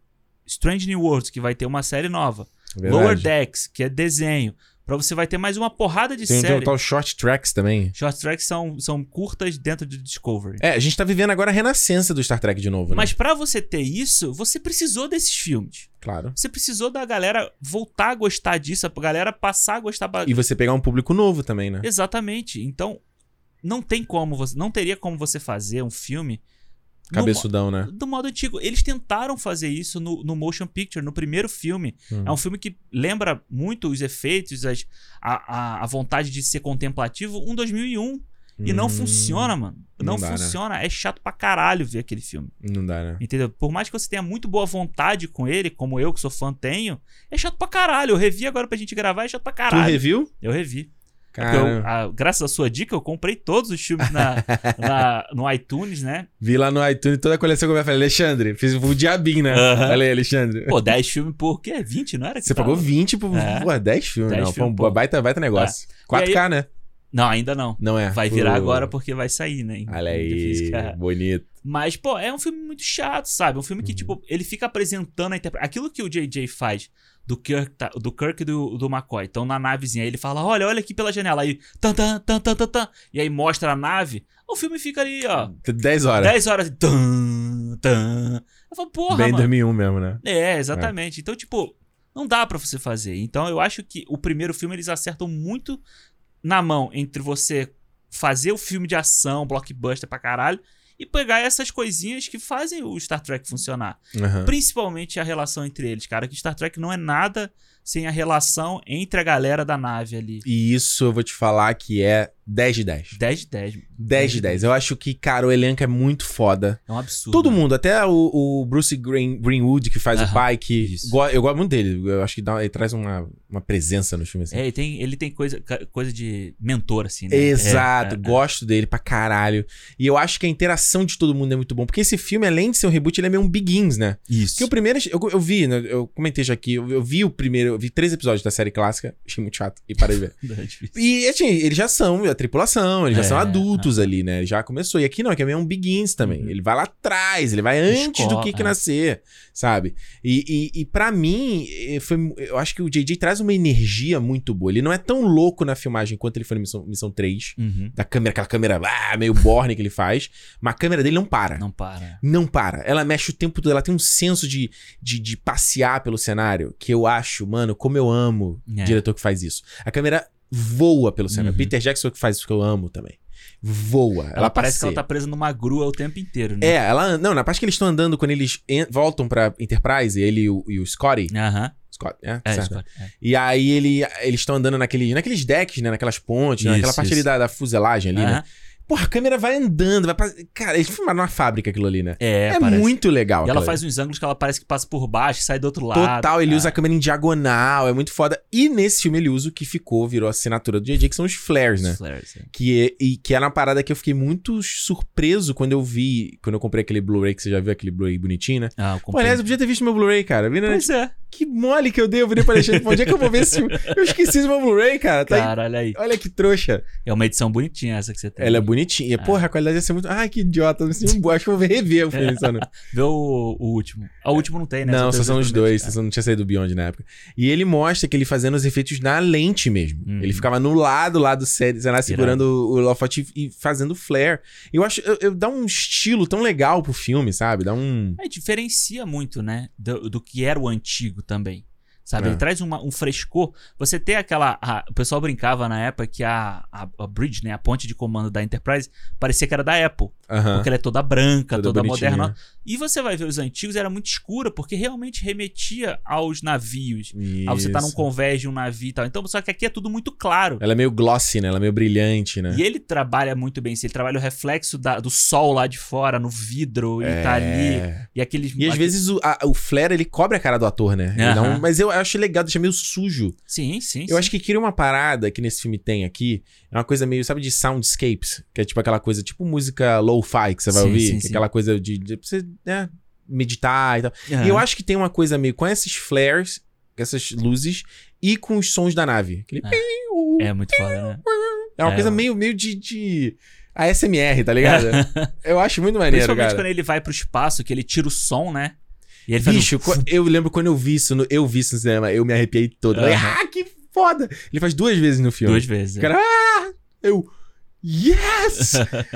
S2: Strange New Worlds que vai ter uma série nova, Lower Decks que é desenho, Pra você vai ter mais uma porrada de
S1: Tem o
S2: séries.
S1: tal short tracks também.
S2: Short tracks são, são curtas dentro de Discovery.
S1: É, a gente tá vivendo agora a renascença do Star Trek de novo, né?
S2: Mas pra você ter isso, você precisou desses filmes.
S1: Claro.
S2: Você precisou da galera voltar a gostar disso, a galera passar a gostar ba-
S1: E você pegar um público novo também, né?
S2: Exatamente. Então, não tem como você. Não teria como você fazer um filme. no
S1: Cabeçudão, né?
S2: mo- do modo antigo. Eles tentaram fazer isso no, no Motion Picture, no primeiro filme.
S1: Hum.
S2: É um filme que lembra muito os efeitos, as, a, a, a vontade de ser contemplativo, um 2001. E não
S1: Hum,
S2: funciona, mano. Não,
S1: não dá, né?
S2: funciona. É chato pra caralho ver aquele filme.
S1: Não dá, né?
S2: Entendeu? Por mais que você tenha muito boa vontade com ele, como eu que sou fã tenho, é chato pra caralho. Eu revi agora pra gente gravar, é chato pra
S1: Tu Então,
S2: caralho.
S1: review?
S2: Eu revi. É porque eu-
S1: Cara,
S2: a- graças à sua dica, eu comprei todos os filmes na, na- no iTunes, né?
S1: vi lá no iTunes toda a coleção que eu falei, Alexandre, fiz o diabinho, né?
S2: Aham.
S1: Falei, Alexandre.
S2: Pô, 10 filmes por quê? 20, não era? que
S1: Você
S2: tava?
S1: pagou 20 por
S2: É.
S1: pô, 10 filmes,
S2: 10
S1: não. Foi um
S2: filmes, pô.
S1: baita, baita negócio. 4K, né?
S2: Não, ainda não.
S1: Não é?
S2: Vai virar
S1: Pô.
S2: agora porque vai sair, né? em-
S1: Olha
S2: em
S1: aí,
S2: física.
S1: bonito.
S2: Mas, pô, é um filme muito chato, sabe? Um
S1: Uhum.
S2: filme que, tipo, ele fica apresentando a interpretação. Aquilo que o JJ faz do Kirk, tá- do Kirk e do, do McCoy. Então, na navezinha, ele fala: olha, olha aqui pela janela. Aí, tan, tan, tan, tan, tan, tan. E aí mostra a nave. O filme fica ali, ó.
S1: 10 horas.
S2: 10 horas. Tan, tan. Eu falo, porra,
S1: Bem
S2: mano.
S1: 2001 mesmo, né?
S2: É, exatamente. Então, tipo, não dá pra você fazer. Então, eu acho que o primeiro filme eles acertam muito na mão entre você fazer o filme de ação, blockbuster pra caralho, e pegar essas coisinhas que fazem o Star Trek funcionar.
S1: Aham.
S2: Principalmente a relação entre eles, cara, que Star Trek não é nada sem a relação entre a galera da nave ali.
S1: E isso eu vou te falar que é 10 de 10.
S2: 10 de 10, mano.
S1: 10 de 10. Eu acho que, cara, o elenco é muito foda.
S2: é um absurdo.
S1: Todo
S2: né?
S1: mundo, até o, o Bruce Green- Greenwood, que faz
S2: Aham,
S1: o pai, que
S2: isso.
S1: go- eu gosto muito dele. Eu acho que dá- ele traz uma, uma presença no filme. Assim.
S2: É, ele tem, ele tem coisa, ca- coisa de mentor, assim, né?
S1: Exato,
S2: É, é,
S1: gosto dele pra caralho. E eu acho que a interação de todo mundo é muito bom. Porque esse filme, além de ser um reboot, ele é meio um Begins, né?
S2: Isso.
S1: Que o primeiro. Eu, eu vi, né? Eu comentei já aqui. Eu, eu vi o primeiro. Eu vi três episódios da série clássica. Achei muito chato. E parei de ver.
S2: É difícil.
S1: E, assim, eles já são a tripulação. Eles já
S2: É,
S1: são adultos ali, né? Ele já começou. E aqui não. Aqui é meio um Begins também.
S2: Uhum.
S1: Ele vai lá atrás. Ele vai antes do
S2: Escola,
S1: que, que
S2: é.
S1: nascer, sabe? E, e, e para mim, eh, foi, eu acho que o JJ traz uma energia muito boa. Ele não é tão louco na filmagem quanto ele foi na Missão, missão 3.
S2: Uhum.
S1: Da câmera, aquela câmera ah, meio borne que ele faz. Mas a câmera dele não para.
S2: Não para.
S1: Não para. Ela mexe o tempo todo. Ela tem um senso de, de, de passear pelo cenário que eu acho, mano, como eu amo
S2: É.
S1: diretor que faz isso. A câmera voa pelo cenário.
S2: Uhum.
S1: Peter Jackson é o que faz isso que eu amo também. Voa. Ela,
S2: Ela, parece que ela
S1: passeia.
S2: tá presa numa grua o tempo inteiro, né?
S1: É, ela. an- Não, na parte que eles estão andando, quando eles en- voltam pra Enterprise, ele e o, e o Scotty.
S2: Aham.
S1: Scott, né?
S2: É,
S1: É. Certo.
S2: Scott, é.
S1: E aí ele, eles estão andando naquele, naqueles decks, né? Naquelas pontes, né?
S2: Isso,
S1: naquela parte
S2: isso.
S1: ali da, da fuselagem ali, né?
S2: Aham.
S1: Porra, a câmera vai andando, vai. Pra... Cara, eles filmaram numa fábrica aquilo ali, né?
S2: É,
S1: É,
S2: parece.
S1: muito legal.
S2: E
S1: aquilo
S2: ela
S1: ali.
S2: faz uns ângulos que ela parece que passa por baixo e sai do outro lado.
S1: Total, ele
S2: Ah,
S1: usa a câmera em diagonal, é muito foda. E nesse filme ele usa o que ficou, virou a assinatura do JJ, que são os flares,
S2: os
S1: né?
S2: flares, é.
S1: Que, é- e, que era uma parada que eu fiquei muito surpreso quando eu vi, quando eu comprei aquele Blu-ray, que você já viu aquele Blu-ray bonitinho, né?
S2: Ah, eu
S1: Pô, aliás, eu
S2: comprei.
S1: podia ter visto meu Bluray, cara. Eu Vi, né?
S2: Pois é.
S1: Que mole que eu dei, eu virei pra Alexandre, pô, onde é que eu vou ver esse filme? Eu esqueci do meu Blu-ray, cara. Tá aí-
S2: Cara, olha aí.
S1: Olha que trouxa.
S2: É uma edição bonitinha essa que você tem.
S1: Ela é bonitinha. Porra, a qualidade ia ser muito. Ai, que idiota. Esse filme é bom. Acho que eu vou rever o filme, só não.
S2: Vê o, o último. Ah, O último não tem, né?
S1: Não,
S2: tem
S1: só são os dois,
S2: primeiros.
S1: só não tinha saído do Beyond na época. E ele mostra que ele fazendo os efeitos na lente mesmo.
S2: Uhum.
S1: Ele ficava no lado lá do série, sei lá, segurando o o holofote e fazendo flare. Eu acho, eu, eu- dá um estilo tão legal pro filme, sabe? Dá um.
S2: É, diferencia muito, né? Do, do que era o antigo também. Sabe?
S1: É.
S2: Ele traz uma- um frescor. Você tem aquela. a- o pessoal brincava na época que a, a, a bridge, né? A ponte de comando da Enterprise, parecia que era da Apple.
S1: Aham.
S2: Porque ela é toda branca,
S1: Toda
S2: toda
S1: bonitinha.
S2: moderna. E você vai ver os antigos, era muito escura, porque realmente remetia aos navios. Ah, você tá num
S1: Isso.
S2: convés de um navio e tal. Então, só que aqui é tudo muito claro.
S1: Ela é meio glossy, né? Ela é meio brilhante, né?
S2: E ele trabalha muito bem. isso. Ele trabalha o reflexo da- do sol lá de fora, no vidro, e tá ali.
S1: É.
S2: E aqueles.
S1: E às
S2: aquele-
S1: vezes o, a- o flare ele cobre a cara do ator, né? Ele dá um-
S2: Aham.
S1: mas eu acho legal, deixa meio sujo.
S2: Sim, sim.
S1: Eu acho que cria uma parada que nesse filme tem aqui, é uma coisa meio, sabe, de soundscapes, que é tipo aquela coisa, tipo música lo-fi que você vai
S2: Sim,
S1: ouvir,
S2: sim,
S1: que é
S2: sim.
S1: aquela coisa de, de pra você, né, meditar e tal.
S2: que.
S1: E eu acho que tem uma coisa meio com esses flares, com essas luzes e com os sons da nave. Aquele
S2: É.
S1: piu. É.
S2: É muito foda, né?
S1: uma
S2: é. É.
S1: coisa meio meio de, de ASMR, tá ligado? eu acho muito maneiro,
S2: Principalmente
S1: cara.
S2: quando ele vai pro espaço, que ele tira o som, né? E ele faz. um-
S1: Bicho, co- eu lembro quando eu vi isso, no, eu vi isso no cinema, eu me arrepiei todo. Falei,
S2: Aham.
S1: ah, que foda! Ele faz duas vezes no filme.
S2: duas vezes. é.
S1: Cara, Eu. Yes!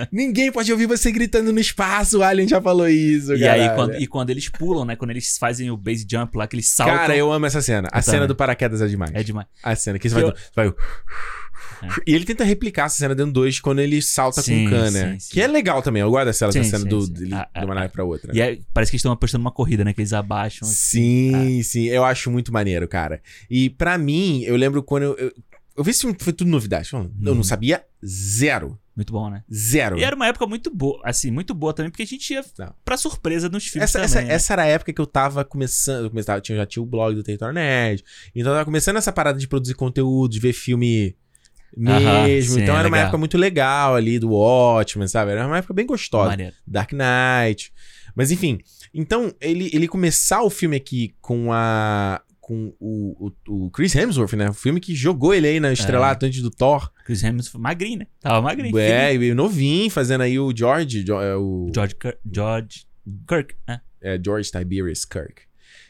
S1: Ninguém pode ouvir você gritando no espaço, o Alien já falou isso,
S2: e aí,
S1: caralho.
S2: quando, e quando eles pulam, né? Quando eles fazem o base jump lá, que eles saltam.
S1: Cara, eu amo essa cena. A
S2: um- Eu
S1: cena
S2: também.
S1: do paraquedas é demais.
S2: É demais.
S1: A cena que você vai.
S2: Eu- É.
S1: vai- E ele tenta replicar essa cena dentro do 2 quando ele salta
S2: Sim,
S1: com o cana.
S2: sim, sim.
S1: Que é legal também. Eu gosto da cena, da
S2: Sim,
S1: cena
S2: sim,
S1: do,
S2: sim.
S1: dele
S2: Ah,
S1: de uma
S2: ah,
S1: nave pra outra.
S2: E aí, parece que eles estão apostando uma corrida, né? Que eles abaixam.
S1: É. Sim,
S2: ah.
S1: sim. Eu acho muito maneiro, cara. E pra mim, eu lembro quando eu. Eu, eu vi esse filme, foi tudo novidade. Eu não
S2: Uhum.
S1: sabia zero.
S2: Muito bom, né?
S1: Zero.
S2: E era uma época muito boa, assim, muito boa também, porque a gente ia
S1: Não.
S2: pra surpresa nos filmes
S1: essa,
S2: também.
S1: essa,
S2: né?
S1: essa era a época que eu tava começando. Eu começava, tinha, já tinha o blog do Território Nerd. Então eu tava começando essa parada de produzir conteúdo, de ver filme
S2: Aham,
S1: mesmo.
S2: sim,
S1: então era uma
S2: legal.
S1: época muito legal ali do Watchmen, sabe? Era uma época bem gostosa.
S2: Maneiro.
S1: Dark Knight. Mas enfim. Então, ele, ele começar o filme aqui com a. Com o, o, o Chris Hemsworth, né? O filme que jogou ele aí
S2: É.
S1: na estrelata antes do Thor.
S2: Chris Hemsworth magrinho, né? Tava magrinho.
S1: É, e novinho, fazendo aí o George. Jo- é, o,
S2: Felipe. George, Kirk, George Kirk, né?
S1: é, George Tiberius Kirk.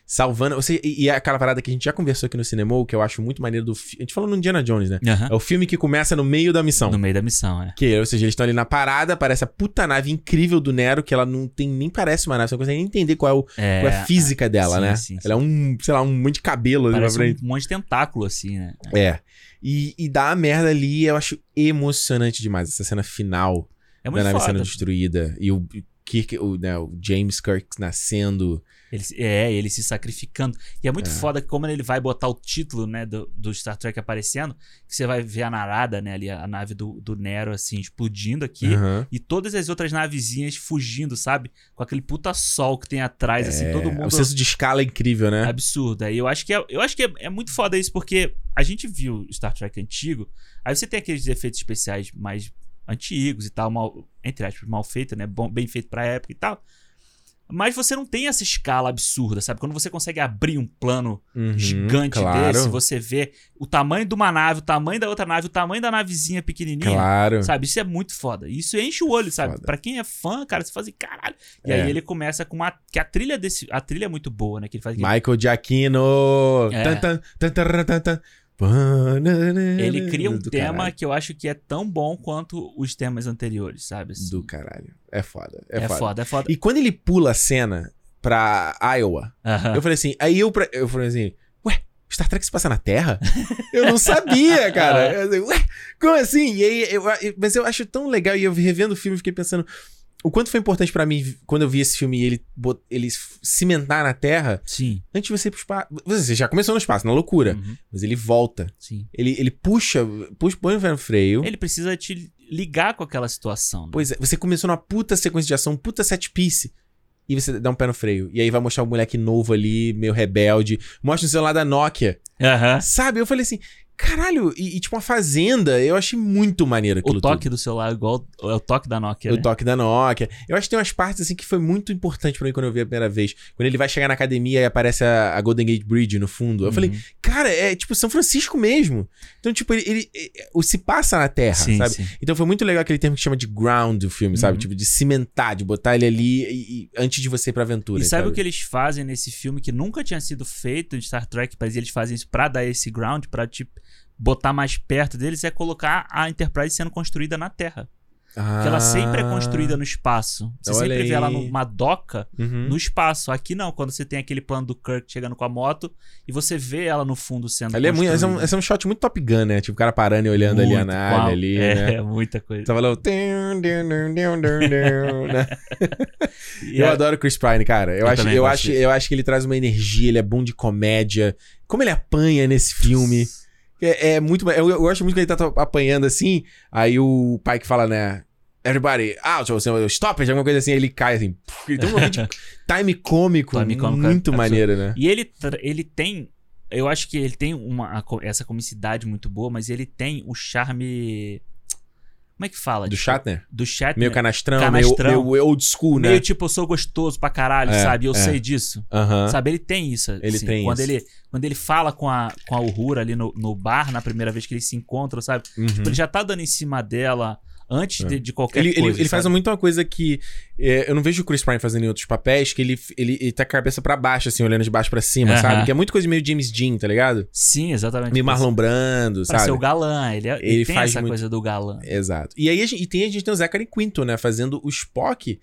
S1: Salvando. Você, e, e aquela parada que a gente já conversou aqui no cinema, que eu acho muito maneiro do. fi- A gente falou no Indiana Jones, né?
S2: Aham.
S1: É o filme que começa no meio da missão.
S2: No meio da missão, é.
S1: Que, ou seja, eles estão ali na parada, parece a puta nave incrível do Nero, que ela não tem nem parece uma nave, você não consegue nem entender qual é, o,
S2: É,
S1: qual é a física dela,
S2: sim,
S1: né?
S2: sim, sim.
S1: Ela é um, sei lá, um monte de cabelo ali pra
S2: parece
S1: frente.
S2: um monte de tentáculo, assim, né?
S1: É. E, e dá a merda ali, eu acho emocionante demais essa cena final
S2: É
S1: da
S2: muito
S1: nave
S2: foda.
S1: sendo destruída. E o e Kirk, o, né, o James Kirk nascendo.
S2: Ele, se- é, ele se sacrificando. E é muito
S1: É.
S2: foda que como ele vai botar o título, né, do, do Star Trek aparecendo, que você vai ver a narada, né, ali, a nave do, do Nero, assim, explodindo aqui.
S1: Aham.
S2: E todas as outras navezinhas fugindo, sabe? Com aquele puta sol que tem atrás, assim,
S1: É,
S2: todo mundo...
S1: O senso de escala é incrível, né?
S2: Absurda. E eu acho que, é, eu acho que é, é muito foda isso, porque a gente viu Star Trek antigo, aí você tem aqueles efeitos especiais mais antigos e tal, mal, entre aspas, mal feito, né? Bom, bem feito pra época e tal. Mas você não tem essa escala absurda, sabe? Quando você consegue abrir um plano
S1: Uhum,
S2: gigante
S1: claro,
S2: desse, você vê o tamanho de uma nave, o tamanho da outra nave, o tamanho da navezinha pequenininha.
S1: Claro.
S2: Sabe, isso é muito foda. Isso enche o olho, sabe?
S1: Foda.
S2: Pra quem é fã, cara, você faz assim, caralho. E
S1: É.
S2: aí ele começa com uma. Que a trilha desse. A trilha é muito boa, né? Que ele faz aquele
S1: Michael Giacchino.
S2: É.
S1: Tan, tan, tan, tan, tan, tan. Banana-
S2: Ele cria um
S1: do
S2: tema
S1: caralho.
S2: que eu acho que é tão bom quanto os temas anteriores, sabe? assim?
S1: Do caralho. É foda. É,
S2: é,
S1: foda.
S2: foda, é foda.
S1: E quando ele pula a cena pra Iowa,
S2: Aham.
S1: eu falei assim. Aí eu, pra- eu falei assim: Ué, Star Trek se passa na Terra? eu não sabia, cara.
S2: Ah.
S1: Eu falei, Ué, como assim? E aí, eu- eu- mas eu acho tão legal. E eu revendo o filme, fiquei pensando. O quanto foi importante pra mim quando eu vi esse filme e ele, bot- ele cimentar na Terra
S2: Sim,
S1: antes de você ir pro espaço. Você já começou no espaço, na loucura.
S2: Uhum.
S1: Mas ele volta.
S2: sim.
S1: Ele, ele puxa, puxa, põe o pé no freio.
S2: Ele precisa te ligar com aquela situação. né?
S1: Pois é, você começou numa puta sequência de ação, um puta set piece. E você dá um pé no freio. E aí vai mostrar um moleque novo ali, meio rebelde. Mostra o celular da Nokia.
S2: Aham.
S1: Sabe? Eu falei assim, caralho, e, e tipo uma fazenda. Eu achei muito maneiro aquilo
S2: O toque do celular é igual é o toque da Nokia.
S1: tudo.
S2: né?
S1: O toque da Nokia. Eu acho que tem umas partes assim que foi muito importante pra mim quando eu vi a primeira vez. Quando ele vai chegar na academia e aparece a, a Golden Gate Bridge no fundo. Eu falei,
S2: Uhum.
S1: cara, é tipo São Francisco mesmo. Então, tipo, ele, ele- é- o se passa na Terra,
S2: sim,
S1: sabe?
S2: sim.
S1: Então foi muito legal aquele termo que chama de ground o filme, sabe?
S2: Uhum.
S1: Tipo, de cimentar, de botar ele ali e- e- antes de você ir pra aventura.
S2: E sabe o que eles fazem nesse filme que nunca tinha sido feito em Star Trek, mas eles fazem isso pra dar esse ground, pra te botar mais perto deles, é colocar a Enterprise sendo construída na Terra. Porque ela sempre é construída no espaço. Você
S1: Ah. Olha
S2: sempre vê ela
S1: aí.
S2: numa doca
S1: Uhum.
S2: no espaço. Aqui não, quando você tem aquele plano do Kirk chegando com a moto e você vê ela no fundo sendo
S1: Ali é muito. Esse é, um,
S2: construída.
S1: esse é um shot muito Top Gun, né? Tipo, o cara parando e olhando ali a
S2: Muito,
S1: nave
S2: uau.
S1: ali,
S2: é,
S1: né?
S2: É, muita coisa.
S1: Tava lá o... tum, dum, dum, dum, dum, dum, né?
S2: E
S1: Então, Eu
S2: é-
S1: adoro o Chris Pine, cara. Eu,
S2: Eu
S1: acho,
S2: também
S1: eu,
S2: gosto
S1: acho,
S2: dele.
S1: eu acho que ele traz uma energia, ele é bom de comédia. Como ele apanha nesse filme. É, é muito. Eu, eu gosto muito que ele tá to- apanhando assim. Aí o pai que fala, né? Everybody out, ou assim, ou stop it, alguma coisa assim, ele cai assim. puf, Ele tem um momento de time cômico.
S2: Time cômico,
S1: muito
S2: é,
S1: maneiro, né?
S2: E ele, tra- ele tem. Eu acho que ele tem uma, a co- essa comicidade muito boa, mas ele tem o charme. Como é que fala?
S1: Do
S2: Tipo,
S1: Shatner.
S2: Do chat.
S1: Meio canastrão,
S2: Canastrão.
S1: Meio, meio old school, né?
S2: meio tipo, eu sou gostoso pra caralho,
S1: É,
S2: sabe? Eu
S1: é.
S2: sei disso.
S1: Aham.
S2: Sabe, ele tem isso. assim.
S1: Ele tem
S2: quando
S1: isso.
S2: Ele, quando ele fala com a, com a Uhura ali no, no bar, na primeira vez que eles se encontram, sabe?
S1: Uhum.
S2: Tipo, ele já tá dando em cima dela antes
S1: É.
S2: de, de qualquer
S1: Ele, ele-
S2: coisa.
S1: ele faz um muito uma coisa que é, eu não vejo o Chris Prime fazendo em outros papéis, que ele, ele, ele tá com a cabeça pra baixo, assim, olhando de baixo pra cima,
S2: Aham.
S1: sabe? Que é muita coisa meio James Dean, tá ligado?
S2: Sim, exatamente.
S1: Meio Marlon Brando,
S2: Pra
S1: sabe?
S2: ser o galã. Ele, é- ele
S1: Ele
S2: tem
S1: faz
S2: essa
S1: muito-
S2: coisa do galã.
S1: Exato. E aí a gente, e tem, a gente tem o Zachary Quinto, né? Fazendo o Spock.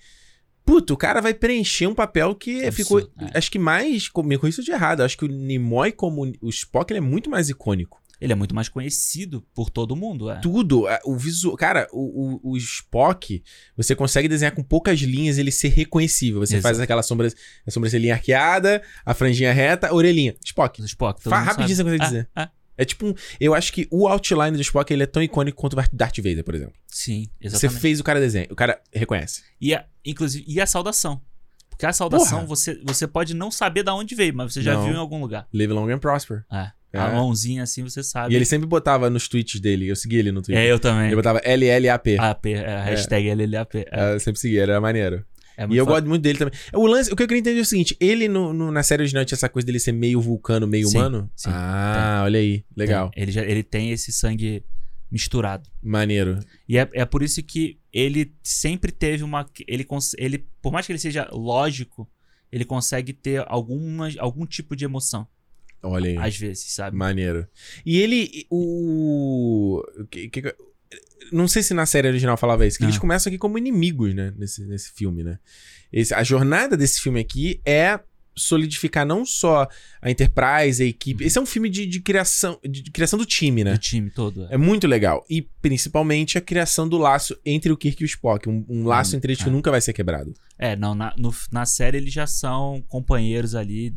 S1: Puta, o cara vai preencher um papel que
S2: Absurdo,
S1: ficou.
S2: é.
S1: Acho que mais. co- Me corrija se eu de errado. Acho que o Nimoy, como o Spock, ele é muito mais icônico.
S2: Ele é muito mais conhecido por todo mundo, é.
S1: Tudo, a- o visual. Cara, o, o, o Spock, você consegue desenhar com poucas linhas ele ser reconhecível. Você faz
S2: Exato.
S1: aquela sombra, a sobrancelhinha arqueada, a franjinha reta, a orelhinha. Spock.
S2: Do Spock, todo
S1: Fa-
S2: mundo
S1: rapidinho você
S2: sabe.
S1: consegue
S2: Ah,
S1: dizer.
S2: ah,
S1: É tipo um. Eu acho que o outline do Spock ele é tão icônico quanto o Darth Vader, por exemplo.
S2: sim,
S1: Você
S2: exatamente.
S1: fez o cara desenhar, o cara reconhece.
S2: E a, inclusive, e a saudação. Porque a saudação
S1: Porra.
S2: você, você pode não saber de onde veio, mas você já
S1: Não.
S2: viu em algum lugar.
S1: Live Long and Prosper.
S2: É.
S1: É.
S2: A mãozinha assim você sabe.
S1: E ele sempre botava nos tweets dele, eu segui ele no Twitter.
S2: É, eu também.
S1: Ele botava LLAP.
S2: AP, é, a hashtag LLAP. É,
S1: Eu sempre segui, era maneiro.
S2: é
S1: e
S2: muito
S1: eu
S2: foda.
S1: gosto muito dele também. O lance, o que eu queria entender é o seguinte: ele no, no- na série original tinha essa coisa dele ser meio vulcano, meio
S2: Sim,
S1: humano?
S2: sim.
S1: ah, olha aí. Legal.
S2: Tem. Ele, já, ele tem esse sangue misturado.
S1: Maneiro.
S2: E é, é por isso que ele sempre teve uma. Ele, cons- ele, por mais que ele seja lógico, ele consegue ter algumas, algum tipo de emoção,
S1: Olha aí.
S2: às vezes, sabe?
S1: Maneiro. E ele. O. o que- que- que- não sei se na série original falava isso, que eles
S2: Não.
S1: começam aqui como inimigos, né? Nesse, nesse filme, né? Esse- a jornada desse filme aqui é solidificar não só a Enterprise, a equipe. Esse é um filme de, de criação de, de criação do time, né?
S2: Do time todo. é.
S1: É muito legal. E principalmente a criação do laço entre o Kirk e o Spock. Um, um laço entre eles que
S2: é.
S1: nunca vai ser quebrado.
S2: É, não, na, no- na série eles já são companheiros ali.
S1: Isso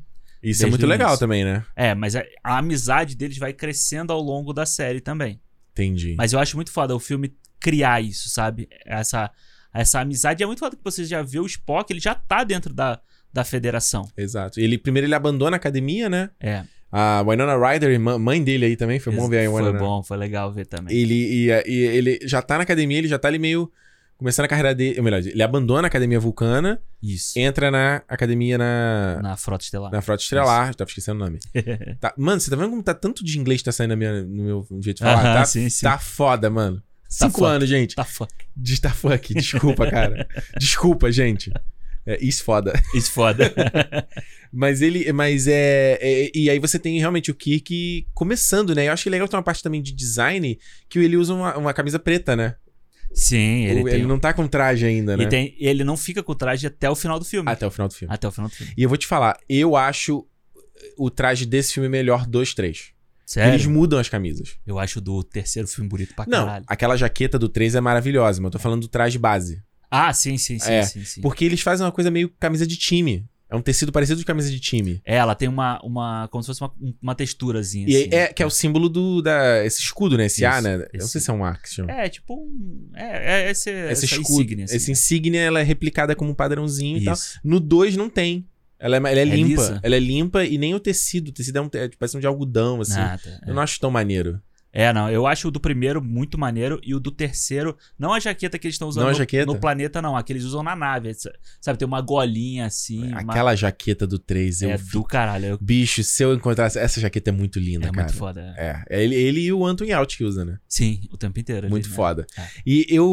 S2: Desde
S1: é muito
S2: o
S1: legal
S2: início.
S1: também, né?
S2: É, mas a, a amizade deles vai crescendo ao longo da série também.
S1: Entendi.
S2: Mas eu acho muito foda o filme criar isso, sabe? Essa, essa amizade é muito foda que você já vê o Spock, ele já tá dentro da, da federação.
S1: Exato. Ele primeiro ele abandona a academia, né?
S2: É.
S1: A Winona Ryder, irmã- mãe dele aí também, foi bom ver a né?
S2: Foi
S1: Winona.
S2: bom, foi legal ver também.
S1: Ele, e, e ele já tá na academia, ele já tá ali meio começando a carreira dele. Ou melhor, ele abandona a academia vulcana,
S2: Isso.
S1: entra na academia na,
S2: Na Frota Estelar.
S1: na Frota Estrelar, eu tava esquecendo o nome. Tá- mano, você tá vendo como tá tanto de inglês que tá saindo na minha- no meu jeito de falar?
S2: Aham,
S1: tá,
S2: Ah, sim, sim.
S1: tá foda, mano. Cinco
S2: foda.
S1: anos, gente.
S2: Tá foda.
S1: De tá fuck, desculpa, cara. desculpa, gente. É, isso foda.
S2: Isso foda.
S1: Mas ele. Mas é, é- E aí você tem realmente o Kirk começando, né? Eu acho que é legal ter uma parte também de design que ele usa uma, uma camisa preta, né?
S2: Sim,
S1: O-
S2: ele,
S1: Ele,
S2: tem, um,
S1: não tá com traje ainda, né?
S2: e tem- e ele não fica com o traje até o final do filme.
S1: Até o final do filme.
S2: Até o final do filme.
S1: E eu vou te falar, eu acho o traje desse filme melhor dos três.
S2: Sério?
S1: Eles mudam as camisas.
S2: Eu acho do terceiro filme bonito pra
S1: não,
S2: caralho.
S1: aquela jaqueta do 3 é maravilhosa, mas eu tô falando do traje base.
S2: Ah, sim, sim, sim,
S1: É,
S2: sim, sim.
S1: Porque eles fazem uma coisa meio camisa de time. É um tecido parecido de camisa de time.
S2: É, ela tem uma, uma. Como se fosse uma, uma texturazinha.
S1: E
S2: assim,
S1: é, que é o símbolo do. Da, esse escudo, né? Esse A,
S2: Isso,
S1: né? Eu não
S2: esse-
S1: sei se é um A que se chama.
S2: É, tipo um. É, é esse,
S1: essa
S2: essa
S1: escudo,
S2: insígnia. assim,
S1: essa
S2: né?
S1: insígnia ela é replicada como um padrãozinho e tal.
S2: Isso.
S1: No 2 não tem. Ela é, ela é limpa.
S2: lisa?
S1: Ela é limpa e nem o tecido. O tecido é, um, te- é tipo, parece um de algodão, assim.
S2: Nada.
S1: Eu não acho tão maneiro.
S2: É. não. Eu acho o do primeiro muito maneiro e o do terceiro. Não a jaqueta que eles estão usando
S1: Não a
S2: no-
S1: jaqueta?
S2: no planeta, não. A que eles usam na nave. essa- Sabe, tem uma golinha assim. uma-
S1: É, Aquela um jaqueta do 3, eu
S2: É
S1: fico-
S2: do caralho. eu-
S1: Bicho, se eu encontrasse. Essa jaqueta é muito linda,
S2: É
S1: cara.
S2: muito foda. é.
S1: É, é ele, ele e o Anton Out que usa, né?
S2: Sim, o tempo inteiro. ali,
S1: Muito
S2: né?
S1: foda.
S2: É.
S1: E eu.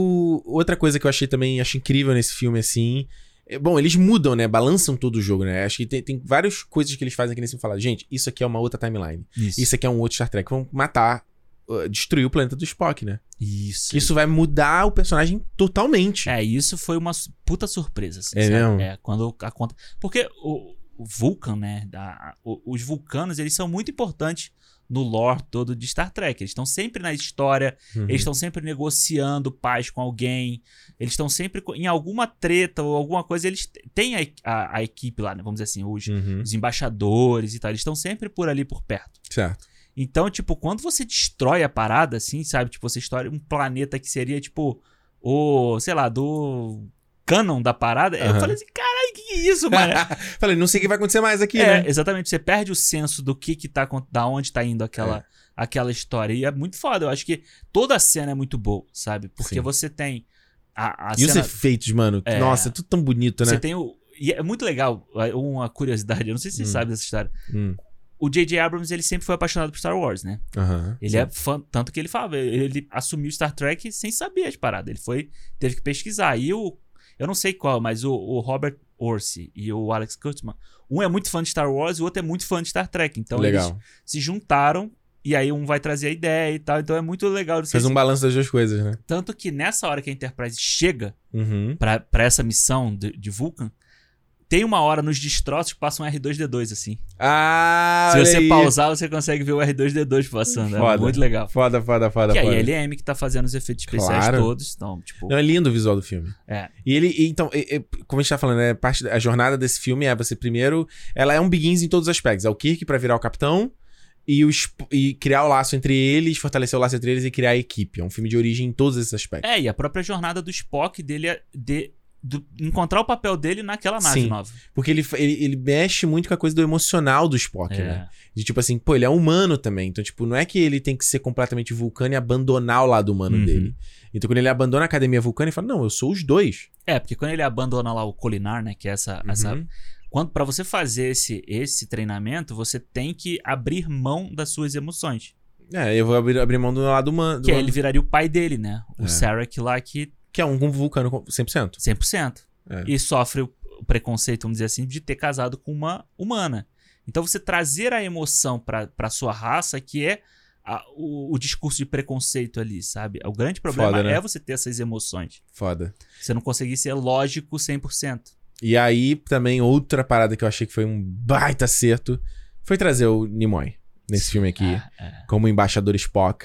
S1: Outra coisa que eu achei também, acho incrível nesse filme, assim. é- Bom, eles mudam, né? Balançam todo o jogo, né? Acho que tem, tem várias coisas que eles fazem aqui nesse filme. Falar, gente, isso aqui é uma outra timeline.
S2: Isso.
S1: Isso aqui é um outro Star Trek. Vão matar, uh, destruir o planeta do Spock, né?
S2: Isso.
S1: Isso vai mudar o personagem totalmente.
S2: É, isso foi uma su- puta surpresa.
S1: Tipo,
S2: Assim,
S1: É
S2: sabe?
S1: mesmo?
S2: É, quando a conta. Porque o, o Vulcan, né? da- o- os vulcanos, eles são muito importantes no lore todo de Star Trek. Eles estão sempre na história,
S1: Uhum.
S2: eles estão sempre negociando paz com alguém, eles estão sempre co- em alguma treta ou alguma coisa. Eles t- têm a, e- a- a equipe lá, né? Vamos dizer assim, os,
S1: Uhum.
S2: os embaixadores e tal. Eles estão sempre por ali, por perto.
S1: Certo.
S2: Então, tipo, quando você destrói a parada, assim, sabe? Tipo, você destrói um planeta que seria, tipo, o, sei lá, do canon da parada.
S1: Aham.
S2: Eu falei assim, caralho, que que é isso, mano?
S1: Falei, não sei o que vai acontecer mais aqui,
S2: é,
S1: né?
S2: exatamente. Você perde o senso do que que tá, acon- da onde tá indo aquela,
S1: É.
S2: aquela história. E é muito foda. Eu acho que toda a cena é muito boa, sabe? Porque
S1: Sim.
S2: você tem a, a
S1: E os
S2: cena...
S1: efeitos, mano?
S2: É.
S1: Nossa, é tudo tão bonito,
S2: Você
S1: né?
S2: tem o... E é muito legal, é, uma curiosidade, eu não sei se você
S1: Hum.
S2: sabe dessa história.
S1: Hum.
S2: O J.J. Abrams, ele sempre foi apaixonado por Star Wars, né?
S1: Aham.
S2: Ele é fã, tanto que ele falava, ele assumiu Star Trek sem saber as paradas. Ele foi, teve que pesquisar. E o, eu não sei qual, mas o, o Robert Orsi e o Alex Kurtzman, um é muito fã de Star Wars e o outro é muito fã de Star Trek. Então eles
S1: legal.
S2: se juntaram e aí um vai trazer a ideia e tal. Então é muito legal.
S1: Fez um balanço das duas coisas, né?
S2: Tanto que nessa hora que a Enterprise chega
S1: Uhum.
S2: pra, pra essa missão de, de Vulcan, tem uma hora nos destroços que passa um R2D2 assim.
S1: Ah,
S2: se
S1: olha
S2: você
S1: aí.
S2: pausar, você consegue ver o R2D2 passando. É
S1: Foda.
S2: muito legal.
S1: Foda, foda, foda,
S2: Que aí
S1: foda.
S2: é a LM que tá fazendo os efeitos especiais
S1: Claro.
S2: todos. Então, tipo.
S1: Não, é lindo o visual do filme.
S2: É.
S1: E ele, e então, e- e, como a gente tá falando, né, parte, da- a jornada desse filme é você primeiro. Ela é um Begins em todos os aspectos. É o Kirk pra virar o capitão e, o Sp- e criar o laço entre eles, fortalecer o laço entre eles e criar a equipe. É um filme de origem em todos esses aspectos.
S2: É, e a própria jornada do Spock dele é de, do- encontrar o papel dele naquela nave
S1: Sim.
S2: nova.
S1: Porque ele, fa- ele, ele mexe muito com a coisa do emocional do Spock,
S2: É.
S1: né? De tipo assim, pô, ele é humano também. Então, tipo, não é que ele tem que ser completamente vulcano e abandonar o lado humano
S2: Uhum.
S1: dele. Então, quando ele abandona a academia vulcana, ele fala: Não, eu sou os dois.
S2: É, porque quando ele abandona lá o Colinar, né? Que é essa. essa
S1: Uhum.
S2: quando para você fazer esse, esse treinamento, você tem que abrir mão das suas emoções.
S1: É, eu vou abrir, abrir mão do lado humano.
S2: Que aí ele viraria o pai dele, né? O
S1: É.
S2: Sarek lá que
S1: Que é um vulcano com 100%.
S2: 100%.
S1: É.
S2: E sofre o o preconceito, vamos dizer assim, de ter casado com uma humana. Então você trazer a emoção pra pra sua raça, que é a- o, o discurso de preconceito ali, sabe? O grande problema
S1: Foda, né?
S2: é você ter essas emoções.
S1: Foda.
S2: Você não conseguir ser lógico 100%.
S1: E aí, também, outra parada que eu achei que foi um baita acerto foi trazer o Nimoy nesse filme aqui,
S2: Ah. é.
S1: como embaixador Spock.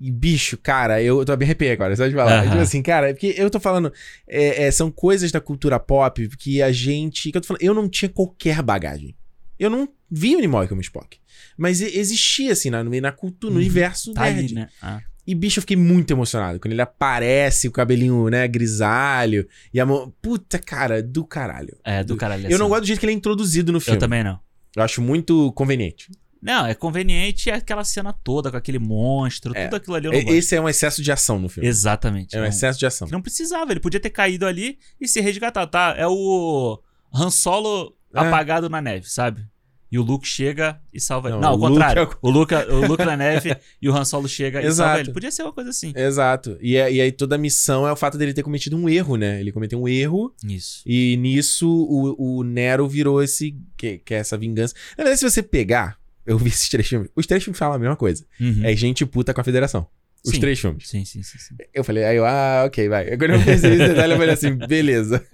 S1: E, bicho, cara, eu tô me arrepiei agora, só de falar.
S2: Aham.
S1: Tipo assim, cara, é porque eu tô falando, é, é, são coisas da cultura pop que a gente. Que eu, tô falando, eu não tinha qualquer bagagem. Eu não vi o Nimoy como Spock. Mas e- existia, assim, na, no meio- na cultura, no
S2: Uhum.
S1: universo
S2: Tá
S1: nerd.
S2: ali, né? Ah.
S1: E, bicho, eu fiquei muito emocionado. Quando ele aparece, o cabelinho, né, grisalho. E a mão. Puta, cara, do caralho.
S2: É, do caralho.
S1: Eu não
S2: essa-
S1: gosto do jeito que ele é introduzido no filme.
S2: Eu também não.
S1: Eu acho muito conveniente.
S2: Não, é conveniente aquela cena toda com aquele monstro,
S1: É.
S2: tudo aquilo ali eu não
S1: E-
S2: gosto.
S1: Esse é um excesso de ação no filme.
S2: Exatamente.
S1: É um
S2: não,
S1: excesso de ação.
S2: que não precisava, ele podia ter caído ali e se resgatar, tá? É o Han Solo
S1: É.
S2: apagado na neve, sabe? E o Luke chega e salva ele.
S1: Não,
S2: Não, ao
S1: o
S2: contrário.
S1: Luke
S2: O Luke, é, o Luke na neve e o Han Solo chega e
S1: Exato.
S2: salva ele. Podia ser uma coisa assim.
S1: Exato. E, é- e aí toda a missão é o fato dele ter cometido um erro, né? Ele cometeu um erro
S2: Isso.
S1: e nisso o, o Nero virou esse... Que, que é essa vingança. Na verdade, se você pegar... Eu vi esses três filmes. Os três filmes falam a mesma coisa.
S2: Uhum.
S1: É gente puta com a federação. Os
S2: Sim.
S1: três filmes.
S2: Sim, sim, sim, sim.
S1: Eu falei, aí eu, ah, ok, vai. Quando eu pensei nesse detalhe, eu falei assim, beleza.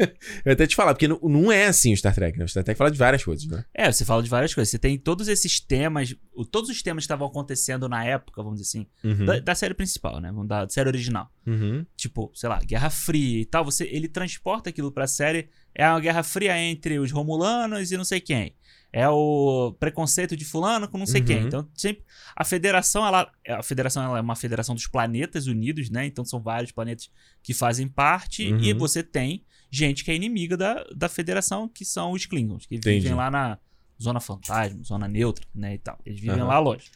S1: Eu até te falar, porque não, não é assim o Star Trek, né? O Star Trek fala de várias coisas, né?
S2: É, você fala de várias coisas. Você tem todos esses temas, o- todos os temas que estavam acontecendo na época, vamos dizer assim,
S1: Uhum.
S2: da, da série principal, né? Vamos dar- Da série original.
S1: Uhum.
S2: tipo, sei lá, Guerra Fria e tal, você, ele transporta aquilo pra série. É uma Guerra Fria entre os Romulanos e não sei quem. É o preconceito de fulano com não sei quem.
S1: Uhum.
S2: Então, sempre a federação, ela, a federação ela é uma federação dos planetas unidos, né? Então são vários planetas que fazem parte e
S1: Uhum.
S2: você tem gente que é inimiga da, da federação, que são os Klingons, que
S1: Entendi.
S2: vivem lá na zona fantasma, zona neutra, né, e tal. Eles vivem
S1: Aham.
S2: lá longe.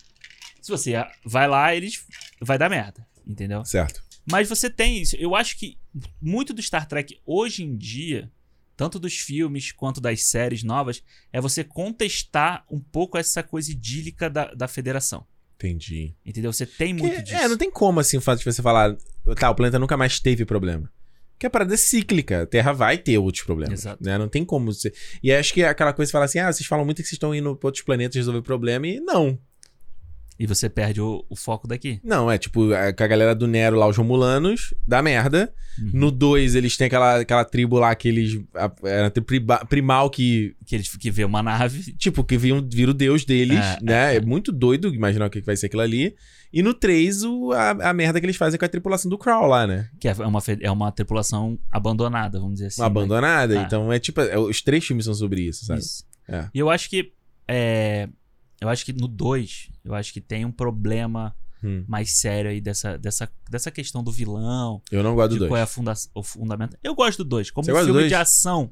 S2: Se você vai lá, eles vai dar merda, entendeu?
S1: Certo.
S2: Mas você tem isso. Eu acho que muito do Star Trek hoje em dia, tanto dos filmes quanto das séries novas, é você contestar um pouco essa coisa idílica da, da federação.
S1: Entendi.
S2: Entendeu? Você tem
S1: Que-
S2: muito disso.
S1: É, não tem como, assim, o fato de você falar, tá, o planeta nunca mais teve problema. Porque a parada é cíclica. A Terra vai ter outros problemas.
S2: Exato.
S1: Né? Não tem como você. E acho que é aquela coisa que fala assim: ah, vocês falam muito que vocês estão indo pra outros planetas resolver problema. E não.
S2: E você perde o, o foco daqui.
S1: Não, é tipo, é, com a galera do Nero lá, os Romulanos, dá merda.
S2: Uhum.
S1: No 2, eles têm aquela, aquela tribo lá que eles. a- Era a tribo priba- primal que.
S2: Uhum. Que eles que vê uma nave.
S1: Tipo, que viram, vira o deus deles,
S2: É,
S1: né? É, muito doido imaginar o que que vai ser aquilo ali. E no 3, o, a, a merda que eles fazem com a tripulação do Crow lá, né?
S2: Que é uma, fe- é uma tripulação abandonada, vamos dizer assim.
S1: Uma
S2: né?
S1: abandonada.
S2: Ah.
S1: Então é tipo. é, os três filmes são sobre isso, sabe?
S2: Isso.
S1: É.
S2: E eu acho que. é, eu acho que no 2, eu acho que tem um problema
S1: Hum.
S2: mais sério aí dessa, dessa, dessa questão do vilão.
S1: Eu não gosto
S2: de
S1: do
S2: qual é
S1: dois.
S2: a funda o fundamento. Eu gosto do 2. Como
S1: Você
S2: um
S1: gosta do
S2: filme
S1: dois?
S2: de ação,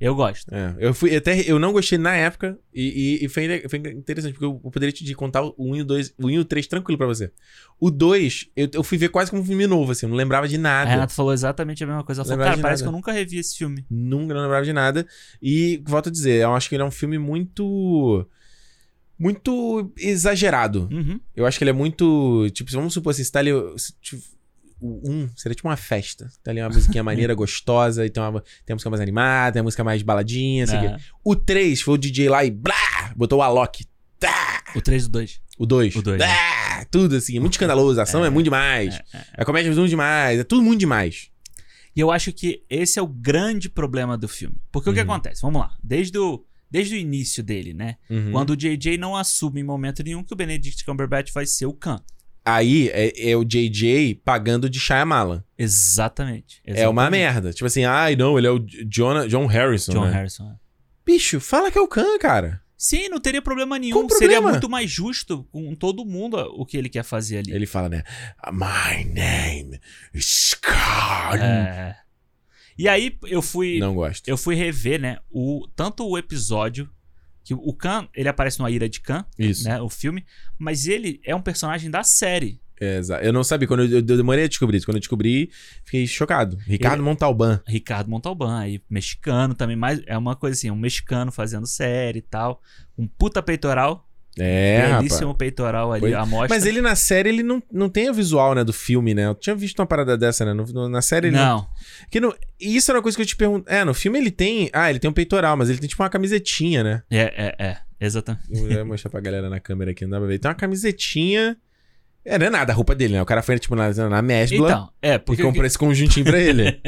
S2: eu gosto.
S1: É, eu fui até. Eu não gostei na época. E, e- e foi, foi interessante, porque eu poderia te contar o 1 e o 2. O 1 e o 3 tranquilo pra você. O 2, eu, eu fui ver quase como um filme novo, assim. Eu não lembrava de
S2: A
S1: nada.
S2: Renata falou exatamente a mesma coisa. Ela falou,
S1: Lembrar
S2: cara,
S1: de
S2: parece que
S1: nada.
S2: eu nunca revi esse filme.
S1: Nunca não lembrava de nada. E, volto a dizer, eu acho que ele é um filme muito. Muito exagerado.
S2: Uhum.
S1: Eu acho que ele é muito. Tipo, vamos supor assim, você tá ali. se, tipo, o um seria tipo uma festa. Tá ali uma musiquinha maneira, gostosa, e tem, uma, tem a música mais animada, tem a música mais baladinha, assim.
S2: É.
S1: O 3 foi o DJ lá e blá! Botou o Alok. Tá!
S2: O 3 e o 2.
S1: O 2.
S2: O dois,
S1: Tudo assim, muito escandaloso. A ação é, muito demais. A comédia é muito demais. É tudo muito demais.
S2: E eu acho que esse é o grande problema do filme. Porque o que
S1: Uhum.
S2: acontece? Vamos lá. Desde o, desde o início dele, né?
S1: Uhum.
S2: Quando o JJ não assume em momento nenhum que o Benedict Cumberbatch vai ser o Khan.
S1: Aí é, é o JJ pagando de Shyamalan.
S2: Exatamente.
S1: É uma
S2: Exatamente.
S1: merda. Tipo assim, ai não, ele é o John, John Harrison.
S2: John
S1: né?
S2: Harrison. é.
S1: Bicho, fala que é o Khan, cara.
S2: Sim, não teria problema nenhum.
S1: Qual o
S2: Seria
S1: problema?
S2: muito mais justo com todo mundo ó, o que ele quer fazer ali.
S1: Ele fala, né? My name is Khan.
S2: É. E aí eu fui
S1: Não gosto.
S2: eu fui rever, né, o tanto o episódio que o Khan, ele aparece no A Ira de Khan,
S1: Isso.
S2: né, o filme, mas ele é um personagem da série.
S1: É, exa- eu não sabia. Quando eu, eu demorei a descobrir isso. Quando eu descobri, fiquei chocado. Ricardo
S2: Ele-
S1: Montalban.
S2: Ricardo Montalbán, aí mexicano também, mas é uma coisa assim, um mexicano fazendo série e tal, um puta peitoral,
S1: É, rapaz.
S2: belíssimo peitoral ali,
S1: Pois-
S2: a mostra.
S1: Mas ele na série, ele não, não tem o visual, né, do filme, né? Eu tinha visto uma parada dessa, né? No- no- na série ele não.
S2: não,
S1: Que não. E isso era uma coisa que eu te pergunto. É, no filme ele tem. Ah, ele tem um peitoral, mas ele tem tipo uma camisetinha, né?
S2: é, é, é, exatamente.
S1: Vou mostrar pra galera na câmera aqui, não dá pra ver. Tem uma camisetinha. É, não é nada a roupa dele, né? O cara foi, tipo, na, na Mesbla
S2: Então, é,
S1: e
S2: porque, o
S1: comprou esse conjuntinho pra ele.
S2: que-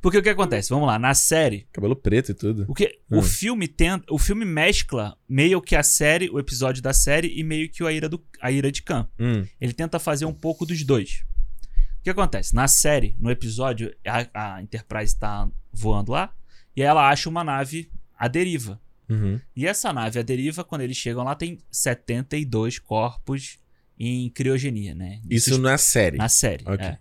S2: porque o que acontece? Vamos lá, na série,
S1: Cabelo preto e tudo.
S2: o, que,
S1: Hum.
S2: o filme tenta, o filme mescla meio que a série, o episódio da série e meio que a ira, do, a ira de Khan.
S1: Hum.
S2: Ele tenta fazer um pouco dos dois. O que acontece? Na série, no episódio, a, a Enterprise tá voando lá e aí ela acha uma nave à deriva.
S1: Uhum.
S2: E essa nave à deriva, quando eles chegam lá, tem 72 corpos em criogenia, né? Em
S1: Isso na série.
S2: Na série.
S1: Ok.
S2: é.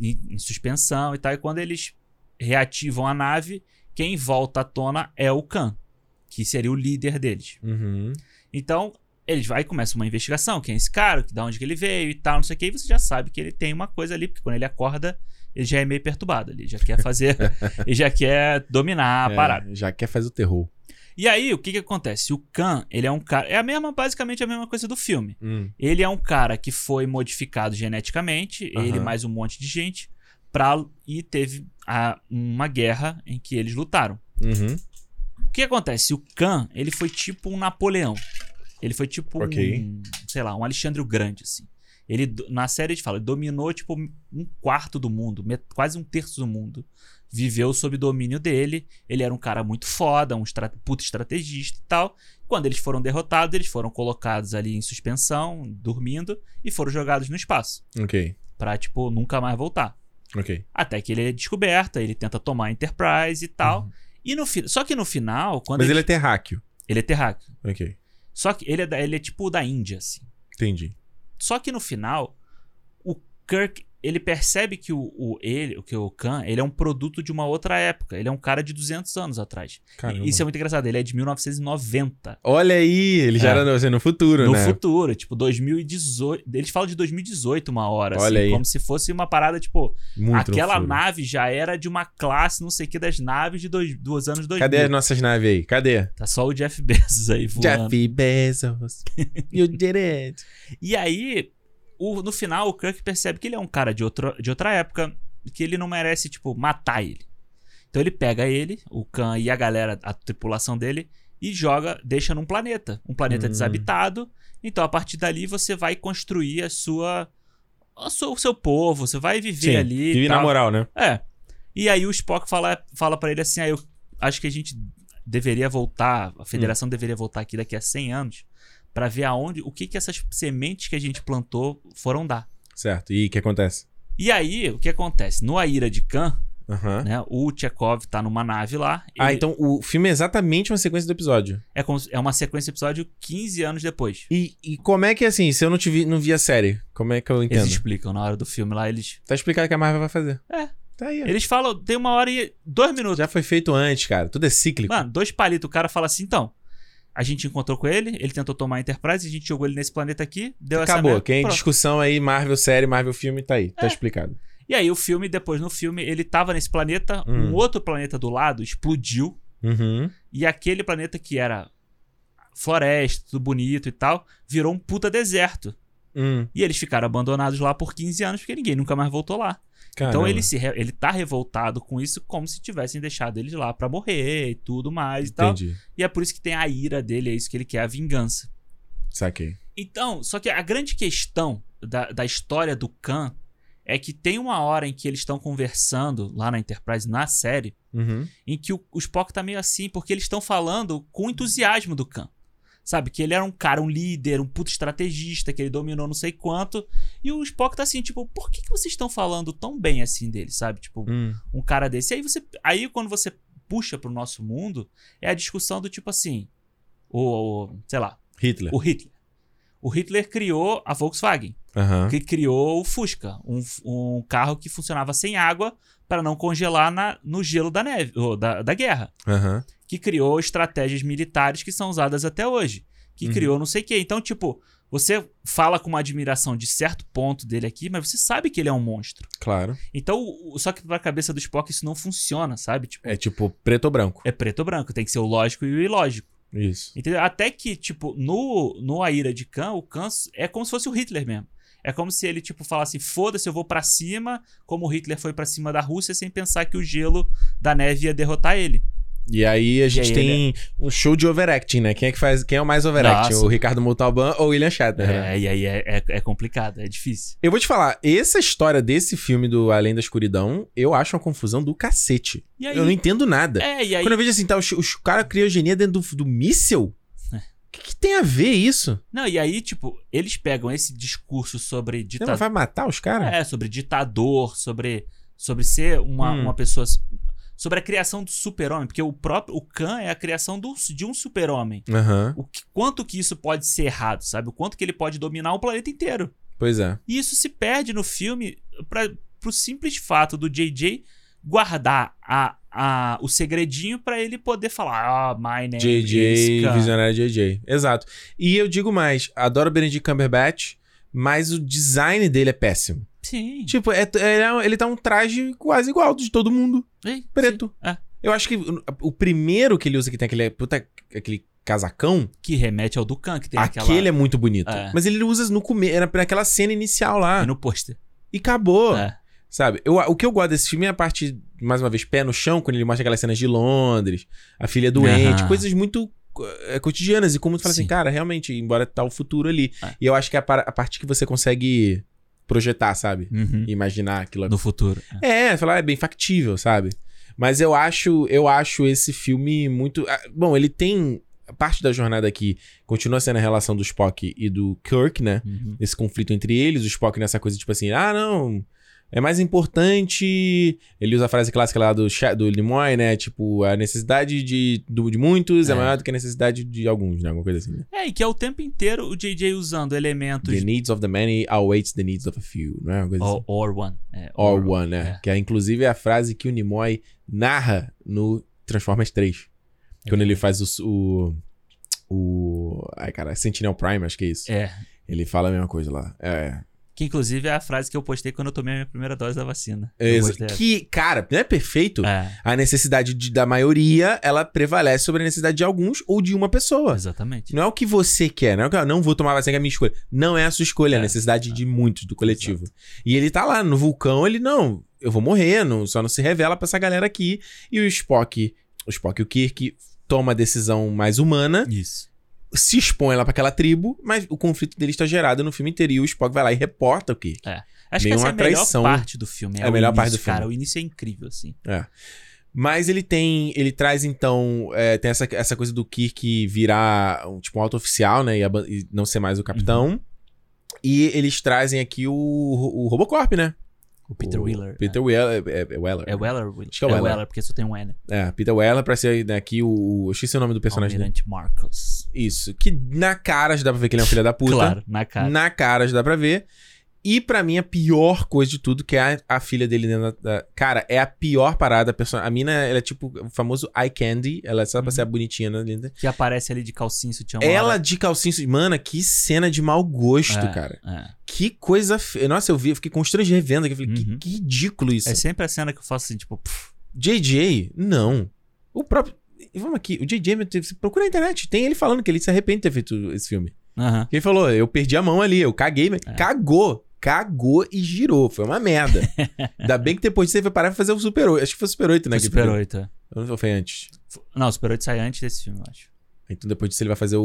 S2: Em, em suspensão e tal. E quando eles reativam a nave, quem volta à tona é o Khan, que seria o líder deles.
S1: Uhum.
S2: Então, eles vai e começa uma investigação: quem é esse cara, de onde que ele veio e tal, não sei o que. E você já sabe que ele tem uma coisa ali, porque quando ele acorda, ele já é meio perturbado ali, já quer fazer, ele já quer dominar a
S1: É,
S2: parada.
S1: Já quer fazer o terror.
S2: E aí, o que que acontece? O Khan, ele é um cara. É a mesma, basicamente a mesma coisa do filme.
S1: Hum.
S2: Ele é um cara que foi modificado geneticamente,
S1: Aham.
S2: ele mais um monte de gente, pra, e teve a- uma guerra em que eles lutaram.
S1: Uhum.
S2: O que acontece? O Khan, ele foi tipo um Napoleão. Ele foi tipo
S1: Ok.
S2: um, sei lá, um Alexandre o Grande, assim. Ele, do- na série de fala, ele dominou tipo um quarto do mundo, met- quase um terço do mundo. Viveu sob domínio dele. Ele era um cara muito foda, um estra- puta estrategista e tal. Quando eles foram derrotados, eles foram colocados ali em suspensão, dormindo, e foram jogados no espaço.
S1: Ok.
S2: Pra, tipo, nunca mais voltar.
S1: Ok.
S2: Até que ele é descoberto, aí ele tenta tomar a Enterprise e tal. E no fi- Só que no final, quando
S1: Uhum. Mas
S2: eles-
S1: ele é terráqueo.
S2: ele é terráqueo.
S1: Ok.
S2: Só que ele é, da- ele é tipo da Índia, assim.
S1: Entendi.
S2: Só que no final, o Kirk, ele percebe que o, o ele, o que o Khan, ele é um produto de uma outra época. Ele é um cara de 200 anos atrás.
S1: Caramba.
S2: E isso é muito engraçado. Ele é de 1990.
S1: Olha aí, ele já
S2: É.
S1: era no, assim, no futuro,
S2: No
S1: né?
S2: futuro, tipo 2018. Eles falam de 2018 uma hora,
S1: Olha
S2: assim,
S1: aí.
S2: como se fosse uma parada, tipo,
S1: Muito no
S2: aquela
S1: futuro.
S2: nave já era de uma classe, não sei o que, das naves de dois, dos anos 2000.
S1: Cadê as nossas naves aí? Cadê?
S2: Tá só o Jeff Bezos aí voando.
S1: Jeff Bezos. you did it.
S2: E aí, o- no final, o Kirk percebe que ele é um cara de, outro, de outra época, que ele não merece, tipo, matar ele. Então ele pega ele, o Khan e a galera, a tripulação dele, e joga, deixa num planeta. Um planeta
S1: Hum.
S2: desabitado. Então, a partir dali, você vai construir a sua. a sua- o seu povo, você vai viver
S1: Sim,
S2: ali. e
S1: Vive na
S2: tal.
S1: moral, né?
S2: É. E aí o Spock fala, fala para ele assim: ah, eu acho que a gente deveria voltar, a federação deveria voltar aqui daqui a 100 anos pra ver aonde, o que que essas sementes que a gente plantou foram dar.
S1: Certo. E o que acontece?
S2: E aí, o que acontece? No A Ira de Khan,
S1: Aham.
S2: né, o Chekhov tá numa nave lá.
S1: Ah,
S2: ele-
S1: então o filme é exatamente uma sequência do episódio.
S2: é, como se- é uma sequência de episódio 15 anos depois.
S1: E, e como é que, assim, se eu não, te vi, não vi a série, como é que eu entendo?
S2: Eles explicam na hora do filme lá, eles.
S1: Tá explicado o que a Marvel vai fazer.
S2: É.
S1: Tá aí. ó.
S2: Eles falam, tem uma hora e. dois minutos.
S1: Já foi feito antes, cara. Tudo é cíclico.
S2: Mano, dois palitos. O cara fala assim, então. A gente encontrou com ele, ele tentou tomar a Enterprise, a gente jogou ele nesse planeta aqui, deu essa
S1: Acabou.
S2: merda,
S1: Quem
S2: pronto. É.
S1: discussão aí, Marvel série, Marvel filme, tá aí. Tá explicado.
S2: E aí o filme, depois no filme, ele tava nesse planeta,
S1: Hum.
S2: um outro planeta do lado explodiu,
S1: Uhum.
S2: e aquele planeta que era floresta, tudo bonito e tal, virou um puta deserto.
S1: Hum.
S2: E eles ficaram abandonados lá por 15 anos, porque ninguém nunca mais voltou lá. Então
S1: Caramba.
S2: ele, se re- ele tá revoltado com isso, como se tivessem deixado eles lá pra morrer e tudo mais e tal.
S1: Entendi.
S2: E é por isso que tem a ira dele, é isso que ele quer, a vingança.
S1: Saquei.
S2: Então, só que a grande questão da, da história do Khan é que tem uma hora em que eles estão conversando lá na Enterprise, na série,
S1: Uhum.
S2: em que o, o Spock tá meio assim, porque eles estão falando com entusiasmo do Khan. Sabe? Que ele era um cara, um líder, um puto estrategista, que ele dominou não sei quanto. E o Spock tá assim, tipo, por que, que vocês estão falando tão bem assim dele, sabe? Tipo,
S1: Hum.
S2: um cara desse. E aí você. Aí quando você puxa pro nosso mundo, é a discussão do tipo assim. O, o sei lá,
S1: Hitler.
S2: o Hitler. O Hitler criou a Volkswagen,
S1: Aham.
S2: que criou o Fusca, um, um carro que funcionava sem água para não congelar na- no gelo da neve, ou da, da guerra,
S1: Aham.
S2: que criou estratégias militares que são usadas até hoje, que
S1: Uhum.
S2: criou não sei o quê. Então, tipo, você fala com uma admiração de certo ponto dele aqui, mas você sabe que ele é um monstro.
S1: Claro.
S2: Então, o- o- só que pra cabeça do Spock isso não funciona, sabe? Tipo,
S1: É tipo preto ou branco.
S2: é preto ou branco, tem que ser o lógico e o ilógico.
S1: Isso.
S2: Entendeu? Até que, tipo, no, no A Ira de Khan, o Khan é como se fosse o Hitler mesmo. É como se ele, tipo, falasse, foda-se, eu vou pra cima, como o Hitler foi pra cima da Rússia, sem pensar que o gelo da neve ia derrotar ele.
S1: E aí a gente
S2: aí,
S1: tem um show de overacting, né? Quem é que faz, quem é o mais overacting?
S2: Nossa.
S1: O Ricardo Montalbán ou o William
S2: É,
S1: Shatner, né?
S2: E aí é, é- é complicado, é difícil.
S1: Eu vou te falar, essa história desse filme do Além da Escuridão, eu acho uma confusão do cacete.
S2: E aí,
S1: Eu não entendo nada.
S2: é, e aí
S1: Quando eu vejo assim, tá, os, os caras criogenia dentro do, do míssel?
S2: É.
S1: O que, que tem a ver isso?
S2: Não, e aí, tipo, eles pegam esse discurso sobre
S1: Não, mas
S2: ditador.
S1: vai matar os caras?
S2: É, sobre ditador, sobre, sobre ser uma,
S1: Hum.
S2: uma pessoa. Sobre a criação do super-homem, porque o próprio. O Khan é a criação do, de um super-homem.
S1: Aham,
S2: O que, quanto que isso pode ser errado, sabe? O quanto que ele pode dominar o planeta inteiro.
S1: pois é.
S2: E isso se perde no filme pra, pro simples fato do JJ guardar a, a, o segredinho pra ele poder falar: Ah, my name is
S1: JJ,
S2: Khan.
S1: visionário JJ. Exato. E eu digo mais, adoro o Benedict Cumberbatch, mas o design dele é péssimo.
S2: Sim.
S1: Tipo, é, ele, é um- ele tá um traje quase igual de todo mundo,
S2: Sim,
S1: preto.
S2: sim. É.
S1: Eu acho que o- o primeiro que ele usa que tem aquele, puta, aquele casacão,
S2: Que remete ao do Khan, que tem aquela.
S1: aquele é muito bonito.
S2: É.
S1: Mas ele usa no come, era naquela cena inicial lá.
S2: E no pôster.
S1: E acabou.
S2: É.
S1: Sabe? Eu, o que eu gosto desse filme é a parte, mais uma vez, pé no chão, quando ele mostra aquelas cenas de Londres, a filha doente,
S2: Aham.
S1: coisas muito eh, cotidianas. E como tu fala
S2: Sim.
S1: assim, cara, realmente, embora tá o futuro ali.
S2: É.
S1: E eu acho que é a, par- a parte que você consegue projetar, sabe?
S2: Uhum.
S1: Imaginar aquilo.
S2: No futuro. é.
S1: É, falar, é bem factível, sabe? Mas eu acho, eu acho esse filme muito. ah, Bom, ele tem. Parte da jornada aqui continua sendo a relação do Spock e do Kirk, né?
S2: Uhum.
S1: esse conflito entre eles, o Spock nessa coisa tipo assim, ah, não, é mais importante. Ele usa a frase clássica lá do, Sha- do Nimoy, né? Tipo, a necessidade de, do- de muitos é.
S2: É.
S1: maior do que a necessidade de alguns, né? Alguma coisa assim, né?
S2: É, e que é o tempo inteiro o JJ usando elementos.
S1: The needs of the many outweighs the needs of a few, né? Uma coisa assim.
S2: Or, or one. É,
S1: Or one, né?
S2: é.
S1: Que é inclusive a frase que o Nimoy narra no Transformers 3.
S2: É.
S1: Quando ele faz o. s- o o. Ai, cara, Sentinel Prime, acho que é isso.
S2: É.
S1: Ele fala a mesma coisa lá. É.
S2: Que inclusive é a frase que eu postei quando eu tomei a minha primeira dose da vacina. Eu
S1: Exa-
S2: postei essa.
S1: que, cara, não é perfeito?
S2: É,
S1: A necessidade de- da maioria, ela prevalece sobre a necessidade de alguns ou de uma pessoa.
S2: exatamente.
S1: Não é o que você quer, não é o que eu não vou tomar vacina, que é a minha escolha. Não é a sua escolha, é a
S2: É.
S1: necessidade de muitos, do coletivo. E ele tá lá no vulcão, ele, não, eu vou morrer, não, só não se revela pra essa galera aqui. E o Spock, o Spock e o Kirk toma a decisão mais humana,
S2: Isso.
S1: se expõe lá pra aquela tribo, mas o conflito deles tá gerado no filme inteiro. E o Spock vai lá e reporta o Kirk.
S2: Acho
S1: Meio
S2: que essa é
S1: uma
S2: a melhor
S1: traição.
S2: parte do filme.
S1: É a melhor
S2: o
S1: parte
S2: início,
S1: do filme.
S2: Cara, o início é incrível, assim.
S1: Mas ele tem. Ele traz, então. é, tem essa, essa coisa do Kirk virar um, tipo um alto oficial, né? E, aban- e não ser mais o capitão.
S2: Uhum.
S1: E eles trazem aqui o, o Robocop, né?
S2: O Peter
S1: O
S2: Wheeler.
S1: Peter Weller. É, é Weller.
S2: É, é Weller ou Wheeler?
S1: Acho que é Weller.
S2: porque só tem um N.
S1: É, Peter Weller pra ser né, aqui o. o- Eu esqueci o nome do personagem dele.
S2: Almirante Marcos.
S1: Isso. Que na cara já dá pra ver que ele é um filho da puta.
S2: Claro, na cara.
S1: Na cara já dá pra ver. E pra mim, a pior coisa de tudo, que é a, a filha dele dentro da, da- Cara, é a pior parada. A, person- a mina, ela é tipo o famoso eye candy. Ela é só pra
S2: Uhum.
S1: ser a bonitinha, né? linda.
S2: Que aparece ali de calcinha sutiã. uma
S1: Ela
S2: hora.
S1: de calcinha. Mano, que cena de mau gosto,
S2: É,
S1: cara.
S2: É.
S1: Que coisa feia. Nossa, eu vi, eu fiquei constrangido revendo aqui. Eu Falei, que,
S2: Uhum.
S1: que ridículo isso.
S2: É sempre a cena que eu faço assim, tipo, pff,
S1: JJ, não. O próprio. Vamos aqui, o JJ, meu Deus, procura na internet. Tem ele falando que ele se arrepende de ter feito esse filme.
S2: aham.
S1: Ele falou, eu perdi a mão ali, eu caguei, mas
S2: É.
S1: cagou. Cagou e girou. Foi uma merda. Ainda bem que depois disso ele foi parar pra fazer o Super 8. Acho que foi o Super 8, né?
S2: Foi
S1: que ele
S2: Super
S1: perdeu.
S2: 8. é.
S1: Eu não foi antes.
S2: F- Não, Super 8 sai antes desse filme, eu acho.
S1: Então depois disso ele vai fazer o,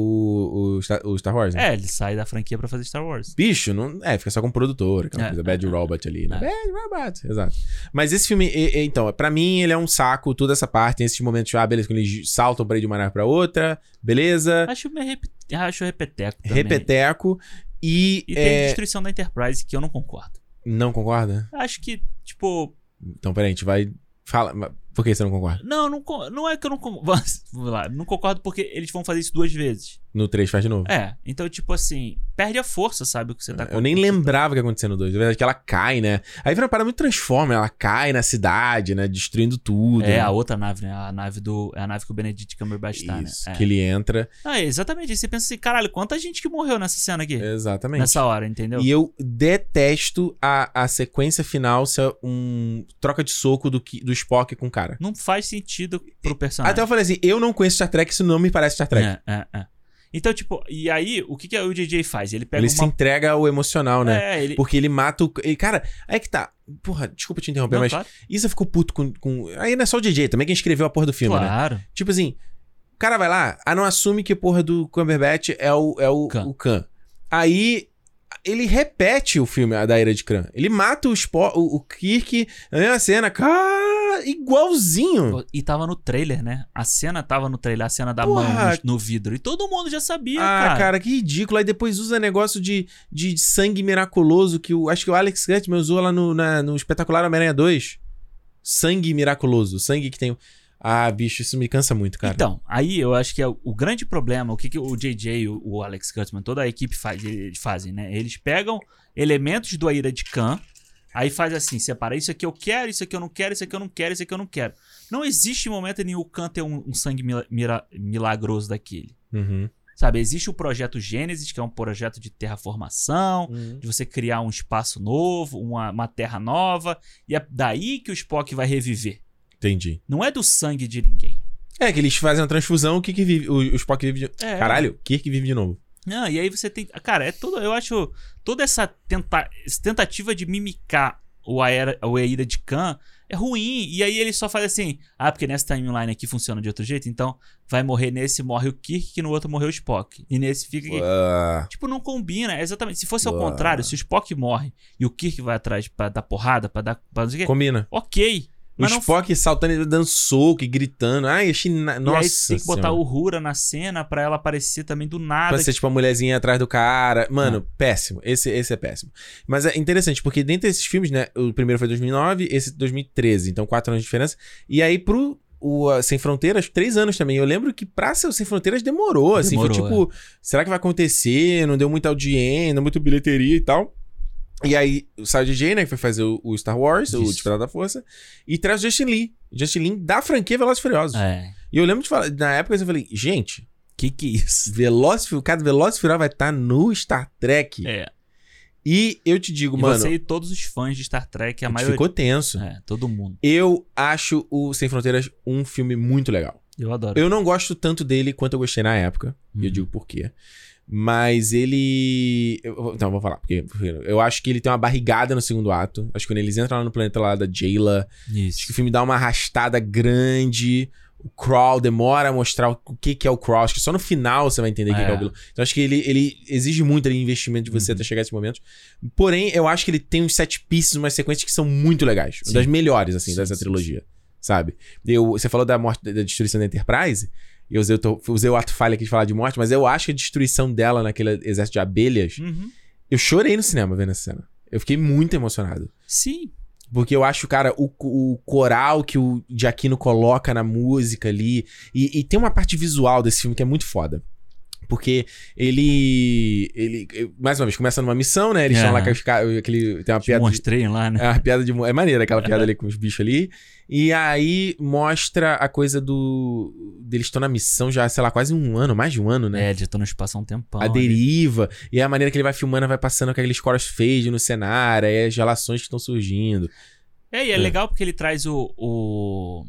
S1: o, Star, o Star Wars, né?
S2: É, ele sai da franquia pra fazer Star Wars.
S1: Bicho, não, é, fica só com o produtor, aquela
S2: É,
S1: coisa, Bad
S2: é, é.
S1: Robot ali, né?
S2: É.
S1: Bad Robot, exato. Mas esse filme, e- e- então, pra mim ele é um saco, toda essa parte, tem esses momentos, ah, beleza, quando eles saltam pra ir de uma nave pra outra, beleza,
S2: Acho meio rep... acho repeteco também.
S1: repeteco, e,
S2: E
S1: é,
S2: tem destruição da Enterprise que eu não concordo.
S1: não concorda?
S2: Acho que, tipo...
S1: Então, peraí, a gente vai, fala, mas por que você não concorda?
S2: Não, não, con- não é que eu não concordo. Vamos lá. Não concordo porque eles vão fazer isso duas vezes.
S1: No 3 faz de novo.
S2: É. Então, tipo assim, perde a força, sabe? O que você tá
S1: Eu nem
S2: contando.
S1: lembrava o que acontecia no 2. Na verdade, que ela cai, né? Aí vira uma parada muito transforma. Ela cai na cidade, né? Destruindo tudo.
S2: É,
S1: né?
S2: a outra nave, né? A nave do. É a nave que o Benedict Cumberbatch tá, né?
S1: Isso,
S2: É.
S1: que ele entra.
S2: Ah, é, exatamente. Aí você pensa assim, caralho, quanta gente que morreu nessa cena aqui?
S1: Exatamente.
S2: Nessa hora, entendeu?
S1: E eu detesto a, a sequência final ser um troca de soco do, Ki- do Spock com o cara.
S2: Não faz sentido pro personagem.
S1: Até eu falei assim, eu não conheço Star Trek, isso não me parece Star Trek.
S2: É, é, é. Então, tipo, e aí, o que, que o JJ faz? Ele pega
S1: ele se
S2: uma.
S1: entrega ao emocional, né?
S2: É, ele.
S1: Porque ele mata o. Ele, cara, aí que tá. Porra, desculpa te interromper,
S2: Não,
S1: mas
S2: claro,
S1: isso eu fico puto com, com. Aí não é só o DJ, também quem escreveu a porra do filme, né?
S2: claro.
S1: Tipo assim, o cara vai lá, ah, não assume que porra do Cumberbatch é o é o
S2: Khan.
S1: o Khan. Aí ele repete o filme a da Era de Khan. Ele mata o, Spo, o, o Kirk na mesma cena, cara, igualzinho.
S2: Pô, E tava no trailer, né? A cena tava no trailer, a cena da
S1: Porra.
S2: mão no, no vidro. E todo mundo já sabia,
S1: ah, cara.
S2: cara.
S1: que ridículo. Aí depois usa negócio de, de sangue miraculoso que o, acho que o Alex Gutman usou lá no, na- no Espetacular Homem-Aranha 2. Sangue miraculoso, sangue que tem... Ah, bicho, isso me cansa muito, cara.
S2: Então, aí eu acho que é o, o grande problema, o que, que o JJ, o, o Alex Kurtzman, toda a equipe faz, eles fazem, né? Eles pegam elementos do Aira de Khan, aí faz assim, separa isso aqui eu quero, isso aqui eu não quero, isso aqui eu não quero, isso aqui eu não quero. Não existe momento nenhum o Khan ter um, um sangue mila- mira- milagroso daquele.
S1: Uhum.
S2: Sabe, existe o projeto Gênesis, que é um projeto de terraformação, de você criar um espaço novo, uma, uma terra nova, e é daí que o Spock vai reviver.
S1: Entendi.
S2: Não é do sangue de ninguém.
S1: É, que eles fazem uma transfusão, o que que vive. O, o Spock vive de.
S2: É.
S1: Caralho, o Kirk vive de novo.
S2: Não, e aí você tem. Cara, é tudo. Eu acho. Toda essa tenta- tentativa de mimicar o Aera, o Aira de Khan é ruim. E aí ele só faz assim. Ah, porque nessa timeline aqui funciona de outro jeito, então vai morrer nesse, morre o Kirk, que no outro morreu o Spock. E nesse fica. que-
S1: Ah,
S2: Tipo, não combina. é Exatamente. Se fosse ao
S1: Uau.
S2: contrário, se o Spock morre e o Kirk vai atrás pra dar porrada, pra dar. Pra não sei o quê,
S1: combina.
S2: ok.
S1: O
S2: Mas não
S1: Spock saltando e dando soco e gritando. Ai, achei. Na...
S2: E
S1: Nossa.
S2: aí você tem que botar
S1: senhora.
S2: o Rura na cena pra ela aparecer também do nada.
S1: Pra ser tipo a mulherzinha atrás do cara. Mano, péssimo. Esse, esse é péssimo. Mas é interessante, porque dentro desses filmes, né? O primeiro foi 2009, esse 2013. Então, quatro anos de diferença. E aí pro. O ah, Sem Fronteiras, três anos também. Eu lembro que pra ser o Sem Fronteiras demorou, assim. Foi
S2: Demorou, é.
S1: tipo, será que vai acontecer? Não deu muita audiência, não muito bilheteria e tal. E aí sai o DJ, né? Que foi fazer o, o Star Wars, o
S2: Isso.
S1: Despertar da Força. E traz o Justin Lee. Justin Lee da franquia Velozes e Furiosos.
S2: É.
S1: E eu lembro de falar, na época eu falei, gente,
S2: Que que é isso?
S1: Veloz, o cara do Veloz Furioso vai estar no Star Trek.
S2: É.
S1: E eu te digo,
S2: E
S1: mano,
S2: você e todos os fãs de Star Trek, a
S1: a gente
S2: maioria.
S1: ficou tenso.
S2: É, todo mundo.
S1: Eu acho o Sem Fronteiras um filme muito legal.
S2: Eu adoro.
S1: Eu não gosto tanto dele quanto eu gostei na época. E eu
S2: Uhum.
S1: digo por quê. Mas ele. Eu, não, vou falar. Porque eu acho que ele tem uma barrigada no segundo ato. Acho que quando eles entram lá no planeta lá da Jayla, Acho que
S2: Isso.
S1: o filme dá uma arrastada grande. O Crawl demora a mostrar o que, que é o Crawl. Acho que só no final você vai entender o que,
S2: É.
S1: que é o vilão. Então acho que ele, ele exige muito ali, investimento de você
S2: Uhum.
S1: até chegar a esse momento. Porém, eu acho que ele tem uns set pieces, umas sequências que são muito legais.
S2: Sim.
S1: Das melhores, assim,
S2: Sim,
S1: dessa
S2: sim,
S1: trilogia. Sabe? Eu, você falou da morte, da destruição da Enterprise. Eu usei, o to- usei o ato falha aqui de falar de morte, mas eu acho que a destruição dela naquele exército de abelhas.
S2: Uhum.
S1: Eu chorei no cinema vendo essa cena. Eu fiquei muito emocionado.
S2: Sim.
S1: Porque eu acho, cara, o, o coral que o Giacchino coloca na música ali. E, e tem uma parte visual desse filme que é muito foda. Porque ele. ele eu- mais uma vez, começa numa missão, né? Eles estão lá
S2: É.
S1: com os caras. Aquele, tem uma
S2: Te
S1: piada. de-
S2: mostrei lá, né?
S1: é uma piada de. É maneira aquela piada ali com os bichos ali. E aí mostra a coisa do. Eles estão na missão já, sei lá, quase um ano, mais de um ano, né?
S2: É, já tô no espaço há um tempão.
S1: a
S2: ali.
S1: deriva, e a maneira que ele vai filmando, vai passando com aqueles coros fade no cenário, aí as relações que estão surgindo.
S2: É, e é,
S1: É.
S2: legal porque ele traz o. o...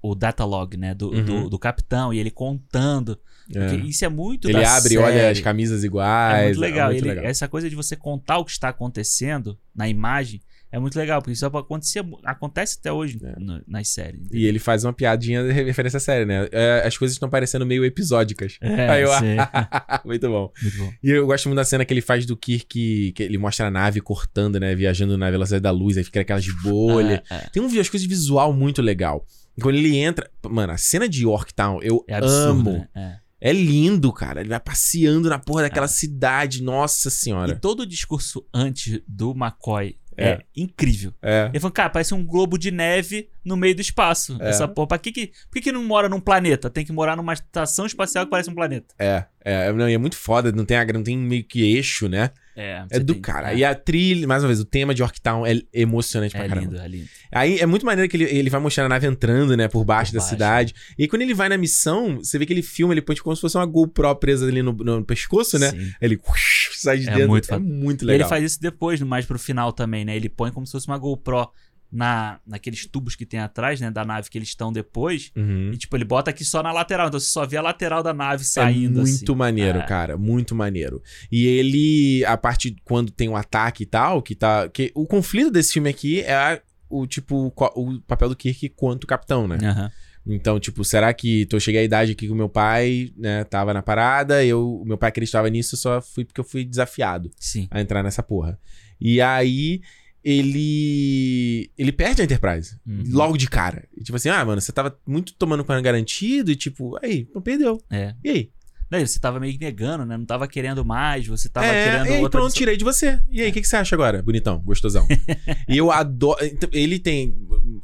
S2: O datalog, né? Do,
S1: Uhum.
S2: do, do capitão e ele contando.
S1: É.
S2: Porque Isso é muito
S1: Ele
S2: da
S1: abre e
S2: série.
S1: olha as camisas iguais.
S2: É muito legal.
S1: muito
S2: Ele-
S1: legal.
S2: Essa coisa de você contar o que está acontecendo na imagem é muito legal, porque isso acontecia- acontece até hoje
S1: É.
S2: no- nas séries.
S1: E ele faz uma piadinha de referência à série, né? É, as coisas estão parecendo meio episódicas.
S2: É,
S1: Aí eu-
S2: sim.
S1: muito bom.
S2: muito bom.
S1: E eu gosto muito da cena que ele faz do Kirk, que ele mostra a nave cortando, né? Viajando na velocidade da luz, aí fica aquelas bolhas.
S2: É, é.
S1: Tem um, umas coisas de visual muito legal. E Quando ele entra. Mano, a cena de Yorktown, eu
S2: É absurdo.
S1: amo.
S2: né? É.
S1: É lindo, cara. Ele vai passeando na porra daquela cidade. Nossa
S2: E
S1: senhora.
S2: todo o discurso antes do McCoy é,
S1: É.
S2: incrível.
S1: É.
S2: Ele falou, cara, parece um globo de neve no meio do espaço.
S1: É.
S2: Essa porra. Pra que que, por que que não mora num planeta? Tem que morar numa estação espacial que parece um planeta.
S1: É, é, não, e é muito foda, não tem, a- não tem meio que eixo, né?
S2: É,
S1: É
S2: você
S1: do
S2: tem-
S1: cara.
S2: É,
S1: E a trilha, mais uma vez, o tema de Yorktown é emocionante pra
S2: é
S1: caramba.
S2: lindo, é lindo.
S1: Aí é muito maneiro que ele, ele vai mostrando a nave entrando, né, por baixo
S2: Por
S1: da
S2: baixo.
S1: cidade. E aí, quando ele vai na missão, você vê que ele filma, ele põe tipo, como se fosse uma GoPro presa ali no, no pescoço, né?
S2: Sim.
S1: Aí ele uish, sai de
S2: É
S1: dentro.
S2: muito
S1: é
S2: foda.
S1: muito
S2: E ele
S1: legal.
S2: faz isso depois, mais pro final também, né? Ele põe como se fosse uma GoPro na, naqueles tubos que tem atrás, né? Da nave que eles estão depois.
S1: Uhum.
S2: E, tipo, ele bota aqui só na lateral. Então você só vê a lateral da nave
S1: é
S2: saindo. assim.
S1: muito maneiro,
S2: É.
S1: cara, muito maneiro. E ele, a parte quando tem um ataque e tal, que tá, que o conflito desse filme aqui é a- o tipo co- o papel do Kirk quanto capitão, né?
S2: Aham.
S1: Então, tipo, será que tô, eu cheguei à idade aqui que o meu pai, né, tava na parada, eu, o meu pai acreditava nisso, eu só fui porque eu fui desafiado
S2: Sim.
S1: a entrar nessa porra. E aí ele ele perde a Enterprise
S2: Uhum.
S1: logo de cara. E, tipo assim, ah, mano, você tava muito tomando com garantido e tipo, aí, não perdeu.
S2: É.
S1: E aí?
S2: Daí você tava meio que negando, né? Não tava querendo mais, você tava
S1: é,
S2: querendo
S1: e aí,
S2: outra.
S1: pronto, tirei de você. E aí, o que, que você acha agora? Bonitão, gostosão. e eu adoro. então, Ele tem.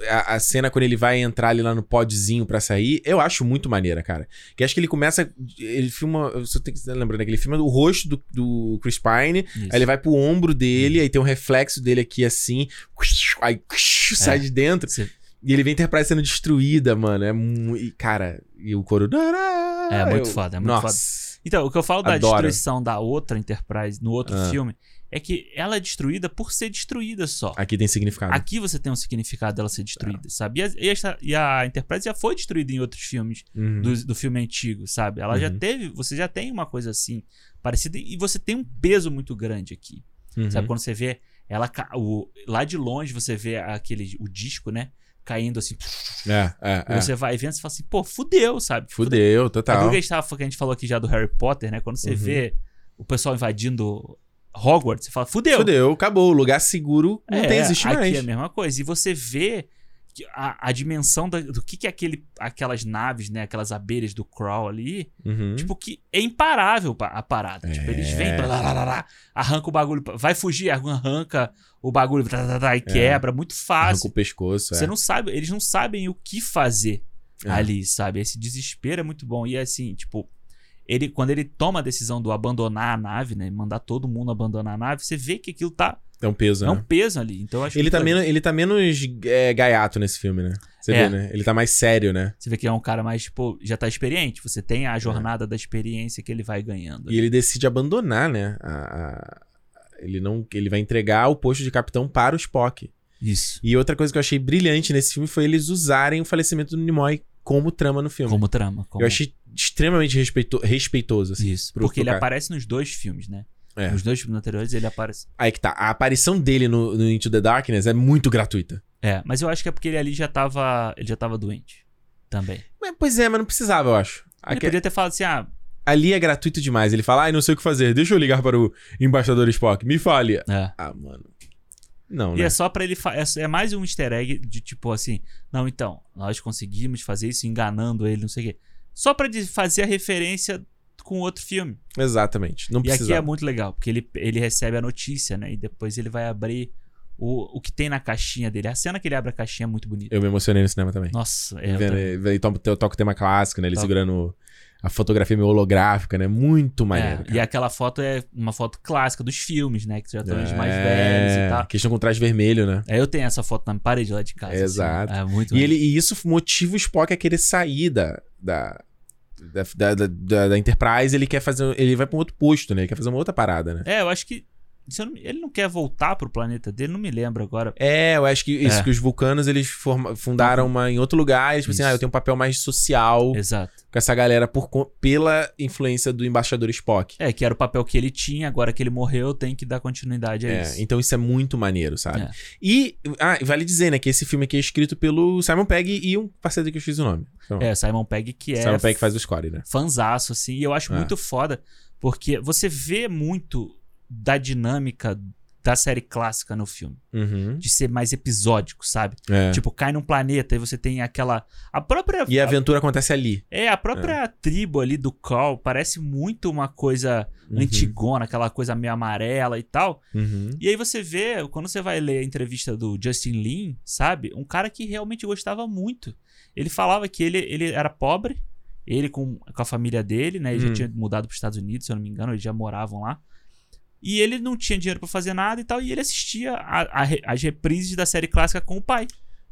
S1: A, a cena quando ele vai entrar ali lá no podzinho pra sair, eu acho muito maneira, cara. Que acho que ele começa. Ele filma. Eu só tenho que lembrar daquele filme do rosto do, do Chris Pine.
S2: Isso.
S1: Aí ele vai pro ombro
S2: Hum.
S1: dele, aí tem um reflexo dele aqui assim. Aí sai
S2: É.
S1: de dentro.
S2: Você-
S1: E ele vê a Enterprise sendo destruída, mano. É mu- e, Cara, e o coro.
S2: É muito
S1: Ah, Eu-
S2: foda, é muito foda.
S1: Nossa.
S2: Então, o que eu falo da
S1: Adoro.
S2: destruição da outra Enterprise no outro
S1: Ah.
S2: filme é que ela é destruída por ser destruída só.
S1: Aqui tem significado.
S2: Aqui você tem um significado dela ser destruída, sabe? E a, e essa- e a Enterprise já foi destruída em outros filmes
S1: Uhum.
S2: do, do filme antigo, sabe? Ela já
S1: Uhum.
S2: teve, você já tem uma coisa assim parecida e você tem um peso muito grande aqui,
S1: Uhum.
S2: sabe? Quando você vê ela ca- o, lá de longe você vê aquele o disco, né? Caindo assim,
S1: É, é,
S2: e
S1: é.
S2: você vai vendo e fala assim, pô, fudeu, sabe?
S1: Fudeu,
S2: A
S1: total.
S2: Duga estava que a gente falou aqui já do Harry Potter, né? Quando você
S1: Uhum.
S2: vê o pessoal invadindo Hogwarts, você fala, fudeu.
S1: Fudeu, acabou. O lugar seguro não
S2: É,
S1: tem, existe
S2: aqui
S1: mais.
S2: é a mesma coisa. E você vê que a, a dimensão da- do que, que é aquele, aquelas naves, né? Aquelas abelhas do Crawl ali.
S1: Uhum.
S2: Tipo, que é imparável pa- a parada. Tipo,
S1: É.
S2: eles vêm pra lá, lá, lá, lá, arranca o bagulho, pra- vai fugir, arranca o bagulho tá, tá, tá, tá, e quebra. Muito
S1: É. Arranca
S2: fácil.
S1: o pescoço.
S2: Você
S1: é.
S2: não sabe, eles não sabem o que fazer
S1: É.
S2: ali, sabe? Esse desespero é muito bom. E assim, tipo, ele quando ele toma a decisão do abandonar a nave, né? Mandar todo mundo abandonar a nave, você vê que aquilo tá
S1: É um peso,
S2: é um
S1: né?
S2: peso ali. Então eu acho
S1: Ele
S2: que
S1: tá, menos, ele tá menos é, gaiato nesse filme, né? Você
S2: É.
S1: vê, né? Ele tá mais sério, né?
S2: Você vê que é um cara mais, tipo, já tá experiente. Você tem a jornada da experiência que ele vai ganhando.
S1: É. E ele decide abandonar, né? A- a- Ele, não, ele vai entregar o posto de capitão para o Spock.
S2: Isso.
S1: E outra coisa que eu achei brilhante nesse filme foi eles usarem o falecimento do Nimoy como trama no filme.
S2: Como trama. Como...
S1: Eu achei extremamente respeito- respeitoso, assim.
S2: Isso.
S1: pro-
S2: Porque
S1: pro
S2: ele
S1: cara.
S2: aparece nos dois filmes, né?
S1: É.
S2: Nos dois filmes anteriores ele aparece.
S1: Aí que tá. A aparição dele no, no Into the Darkness é muito gratuita.
S2: É, mas eu acho que é porque ele ali já tava. Ele já tava doente. Também.
S1: Mas, pois é, mas não precisava, eu acho.
S2: Ele
S1: Aque-
S2: podia ter falado assim, ah,
S1: Ali é gratuito demais. Ele fala, ai, não sei o que fazer, deixa eu ligar para o embaixador Spock, me fale.
S2: é.
S1: Ah, mano. Não,
S2: E
S1: né?
S2: é só pra ele. fa- É, é mais um easter egg de tipo assim. Não, então, nós conseguimos fazer isso enganando ele, não sei o quê. Só pra de- fazer a referência com outro filme.
S1: Exatamente. Não
S2: e aqui é
S1: precisava.
S2: muito legal, porque ele, ele recebe a notícia, né? E depois ele vai abrir o, o que tem na caixinha dele. A cena que ele abre a caixinha é muito bonita.
S1: Eu me emocionei no cinema também.
S2: Nossa, é. eu
S1: Vendo-
S2: também. Tá.
S1: vendo- to- to- toca o tema clássico, né? Ele
S2: Toca.
S1: segurando a fotografia meio holográfica, né? Muito maneiro.
S2: É, e aquela foto é uma foto clássica dos filmes, né? Que já estão
S1: cara.
S2: os mais velhos e tal.
S1: É, Questão com traje vermelho, né?
S2: É, eu tenho essa foto na parede lá de casa. assim.
S1: Exato.
S2: É muito
S1: E,
S2: maneiro.
S1: ele, e isso motiva o Spock a querer sair da. da da, da, da- da- da Enterprise, ele quer fazer. Ele vai pra um outro posto, né? Ele quer fazer uma outra parada, né?
S2: É, eu acho que. se eu não me- ele não quer voltar pro planeta dele, não me lembro agora.
S1: É, eu acho que isso,
S2: É.
S1: que os vulcanos eles forma- fundaram uma em outro lugar, e tipo assim,
S2: Isso.
S1: ah, eu tenho um papel mais social
S2: Exato.
S1: com essa galera por, con- pela influência do embaixador Spock.
S2: É, que era o papel que ele tinha, agora que ele morreu, tem que dar continuidade a
S1: É,
S2: isso.
S1: então isso é muito maneiro, sabe?
S2: É.
S1: E, ah, e vale dizer, né, que esse filme aqui é escrito pelo Simon Pegg e um parceiro que eu fiz o nome. Então,
S2: É, Simon Pegg que é
S1: Simon Pegg faz o score, né?
S2: fanzaço, assim, e eu acho
S1: É.
S2: muito foda, porque você vê muito da dinâmica da série clássica no filme,
S1: Uhum.
S2: de ser mais episódico, sabe?
S1: É.
S2: Tipo, cai num planeta e você tem aquela. A própria.
S1: E é a aventura acontece ali.
S2: É, a própria tribo ali do Call parece muito uma coisa
S1: Uhum.
S2: antigona, aquela coisa meio amarela e tal.
S1: Uhum.
S2: E aí você vê, quando você vai ler a entrevista do Justin Lin, sabe? Um cara que realmente gostava muito. Ele falava que ele, ele era pobre, ele com, com a família dele, né? Ele
S1: Hum.
S2: já tinha mudado para os Estados Unidos, se eu não me engano, eles já moravam lá. E ele não tinha dinheiro para fazer nada e tal, e ele assistia a- a re- as reprises da série clássica com o pai.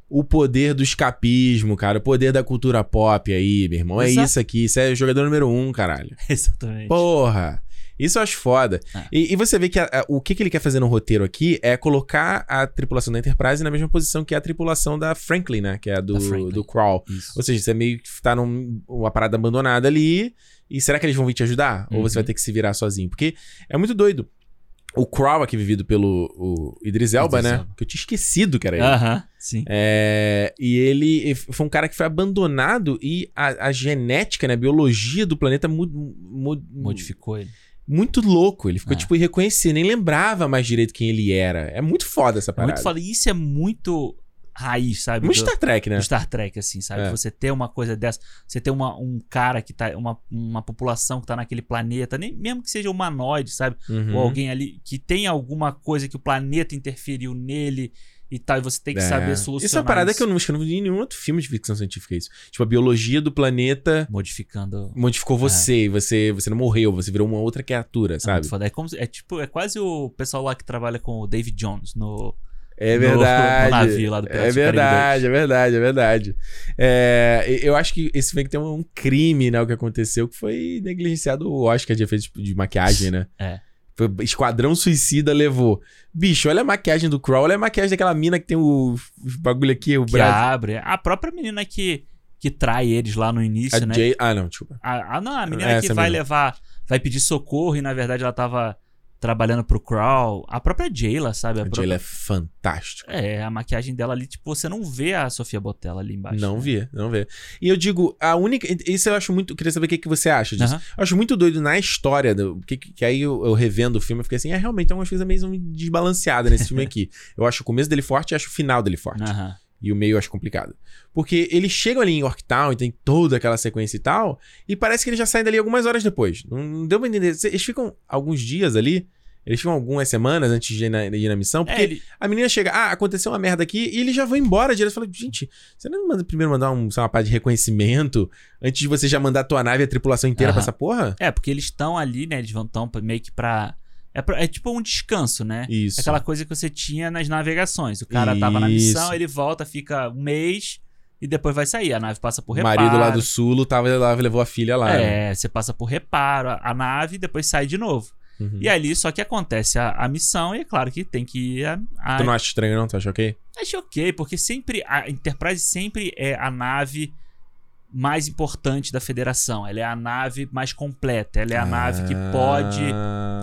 S1: O poder do escapismo, cara. O poder da cultura pop aí, meu irmão. É
S2: Exato.
S1: isso aqui. Isso é jogador número um, caralho.
S2: Exatamente.
S1: Porra! Isso eu acho foda.
S2: É.
S1: E, e você vê que a- a- o que, que ele quer fazer no roteiro aqui é colocar a tripulação da Enterprise na mesma posição que a tripulação da Franklin, né? Que é a
S2: Da
S1: do,
S2: Franklin.
S1: do Crawl.
S2: Isso.
S1: Ou seja, você meio que tá numa parada abandonada ali. E será que eles vão vir te ajudar? Ou você
S2: Uhum.
S1: vai ter que se virar sozinho? Porque é muito doido. O Crow aqui vivido pelo o Idris Elba,
S2: Idris
S1: né?
S2: Elba.
S1: Que eu tinha esquecido que era ele.
S2: Aham, sim.
S1: É, e ele e foi um cara que foi abandonado e a, a genética, né? A biologia do planeta mu- mu-
S2: Modificou ele.
S1: muito louco. Ele ficou,
S2: É.
S1: tipo, irreconhecido. Nem lembrava mais direito quem ele era. É muito foda essa
S2: É
S1: parada.
S2: muito foda. E Isso é muito raiz, sabe?
S1: Muito
S2: do-
S1: Star Trek, né?
S2: do Star Trek, assim, sabe?
S1: É.
S2: Você ter uma coisa dessa, você ter uma, um cara que tá, uma, uma população que tá naquele planeta, nem mesmo que seja humanoide, sabe?
S1: Uhum.
S2: Ou alguém ali que tem alguma coisa que o planeta interferiu nele e tal, e você tem que
S1: É.
S2: saber solucionar.
S1: Isso é uma parada que eu não, acho que eu não vi em nenhum outro filme de ficção científica isso. Tipo, a biologia do planeta
S2: Modificando.
S1: modificou você e você, você não morreu, você virou uma outra criatura,
S2: É, muito
S1: sabe?
S2: foda. é, como, se- é tipo, é quase o pessoal lá que trabalha com o David Jones no.
S1: É
S2: No-
S1: verdade.
S2: no navio lá do Piratas
S1: é
S2: do Caribe
S1: verdade,
S2: dois.
S1: é verdade, é verdade. É, e- eu acho que esse filme tem um um crime, né? O que aconteceu, que foi negligenciado o Oscar de efeitos de maquiagem, né?
S2: É.
S1: Foi- Esquadrão Suicida levou. Bicho, olha a maquiagem do Crow, olha a maquiagem daquela mina que tem o, os bagulho aqui, o
S2: Que
S1: braço.
S2: abre. A própria menina que, que trai eles lá no
S1: A
S2: início, né?
S1: Jay- Ah, não, desculpa.
S2: A, a- não, a menina
S1: É,
S2: que
S1: essa
S2: vai
S1: mesmo.
S2: levar, vai pedir socorro e na verdade ela tava trabalhando pro Crow. A própria Jayla, sabe? A
S1: A
S2: própria-
S1: Jayla é fantástico.
S2: É, a maquiagem dela ali, tipo, você não vê a Sofia Botella ali embaixo.
S1: Não
S2: né?
S1: vê, não vê. E eu digo, a única. Isso eu acho muito. Queria saber o que, que você acha disso.
S2: Aham.
S1: Eu acho muito doido na história, do, que, que aí eu, eu revendo o filme e fiquei assim, é realmente tem algumas coisas meio desbalanceadas nesse filme aqui. Eu acho o começo dele forte e acho o final dele forte.
S2: Aham.
S1: E o meio eu acho complicado. Porque eles chegam ali em Orktown e tem toda aquela sequência e tal, e parece que eles já saem dali algumas horas depois. Não, não deu pra entender. Eles ficam alguns dias ali. Eles ficam algumas semanas antes de ir na, de ir na missão, porque
S2: É, ele-
S1: a menina chega, ah, aconteceu uma merda aqui, e ele já vai embora direto. Fala, gente, você não manda primeiro mandar um, sei lá, uma parte de reconhecimento antes de você já mandar a tua nave e a tripulação inteira
S2: Aham.
S1: pra essa porra?
S2: é, porque eles estão ali, né? Eles vão tão pra- meio que pra. É, pra- é tipo um descanso, né?
S1: Isso.
S2: Aquela coisa que você tinha nas navegações. O cara tava na
S1: Isso.
S2: missão, ele volta, fica um mês e depois vai sair. A nave passa por
S1: O
S2: reparo.
S1: marido lá do Sulo tava lá, levou a filha lá. né?
S2: É, você passa por reparo, a, a nave e depois sai de novo.
S1: Uhum.
S2: E ali só que acontece a, a missão e é claro que tem que ir a, a...
S1: Tu Então, não é- acha estranho, não? Tu acha ok?
S2: Acho ok, porque sempre a Enterprise sempre é a nave mais importante da Federação. Ela é a nave mais completa, ela é a nave
S1: Ah.
S2: que pode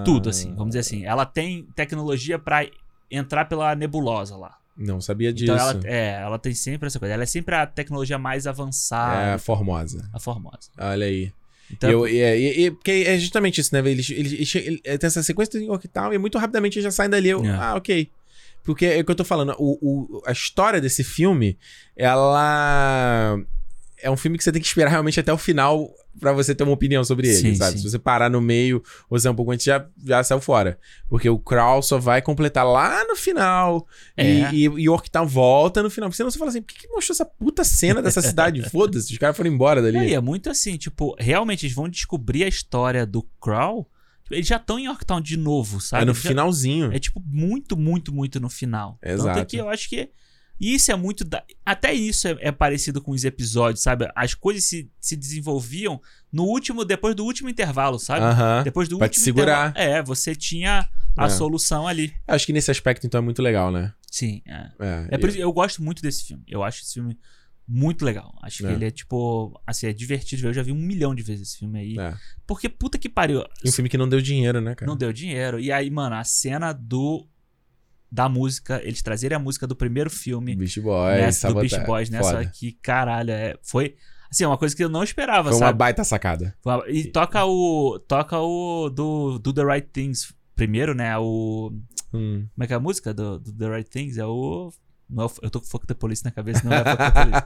S2: tudo assim, vamos dizer assim. Ela tem tecnologia pra entrar pela nebulosa lá.
S1: Não sabia disso.
S2: Então ela é, ela tem sempre essa coisa. Ela é sempre a tecnologia mais avançada,
S1: É Formosa.
S2: a Formosa.
S1: Olha aí.
S2: Então,
S1: Eu- e- e- e- porque é justamente isso, né? velho? Eles, eles, eles, ele- tem essa sequência em Orquital e muito rapidamente eles já saem dali. Eu,
S2: É.
S1: Ah, ok. Porque é o que eu tô falando. O, o- a história desse filme, ela. É um filme que você tem que esperar realmente até o final pra você ter uma opinião sobre ele,
S2: Sim,
S1: sabe?
S2: sim.
S1: Se você parar no meio ou sair um pouco antes, já, já saiu fora. Porque o Crow só vai completar lá no final.
S2: É.
S1: E, e, e Orquital volta no final. Porque senão você fala assim: por que, que mostrou essa puta cena dessa cidade? Foda-se, os caras foram embora dali.
S2: É, e é muito assim, tipo, realmente eles vão descobrir a história do Crow. tipo, Eles já estão em Yorktown de novo, sabe?
S1: é no
S2: Eles já-
S1: finalzinho.
S2: É tipo muito, muito, muito no final. Tanto
S1: Exato.
S2: é que eu acho que isso é muito. da- Até isso é, é parecido com os episódios, sabe? As coisas se, se desenvolviam no último, depois do último intervalo, sabe?
S1: Aham.
S2: Depois do
S1: Pra te
S2: último
S1: segurar.
S2: intervalo. É, você tinha a
S1: É.
S2: solução ali.
S1: Acho que nesse aspecto, então, é muito legal, né?
S2: Sim. É,
S1: É,
S2: é por isso que eu gosto muito desse filme. Eu acho esse filme muito legal. Acho
S1: É.
S2: que ele é tipo. Assim, é divertido. Eu já vi um milhão de vezes esse filme aí.
S1: É.
S2: Porque puta que pariu.
S1: E um filme que não deu dinheiro, né, cara?
S2: Não deu dinheiro. E aí, mano, a cena do. Da música, eles trazerem a música do primeiro filme
S1: Beast Boys,
S2: nessa, do
S1: sabotagem.
S2: Beast Boys nessa
S1: Foda.
S2: que, caralho, é, foi assim, uma coisa que eu não esperava,
S1: Foi uma
S2: sabe?
S1: baita sacada.
S2: Foi uma- E toca o. Toca o. Do, do The Right Things primeiro, né? O.
S1: Hum.
S2: Como é que é a música do, do The Right Things? É o. Não é o- eu tô com Fuck the Police na cabeça, não é Fuck the Police.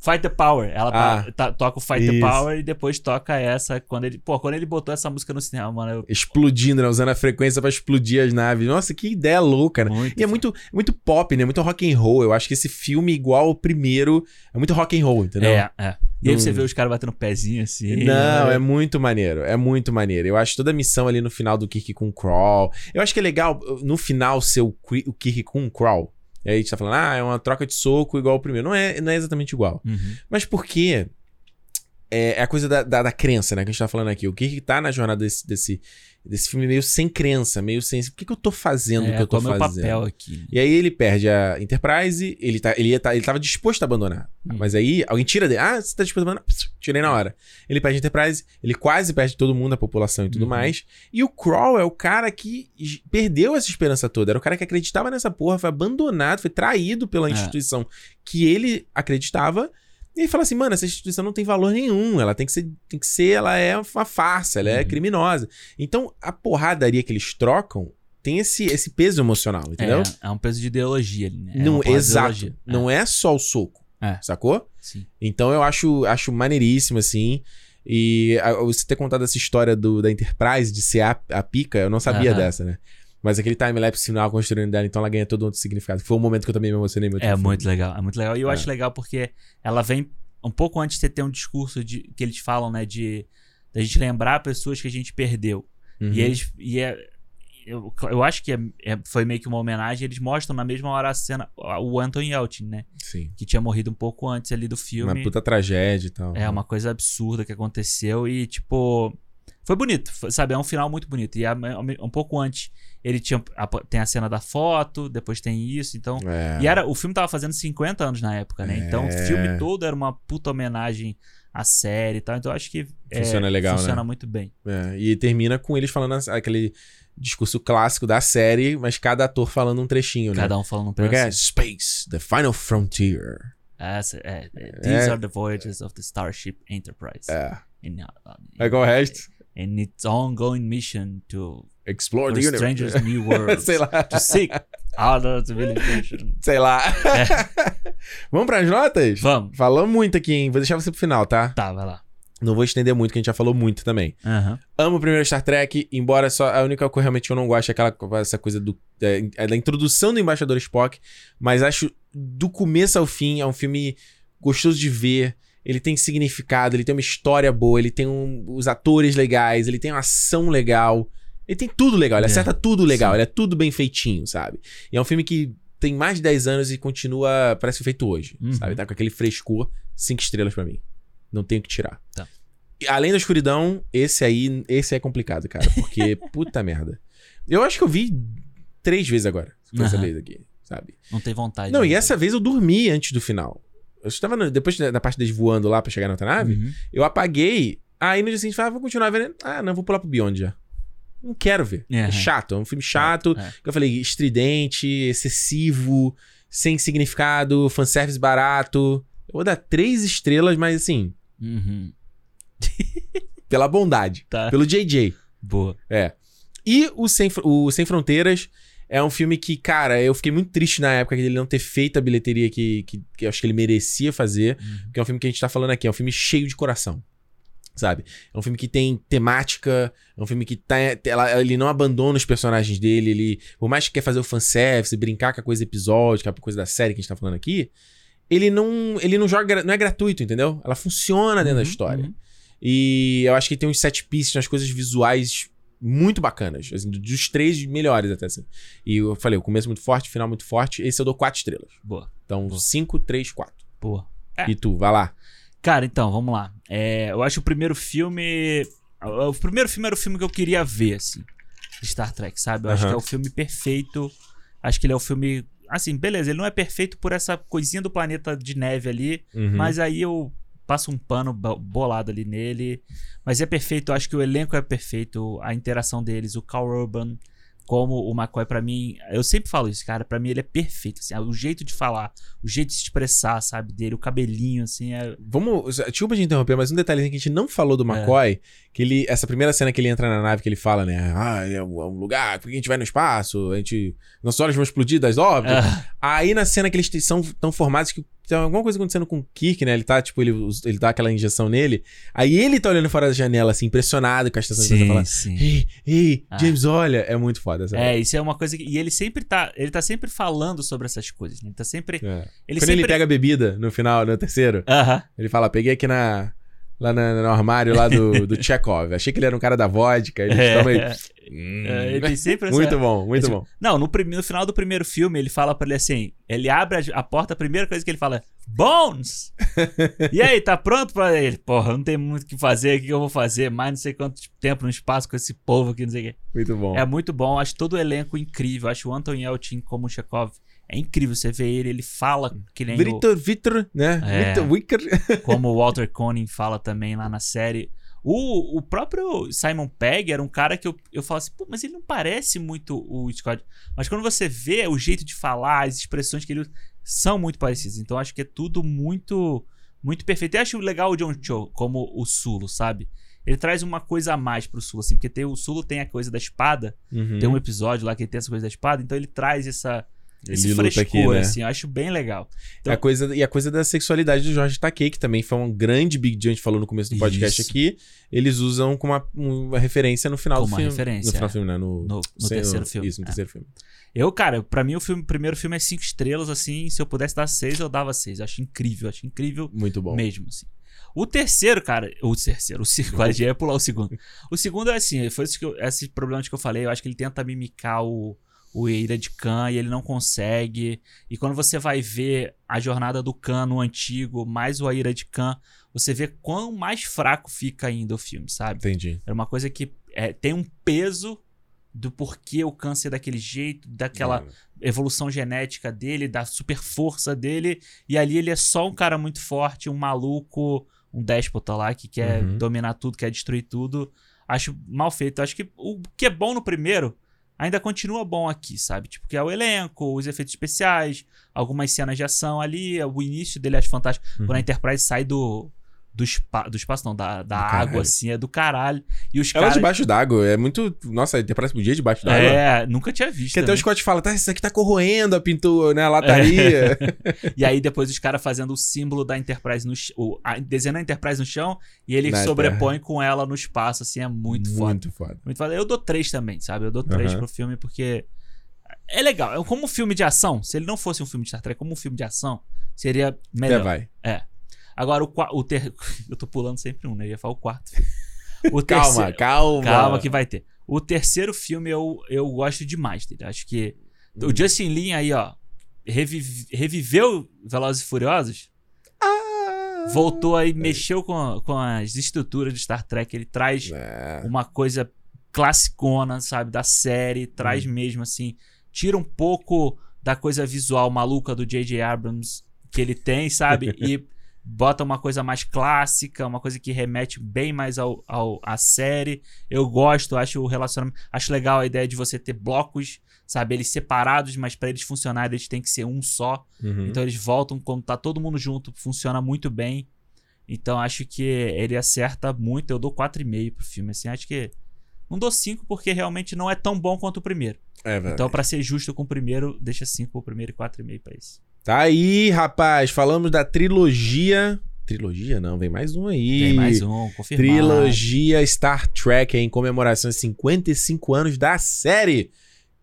S2: Fight the Power. Ela tá-
S1: Ah,
S2: tá- toca o Fight
S1: isso.
S2: the Power e depois toca essa. Quando ele, pô, quando ele botou essa música no cinema, mano, eu.
S1: Explodindo, né? Usando a frequência pra explodir as naves. Nossa, que ideia louca, né?
S2: Muito
S1: E é muito, muito pop, né? Muito rock and roll. Eu acho que esse filme, igual o primeiro, é muito rock and roll, entendeu?
S2: É, é. E aí você
S1: Hum.
S2: vê os caras batendo pezinho assim.
S1: Não, é muito maneiro. É muito maneiro. Eu acho toda a missão ali no final do Kirk com o Crawl. Eu acho que é legal uh, no final ser o Qui- o Kirk com o Crawl. E aí a gente tá falando, ah, é uma troca de soco igual ao primeiro. Não é, não é exatamente igual.
S2: Uhum.
S1: Mas porque é, é a coisa da, da, da crença, né? Que a gente tá falando aqui. O que que tá na jornada desse, desse, desse filme meio sem crença, meio sem... Por que que eu tô fazendo o
S2: É,
S1: que eu tô
S2: qual é o
S1: fazendo?
S2: meu papel aqui. né?
S1: E aí ele perde a Enterprise, ele, tá, ele, ia tá, ele tava disposto a abandonar.
S2: Hum.
S1: Mas aí alguém tira dele. Ah, você tá disposto a abandonar? Pss, Tirei na hora. Ele perde a Enterprise, ele quase perde todo mundo, a população e tudo
S2: Uhum.
S1: mais. E o Crawl é o cara que j- perdeu essa esperança toda. Era o cara que acreditava nessa porra, foi abandonado, foi traído pela
S2: É.
S1: instituição que ele acreditava. E ele fala assim, mano, essa instituição não tem valor nenhum. Ela tem que ser, tem que ser ela é uma farsa, ela é
S2: Uhum.
S1: criminosa. Então, a porradaria que eles trocam tem esse, esse peso emocional, entendeu?
S2: É, é um peso de ideologia ali, né? É
S1: não,
S2: uma porrada de
S1: exato.
S2: ideologia. É,
S1: Não é só o soco.
S2: É.
S1: Sacou?
S2: sim.
S1: Então eu acho, acho maneiríssimo, assim. E a- você ter contado essa história do, da Enterprise de ser a, a pica, eu não sabia
S2: Aham.
S1: dessa, né? Mas aquele timelapse final construindo dela, então ela ganha todo outro significado. Foi um momento que eu também me emocionei muito.
S2: É
S1: no
S2: muito
S1: filme.
S2: legal, é muito legal. E eu
S1: É.
S2: acho legal porque ela vem um pouco antes de você ter um discurso de, que eles falam, né? De da gente lembrar pessoas que a gente perdeu.
S1: Uhum.
S2: E eles. E é, eu, eu acho que é- é- foi meio que uma homenagem. Eles mostram na mesma hora a cena, o Anton Yelchin, né?
S1: Sim.
S2: Que tinha morrido um pouco antes ali do filme.
S1: Uma puta tragédia e tal.
S2: É uma coisa absurda que aconteceu e, tipo, foi bonito, foi- sabe? É um final muito bonito. E a- um pouco antes, ele tinha a- tem a cena da foto, depois tem isso, então.
S1: É.
S2: E era, o filme tava fazendo 50 anos na época, né? Então o
S1: É.
S2: filme todo era uma puta homenagem à série e tal. Então eu acho que é,
S1: Funciona legal, né?
S2: funciona muito bem.
S1: É, e termina com eles falando as- aquele discurso clássico da série, mas cada ator falando um trechinho, né?
S2: Cada um falando um
S1: Como é que é?
S2: pedaço.
S1: Space, the final frontier.
S2: Essa- é, é, These
S1: É.
S2: are the voyages of the Starship Enterprise.
S1: É.
S2: In, uh,
S1: Aí qual é o resto?
S2: in its ongoing mission to
S1: Explore
S2: for
S1: the universe.
S2: strangers new worlds.
S1: Sei lá.
S2: to seek other civilization.
S1: Sei lá. Vamos pras notas?
S2: É. Vamos.
S1: Falamos muito aqui, hein? Vou deixar você pro final, tá?
S2: Tá, vai lá.
S1: Não vou estender muito, que a gente já falou muito também. Amo o primeiro Star Trek, embora só a única coisa realmente que eu não gosto é aquela essa coisa do, é, é da introdução do Embaixador Spock, mas acho do começo ao fim é um filme gostoso de ver. Ele tem significado, ele tem uma história boa, ele tem um- os atores legais, ele tem uma ação legal. Ele tem tudo legal, ele
S2: É,
S1: acerta tudo legal,
S2: sim.
S1: ele é tudo bem feitinho, sabe? E é um filme que tem mais de 10 anos e continua, parece feito hoje,
S2: Uhum.
S1: sabe? Tá com aquele frescor, cinco estrelas pra mim. Não tenho o que tirar.
S2: Tá.
S1: E Além da escuridão, esse aí, esse é complicado, cara, porque puta merda. Eu acho que eu vi três vezes agora, com essa
S2: Aham.
S1: vez aqui, sabe?
S2: Não tem vontade.
S1: Não,
S2: né?
S1: e essa vez eu dormi antes do final. Eu estava no- depois da da parte deles voando lá pra chegar na outra nave,
S2: Uhum.
S1: eu apaguei. Aí no dia seguinte, eu falei, ah, vou continuar vendo. Ah, não, vou pular pro Beyond já. Não quero ver. É
S2: Aham.
S1: chato, é um filme chato.
S2: Uhum. É.
S1: que Eu falei, estridente, excessivo, sem significado, fanservice barato. Eu vou dar três estrelas, mas assim,
S2: Uhum.
S1: pela bondade.
S2: Tá.
S1: Pelo JJ.
S2: Boa.
S1: É. E o Sem, Fro- o Sem Fronteiras é um filme que, cara, eu fiquei muito triste na época dele não ter feito a bilheteria que, que, que eu acho que ele merecia fazer.
S2: Uhum.
S1: Porque é um filme que a gente tá falando aqui, é um filme cheio de coração. Sabe? É um filme que tem temática, é um filme que tá, ela- ele não abandona os personagens dele, ele, por mais que quer fazer o fanservice, brincar com a coisa episódica, com a coisa da série que a gente tá falando aqui, ele não, ele não joga, gra- não é gratuito, entendeu? Ela funciona dentro da
S2: Uhum,
S1: história.
S2: uhum.
S1: E eu acho que tem uns set pieces, umas coisas visuais muito bacanas. Assim, dos três melhores, até assim. E eu falei, o começo é muito forte, o final muito forte. Esse eu dou quatro estrelas.
S2: Boa.
S1: Então,
S2: Boa.
S1: cinco, três, quatro.
S2: Boa. É.
S1: E tu, vai lá.
S2: Cara, então, vamos lá. É, eu acho que o primeiro filme. O primeiro filme era o filme que eu queria ver, assim. de Star Trek, sabe? Eu acho
S1: Aham.
S2: que é o filme perfeito. Acho que ele é o filme. Assim, beleza, ele não é perfeito por essa coisinha do planeta de neve ali.
S1: Uhum.
S2: Mas aí eu passo um pano bo- bolado ali nele. Mas é perfeito, eu acho que o elenco é perfeito, a interação deles, o Carl Urban, como o McCoy, pra mim, eu sempre falo isso, cara, pra mim ele é perfeito, assim, o jeito de falar, o jeito de se expressar, sabe, dele, o cabelinho, assim, é...
S1: Vamos. Desculpa te interromper, mas um detalhezinho que a gente não falou do McCoy, que ele. Essa primeira cena que ele entra na nave que ele fala, né? Ah, é um é um lugar, porque a gente vai no espaço, a gente. Nossos olhos vão explodir das órbitas.
S2: Ah,
S1: Aí na cena que eles t- são tão formados que tem alguma coisa acontecendo com o Kirk, né? Ele tá, tipo, ele, ele dá aquela injeção nele. Aí ele tá olhando fora da janela, assim, impressionado com a estação de
S2: sim,
S1: falando.
S2: sim.
S1: Ei, ei,
S2: Ah.
S1: James, olha, é muito foda essa
S2: É, isso é uma coisa que... E ele sempre tá... Ele tá sempre falando sobre essas coisas, né? Ele tá sempre...
S1: É.
S2: Ele
S1: Quando
S2: sempre...
S1: ele pega a bebida no final, no terceiro,
S2: Aham.
S1: Ele fala, peguei aqui na. Lá na- no armário lá do, do Chekhov. Achei que ele era um cara da vodka. Ele
S2: É,
S1: toma aí.
S2: é, ele tem sempre essa...
S1: Muito bom, muito
S2: Esse-
S1: bom.
S2: Não, no, prim- no final do primeiro filme, ele fala pra ele assim: ele abre a, a porta, a primeira coisa que ele fala é: Bones! E aí, tá pronto pra ele? Porra, não tem muito o que fazer, o que eu vou fazer? Mais não sei quanto tempo no espaço com esse povo aqui, não sei o quê.
S1: Muito bom.
S2: É muito bom, acho todo o elenco incrível. Acho o Anton Yelchin como Chekhov. É incrível você vê ele, ele fala que nem o,
S1: Vitor Vitor, né?
S2: É.
S1: Vitor Wicker.
S2: como o Walter Conin fala também lá na série. O, o próprio Simon Pegg era um cara que eu, eu falo assim, Pô, mas ele não parece muito o Scott. Mas quando você vê o jeito de falar, as expressões que ele usa, são muito parecidas. Então acho que é tudo muito muito perfeito. E acho legal o John Cho como o Sulo, sabe? Ele traz uma coisa a mais pro Sulo, assim, porque tem, o Sulo tem a coisa da espada,
S1: Uhum.
S2: tem um episódio lá que ele tem essa coisa da espada, então ele traz essa, esse
S1: Ele luta
S2: frescor,
S1: aqui, né?
S2: assim, eu acho bem legal. Então-
S1: a coisa, e a coisa da sexualidade do Jorge Takei, que também foi um grande big deal, a gente falou no começo do podcast
S2: Isso.
S1: aqui. Eles usam como uma, um, uma referência no final
S2: Como
S1: do
S2: uma
S1: filme.
S2: referência,
S1: no final
S2: é.
S1: do filme, né? No,
S2: No, no
S1: sei-
S2: terceiro filme.
S1: Isso, no
S2: é.
S1: terceiro filme.
S2: Eu, cara, pra mim o filme- o primeiro filme é cinco estrelas, assim. Se eu pudesse dar seis, eu dava seis. Eu acho incrível, eu acho incrível
S1: Muito bom.
S2: mesmo, assim. O terceiro, cara, o terceiro, o segundo, quase ia pular o segundo. O segundo é assim, foi isso que eu, esses problemas que eu falei, eu acho que ele tenta mimicar o, o Eira de Khan e ele não consegue. E quando você vai ver a jornada do Khan no antigo, mais o Aira de Khan, você vê quão mais fraco fica ainda o filme, sabe?
S1: Entendi.
S2: Era uma coisa que é, tem um peso do porquê o câncer é daquele jeito, daquela
S1: É.
S2: evolução genética dele, da super força dele. E ali ele é só um cara muito forte, um maluco, um déspota lá que quer
S1: Uhum.
S2: dominar tudo, quer destruir tudo. Acho mal feito. Acho que o que é bom no primeiro ainda continua bom aqui, sabe? Tipo, que é o elenco, os efeitos especiais, algumas cenas de ação ali, o início dele acho fantástico.
S1: Uhum.
S2: Quando a Enterprise sai do. Do, espa, do espaço, não, da, da
S1: Do
S2: água,
S1: caralho. É
S2: assim, é do caralho. E os
S1: Ela
S2: caras.
S1: debaixo d'água. É muito. Nossa, até parece um dia debaixo d'água.
S2: É, nunca tinha visto.
S1: Porque até
S2: né?
S1: o Scott fala, tá, isso aqui tá corroendo a pintura, né? A lataria.
S2: É. E aí depois os caras fazendo o símbolo da Enterprise no ch- o, a, desenhando a Enterprise no chão e ele
S1: Na
S2: sobrepõe com ela no espaço, assim, é muito, foda.
S1: Muito foda.
S2: Muito foda. Eu dou três também, sabe? Eu dou três
S1: Aham.
S2: pro filme porque é legal. É como um filme de ação. Se ele não fosse um filme de Star Trek, como um filme de ação, seria
S1: Até
S2: melhor.
S1: vai.
S2: Agora o, qua- o ter... eu tô pulando sempre um, né? Eu ia falar o quarto. O
S1: Calma, calma.
S2: Calma que vai ter. O terceiro filme eu, eu gosto demais dele. Acho que.
S1: Uhum.
S2: O Justin Lin aí, ó. revive- reviveu Velozes e Furiosos.
S1: Ah.
S2: Voltou aí, mexeu com, a- com as estruturas de Star Trek. Ele traz
S1: É.
S2: uma coisa classicona, sabe? Da série. Traz mesmo, assim. Tira um pouco da coisa visual maluca do J.J. Abrams que ele tem, sabe? E bota uma coisa mais clássica, uma coisa que remete bem mais ao, ao- à série. Eu gosto, acho o relacionamento. Acho legal a ideia de você ter blocos, sabe? Eles separados, mas pra eles funcionarem eles têm que ser um só.
S1: Uhum.
S2: Então eles voltam quando tá todo mundo junto, funciona muito bem. Então acho que ele acerta muito. Eu dou 4,5 pro filme, assim. Acho que. Não dou 5 porque realmente não é tão bom quanto o primeiro.
S1: É, velho.
S2: Então, pra ser justo com o primeiro, deixa 5 pro primeiro e 4,5 pra isso.
S1: Tá aí, rapaz. Falamos da trilogia. Trilogia não, vem mais um aí.
S2: Tem mais um, confirmado.
S1: Trilogia Star Trek em comemoração aos 55 anos da série.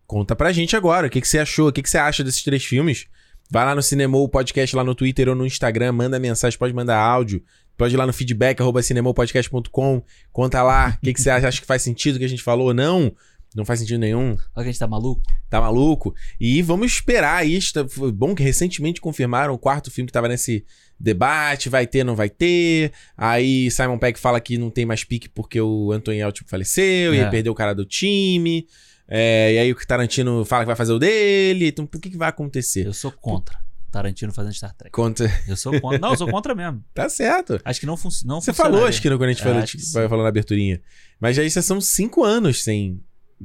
S1: Conta pra gente agora, o que, que você achou, o que, que você acha desses três filmes. Vai lá no Cinemou o Podcast, lá no Twitter ou no Instagram, manda mensagem, pode mandar áudio, pode ir lá no feedback, arroba cinemoupodcast.com, conta lá o que, que você acha, acha que faz sentido o que a gente falou ou não. Não faz sentido nenhum.
S2: Olha que a gente tá maluco.
S1: Tá maluco? E vamos esperar aí. está- Foi bom que recentemente confirmaram o quarto filme que tava nesse debate: vai ter, não vai ter. Aí Simon Pegg fala que não tem mais pique porque o Anthony Eltip faleceu e
S2: É.
S1: aí perdeu o cara do time. É, e aí o Tarantino fala que vai fazer o dele. Então, o que, que vai acontecer?
S2: Eu sou contra Tarantino fazendo Star Trek.
S1: Conta.
S2: Eu sou contra. Não, eu sou contra mesmo.
S1: Tá certo.
S2: Acho que não, func... não
S1: Você falou, acho que, no- quando a gente
S2: É,
S1: falou,
S2: acho que
S1: tipo,
S2: sim.
S1: falou na aberturinha. Mas aí já são cinco anos sem.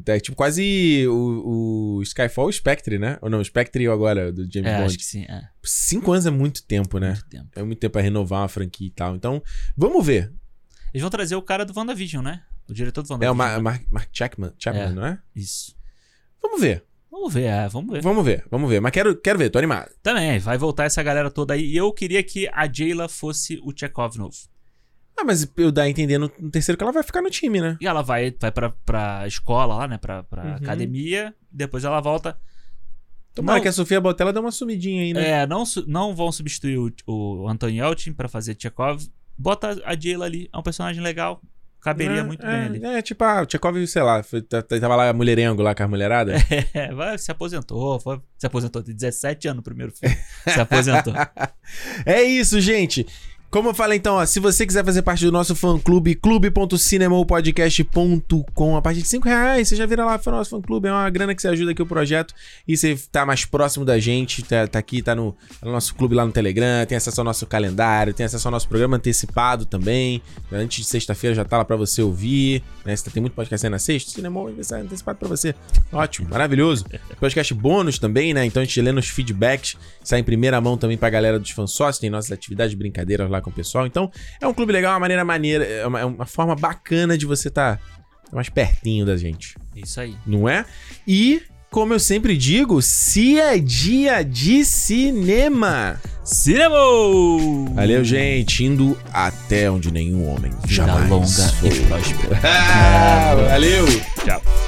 S1: É tipo quase o, o Skyfall e o Spectre, né? Ou não, o Spectre e o agora, do James
S2: É,
S1: Bond.
S2: acho que sim. É,
S1: Cinco anos é muito tempo, né?
S2: muito tempo.
S1: É muito tempo pra renovar uma franquia e tal. Então, vamos ver.
S2: Eles vão trazer o cara do WandaVision, né? O diretor do
S1: É o
S2: WandaVision.
S1: Mar- Mark, Mark Chapman, Chapman
S2: É.
S1: não é?
S2: Isso.
S1: Vamos ver.
S2: Vamos ver, é, vamos ver.
S1: Vamos ver, vamos ver. Mas quero, quero ver, tô animado.
S2: Também, é, vai voltar essa galera toda aí. E eu queria que a Jayla fosse o Chekhov novo.
S1: Ah, mas eu dá a entender no, no terceiro que ela vai ficar no time, né?
S2: E ela vai, vai pra, pra escola lá, né? Pra, pra
S1: Uhum.
S2: academia. Depois ela volta.
S1: Tomara
S2: Não.
S1: que a Sofia Botella dê uma sumidinha aí, né?
S2: É, não, su- não vão substituir o, o Anton Yelchin pra fazer Chekhov. Bota a Jayla ali. É um personagem legal. Caberia muito bem ali.
S1: É, tipo, ah, o Tchekov, sei lá, foi- t- t- tava lá a mulherengo lá com as mulheradas.
S2: É, vai, se aposentou, foi- se aposentou, tem 17 anos o primeiro filme. Se aposentou.
S1: É isso, gente. Como eu falei, então, ó, se você quiser fazer parte do nosso fã-clube, clube.cinemopodcast.com, a partir de 5 reais, você já vira lá para o nosso fã-clube, é uma grana que você ajuda aqui o projeto e você tá mais próximo da gente, tá, tá aqui, tá no, tá no nosso clube lá no Telegram, tem acesso ao nosso calendário, tem acesso ao nosso programa antecipado também, antes de sexta-feira já tá lá pra você ouvir, né, você tem muito podcast saindo na sexta, Cinemol vai sair antecipado pra você, ótimo, maravilhoso, podcast bônus também, né, então a gente lê nos feedbacks, sai em primeira mão também pra galera dos fansócios, tem nossas atividades, brincadeiras lá com o pessoal. Então, é um clube legal, uma maneira maneira, é uma, é uma forma bacana de você tá mais pertinho da gente,
S2: Isso aí.
S1: não é? E, como eu sempre digo, se é dia de cinema.
S2: Cinema!
S1: Valeu, gente, indo até onde nenhum homem
S2: Vida
S1: jamais
S2: longa
S1: foi.
S2: e próspera.
S1: Ah, valeu!
S2: Tchau.